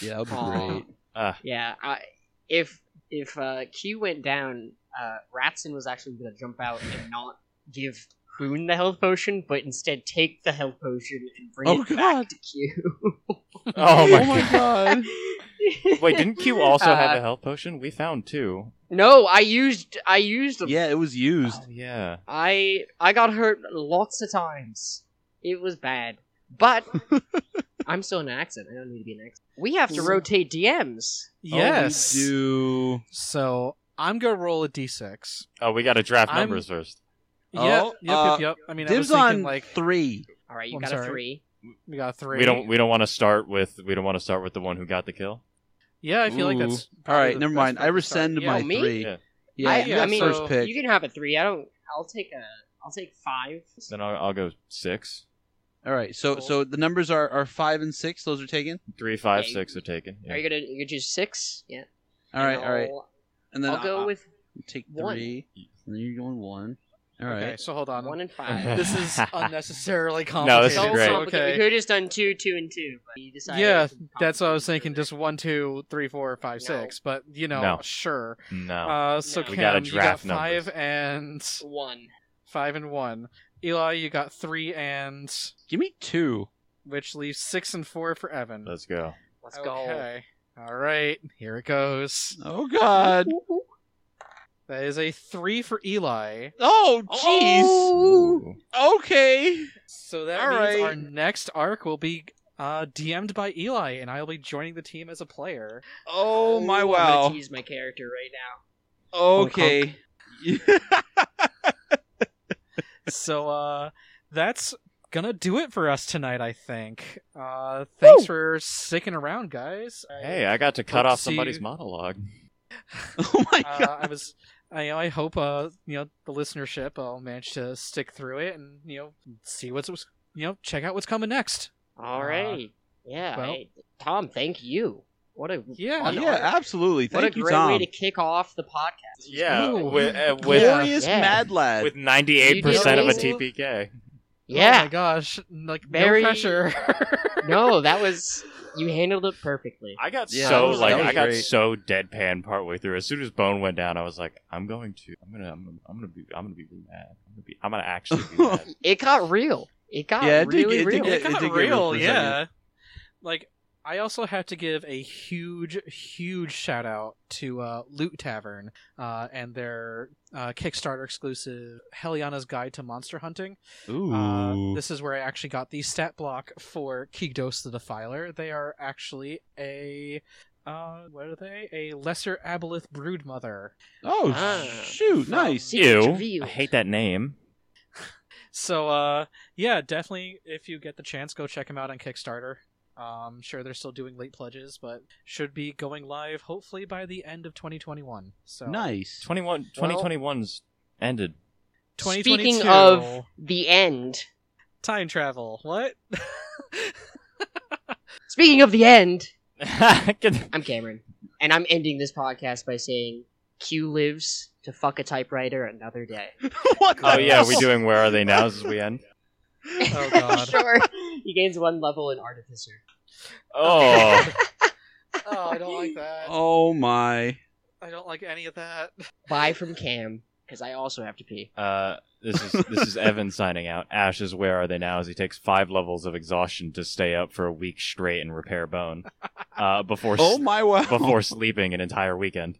Speaker 4: Yeah, that would
Speaker 2: Aw.
Speaker 3: Uh,
Speaker 2: Yeah, I, if if uh, Q went down, uh, Ratson was actually going to jump out and not give Hoon the health potion, but instead take the health potion and bring
Speaker 4: Oh,
Speaker 2: it back
Speaker 4: God.
Speaker 2: to Q.
Speaker 3: oh my god.
Speaker 4: god.
Speaker 3: [laughs] Wait, didn't Q also have
Speaker 2: Uh,
Speaker 3: a health potion? We found two.
Speaker 2: No, I used I used.
Speaker 4: [laughs] yeah, it was used.
Speaker 3: Oh, yeah.
Speaker 2: I I got hurt lots of times. It was bad,
Speaker 4: [laughs]
Speaker 2: but I'm still in an accent. I don't need to be an accent. We have to rotate DMs.
Speaker 1: yes.
Speaker 4: Oh, we Oh, do.
Speaker 1: So I'm gonna roll a d6.
Speaker 3: Oh, we got to draft
Speaker 1: I'm-
Speaker 3: numbers first.
Speaker 1: Yeah,
Speaker 4: Oh,
Speaker 1: yep, yep,
Speaker 4: uh,
Speaker 1: yep. I mean, I
Speaker 4: Dibs
Speaker 1: was thinking
Speaker 4: on
Speaker 1: like
Speaker 4: three.
Speaker 2: All right, you
Speaker 1: I'm
Speaker 2: got
Speaker 1: sorry.
Speaker 2: a three.
Speaker 1: we got three.
Speaker 3: We don't. We don't want to start with. We don't want to start with the one who got the kill.
Speaker 1: Yeah, I feel like
Speaker 4: Ooh.
Speaker 1: that's.
Speaker 4: All
Speaker 1: probably
Speaker 4: right,
Speaker 1: the
Speaker 4: never
Speaker 1: best
Speaker 4: mind. I
Speaker 1: way to start.
Speaker 4: rescind
Speaker 1: Yeah, oh,
Speaker 4: my
Speaker 2: me?
Speaker 4: three.
Speaker 3: Yeah.
Speaker 4: Yeah,
Speaker 2: I,
Speaker 1: yeah,
Speaker 2: I mean,
Speaker 1: so-
Speaker 4: first pick.
Speaker 2: you can have a three. I don't. I'll take a. I'll take five.
Speaker 3: Then I'll, I'll go six,
Speaker 4: All right, so so the numbers are, are five and six. Those are taken.
Speaker 3: three, five,
Speaker 2: Yeah, you-
Speaker 3: six are taken. Yeah.
Speaker 2: Are you gonna you choose six? Yeah.
Speaker 4: All right,
Speaker 2: And
Speaker 4: all right. uh,
Speaker 2: I'll-
Speaker 4: And then
Speaker 2: I'll go with
Speaker 4: take
Speaker 2: one.
Speaker 4: three. And then you're going one. All right.
Speaker 1: Okay, so hold
Speaker 4: uh,
Speaker 1: on.
Speaker 2: one
Speaker 4: [laughs]
Speaker 2: and [laughs] five.
Speaker 1: This is unnecessarily
Speaker 3: No,
Speaker 1: complicated.
Speaker 3: this is
Speaker 2: so
Speaker 3: great.
Speaker 2: complicated. We
Speaker 1: Okay.
Speaker 2: could have just done two, two, and two, but you decided.
Speaker 1: Yeah,
Speaker 2: to
Speaker 1: That's what I was
Speaker 2: complicate
Speaker 1: thinking.
Speaker 2: it
Speaker 1: Just one, two, three, four, five,
Speaker 2: No.
Speaker 1: six. But you know,
Speaker 3: No.
Speaker 1: sure.
Speaker 3: no.
Speaker 1: Uh, so
Speaker 2: No.
Speaker 1: Cam,
Speaker 2: We
Speaker 3: gotta
Speaker 1: you got
Speaker 3: draft
Speaker 1: five
Speaker 3: numbers.
Speaker 1: and
Speaker 2: further. one.
Speaker 1: five and one. Eli, you got three and,
Speaker 4: Give me two.
Speaker 1: which leaves six and four for Evan.
Speaker 3: Let's go.
Speaker 2: Let's
Speaker 1: okay. All right, here it goes.
Speaker 4: Oh God.
Speaker 2: go.
Speaker 1: That is a three for Eli.
Speaker 4: [laughs] Oh jeez.
Speaker 1: Oh.
Speaker 3: Ooh.
Speaker 4: Okay.
Speaker 1: So that
Speaker 4: All
Speaker 1: means
Speaker 4: right.
Speaker 1: our next arc will be uh, DM'd by Eli, and I'll be joining the team as a player.
Speaker 4: Oh my
Speaker 2: I'm
Speaker 4: wow.
Speaker 2: gonna tease my character right now.
Speaker 4: Okay.
Speaker 1: so uh, that's gonna do it for us tonight, I think. Uh, thanks
Speaker 4: Woo!
Speaker 1: for sticking around, guys. I-
Speaker 3: Hey, I got to cut
Speaker 1: Let's
Speaker 3: off somebody's
Speaker 1: see.
Speaker 3: monologue.
Speaker 4: [laughs] oh my [laughs] god.
Speaker 1: uh, I was. I, I hope uh, you know the listenership. I'll manage to stick through it and you know see what's you know check out what's coming next.
Speaker 2: All right. yeah.
Speaker 1: Uh-huh. well-
Speaker 2: hey, Tom, thank you. What a
Speaker 1: Yeah.
Speaker 2: fun
Speaker 4: yeah,
Speaker 2: arc.
Speaker 4: absolutely.
Speaker 2: What
Speaker 4: Thank
Speaker 2: a
Speaker 4: you,
Speaker 2: great
Speaker 4: Tom. Oh,
Speaker 2: way to kick off the podcast.
Speaker 3: Yeah,
Speaker 1: Ooh.
Speaker 3: with uh, with
Speaker 1: Yeah.
Speaker 4: Glorious
Speaker 2: Yeah.
Speaker 4: Mad Lad.
Speaker 3: with ninety eight percent of a
Speaker 1: You did
Speaker 3: TPK.
Speaker 1: Oh
Speaker 2: Yeah.
Speaker 1: my gosh! Like
Speaker 2: Very-
Speaker 1: no pressure. [laughs]
Speaker 2: no, that was You handled it perfectly.
Speaker 3: I got
Speaker 4: Yeah, that
Speaker 3: so
Speaker 4: was-
Speaker 3: like
Speaker 4: that was
Speaker 3: I got
Speaker 4: great.
Speaker 3: so deadpan partway through. As soon as Bone went down, I was like, I'm going to, I'm gonna, I'm gonna, I'm gonna be, I'm gonna be really mad. I'm gonna be, I'm gonna actually
Speaker 4: [laughs]
Speaker 3: be mad.
Speaker 2: It got real. It got
Speaker 4: Yeah, it did
Speaker 2: really
Speaker 4: get- it did
Speaker 1: [laughs]
Speaker 2: real.
Speaker 4: get-
Speaker 1: it got
Speaker 4: did real
Speaker 1: real,
Speaker 4: for a
Speaker 1: yeah. Like I also have to give a huge, huge shout out to uh, Loot Tavern uh, and their uh, Kickstarter exclusive Heliana's Guide to Monster Hunting.
Speaker 4: Ooh.
Speaker 1: Uh, this is where I actually got the stat block for Kygdos the Defiler. They are actually a uh, what are they? A lesser aboleth broodmother.
Speaker 4: oh
Speaker 2: Ah.
Speaker 4: shoot! Nice.
Speaker 2: Secret
Speaker 3: Ew,
Speaker 2: reveal.
Speaker 3: I hate that name.
Speaker 1: So uh, yeah, definitely if you get the chance, go check them out on Kickstarter. Um, sure they're still doing late pledges, but should be going live hopefully by the end of 2021. So
Speaker 4: Nice.
Speaker 3: 21,
Speaker 2: Well-
Speaker 3: 2021's [laughs] ended.
Speaker 1: 2022
Speaker 2: Speaking of the end.
Speaker 1: time travel. What?
Speaker 2: Speaking of the end,
Speaker 3: Get-
Speaker 2: I'm Cameron, and I'm ending this podcast by saying Q lives to fuck a typewriter another day.
Speaker 4: [laughs]
Speaker 2: [laughs]
Speaker 4: what the
Speaker 3: oh yeah, we're
Speaker 4: hell?
Speaker 3: doing. Where are they now? As we end.
Speaker 1: Oh,
Speaker 2: [laughs]
Speaker 1: God.
Speaker 2: sure. He gains one level in Artificer.
Speaker 3: Oh,
Speaker 1: oh, I don't [laughs] like that.
Speaker 4: Oh my.
Speaker 1: I don't like any of that.
Speaker 2: Bye from Cam, because I also have to pee.
Speaker 3: uh, this is this is
Speaker 1: [laughs]
Speaker 3: Evan signing out. Ash is where are they now? As he takes five levels of exhaustion to stay up for a week straight and repair
Speaker 1: [laughs]
Speaker 3: bone, uh, before
Speaker 4: Oh my wow.
Speaker 3: before sleeping an entire weekend.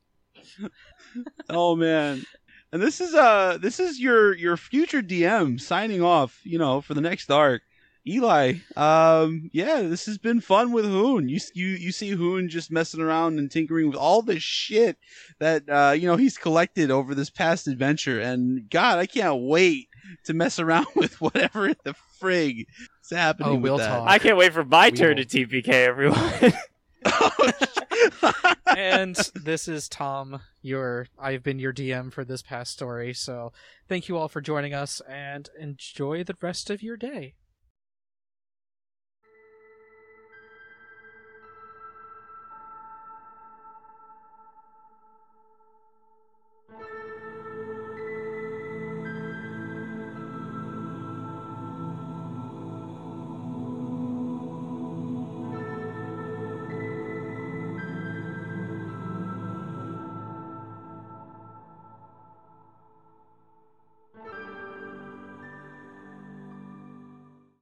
Speaker 4: Oh man. And this is uh this is your your future DM signing off, you know, for the next arc. Eli, um yeah, this has been fun with Hoon. You you you see Hoon just messing around and tinkering with all the shit that uh you know he's collected over this past adventure and god, I can't wait to mess around [laughs] with whatever the frig is happening
Speaker 1: Oh,
Speaker 4: with
Speaker 1: we'll
Speaker 4: that.
Speaker 1: talk.
Speaker 3: I can't wait for my
Speaker 1: We
Speaker 3: turn
Speaker 1: will.
Speaker 3: to TPK, everyone.
Speaker 4: [laughs] oh,
Speaker 1: and this is Tom. Your I've been your DM for this past story. So thank you all for joining us, and enjoy the rest of your day.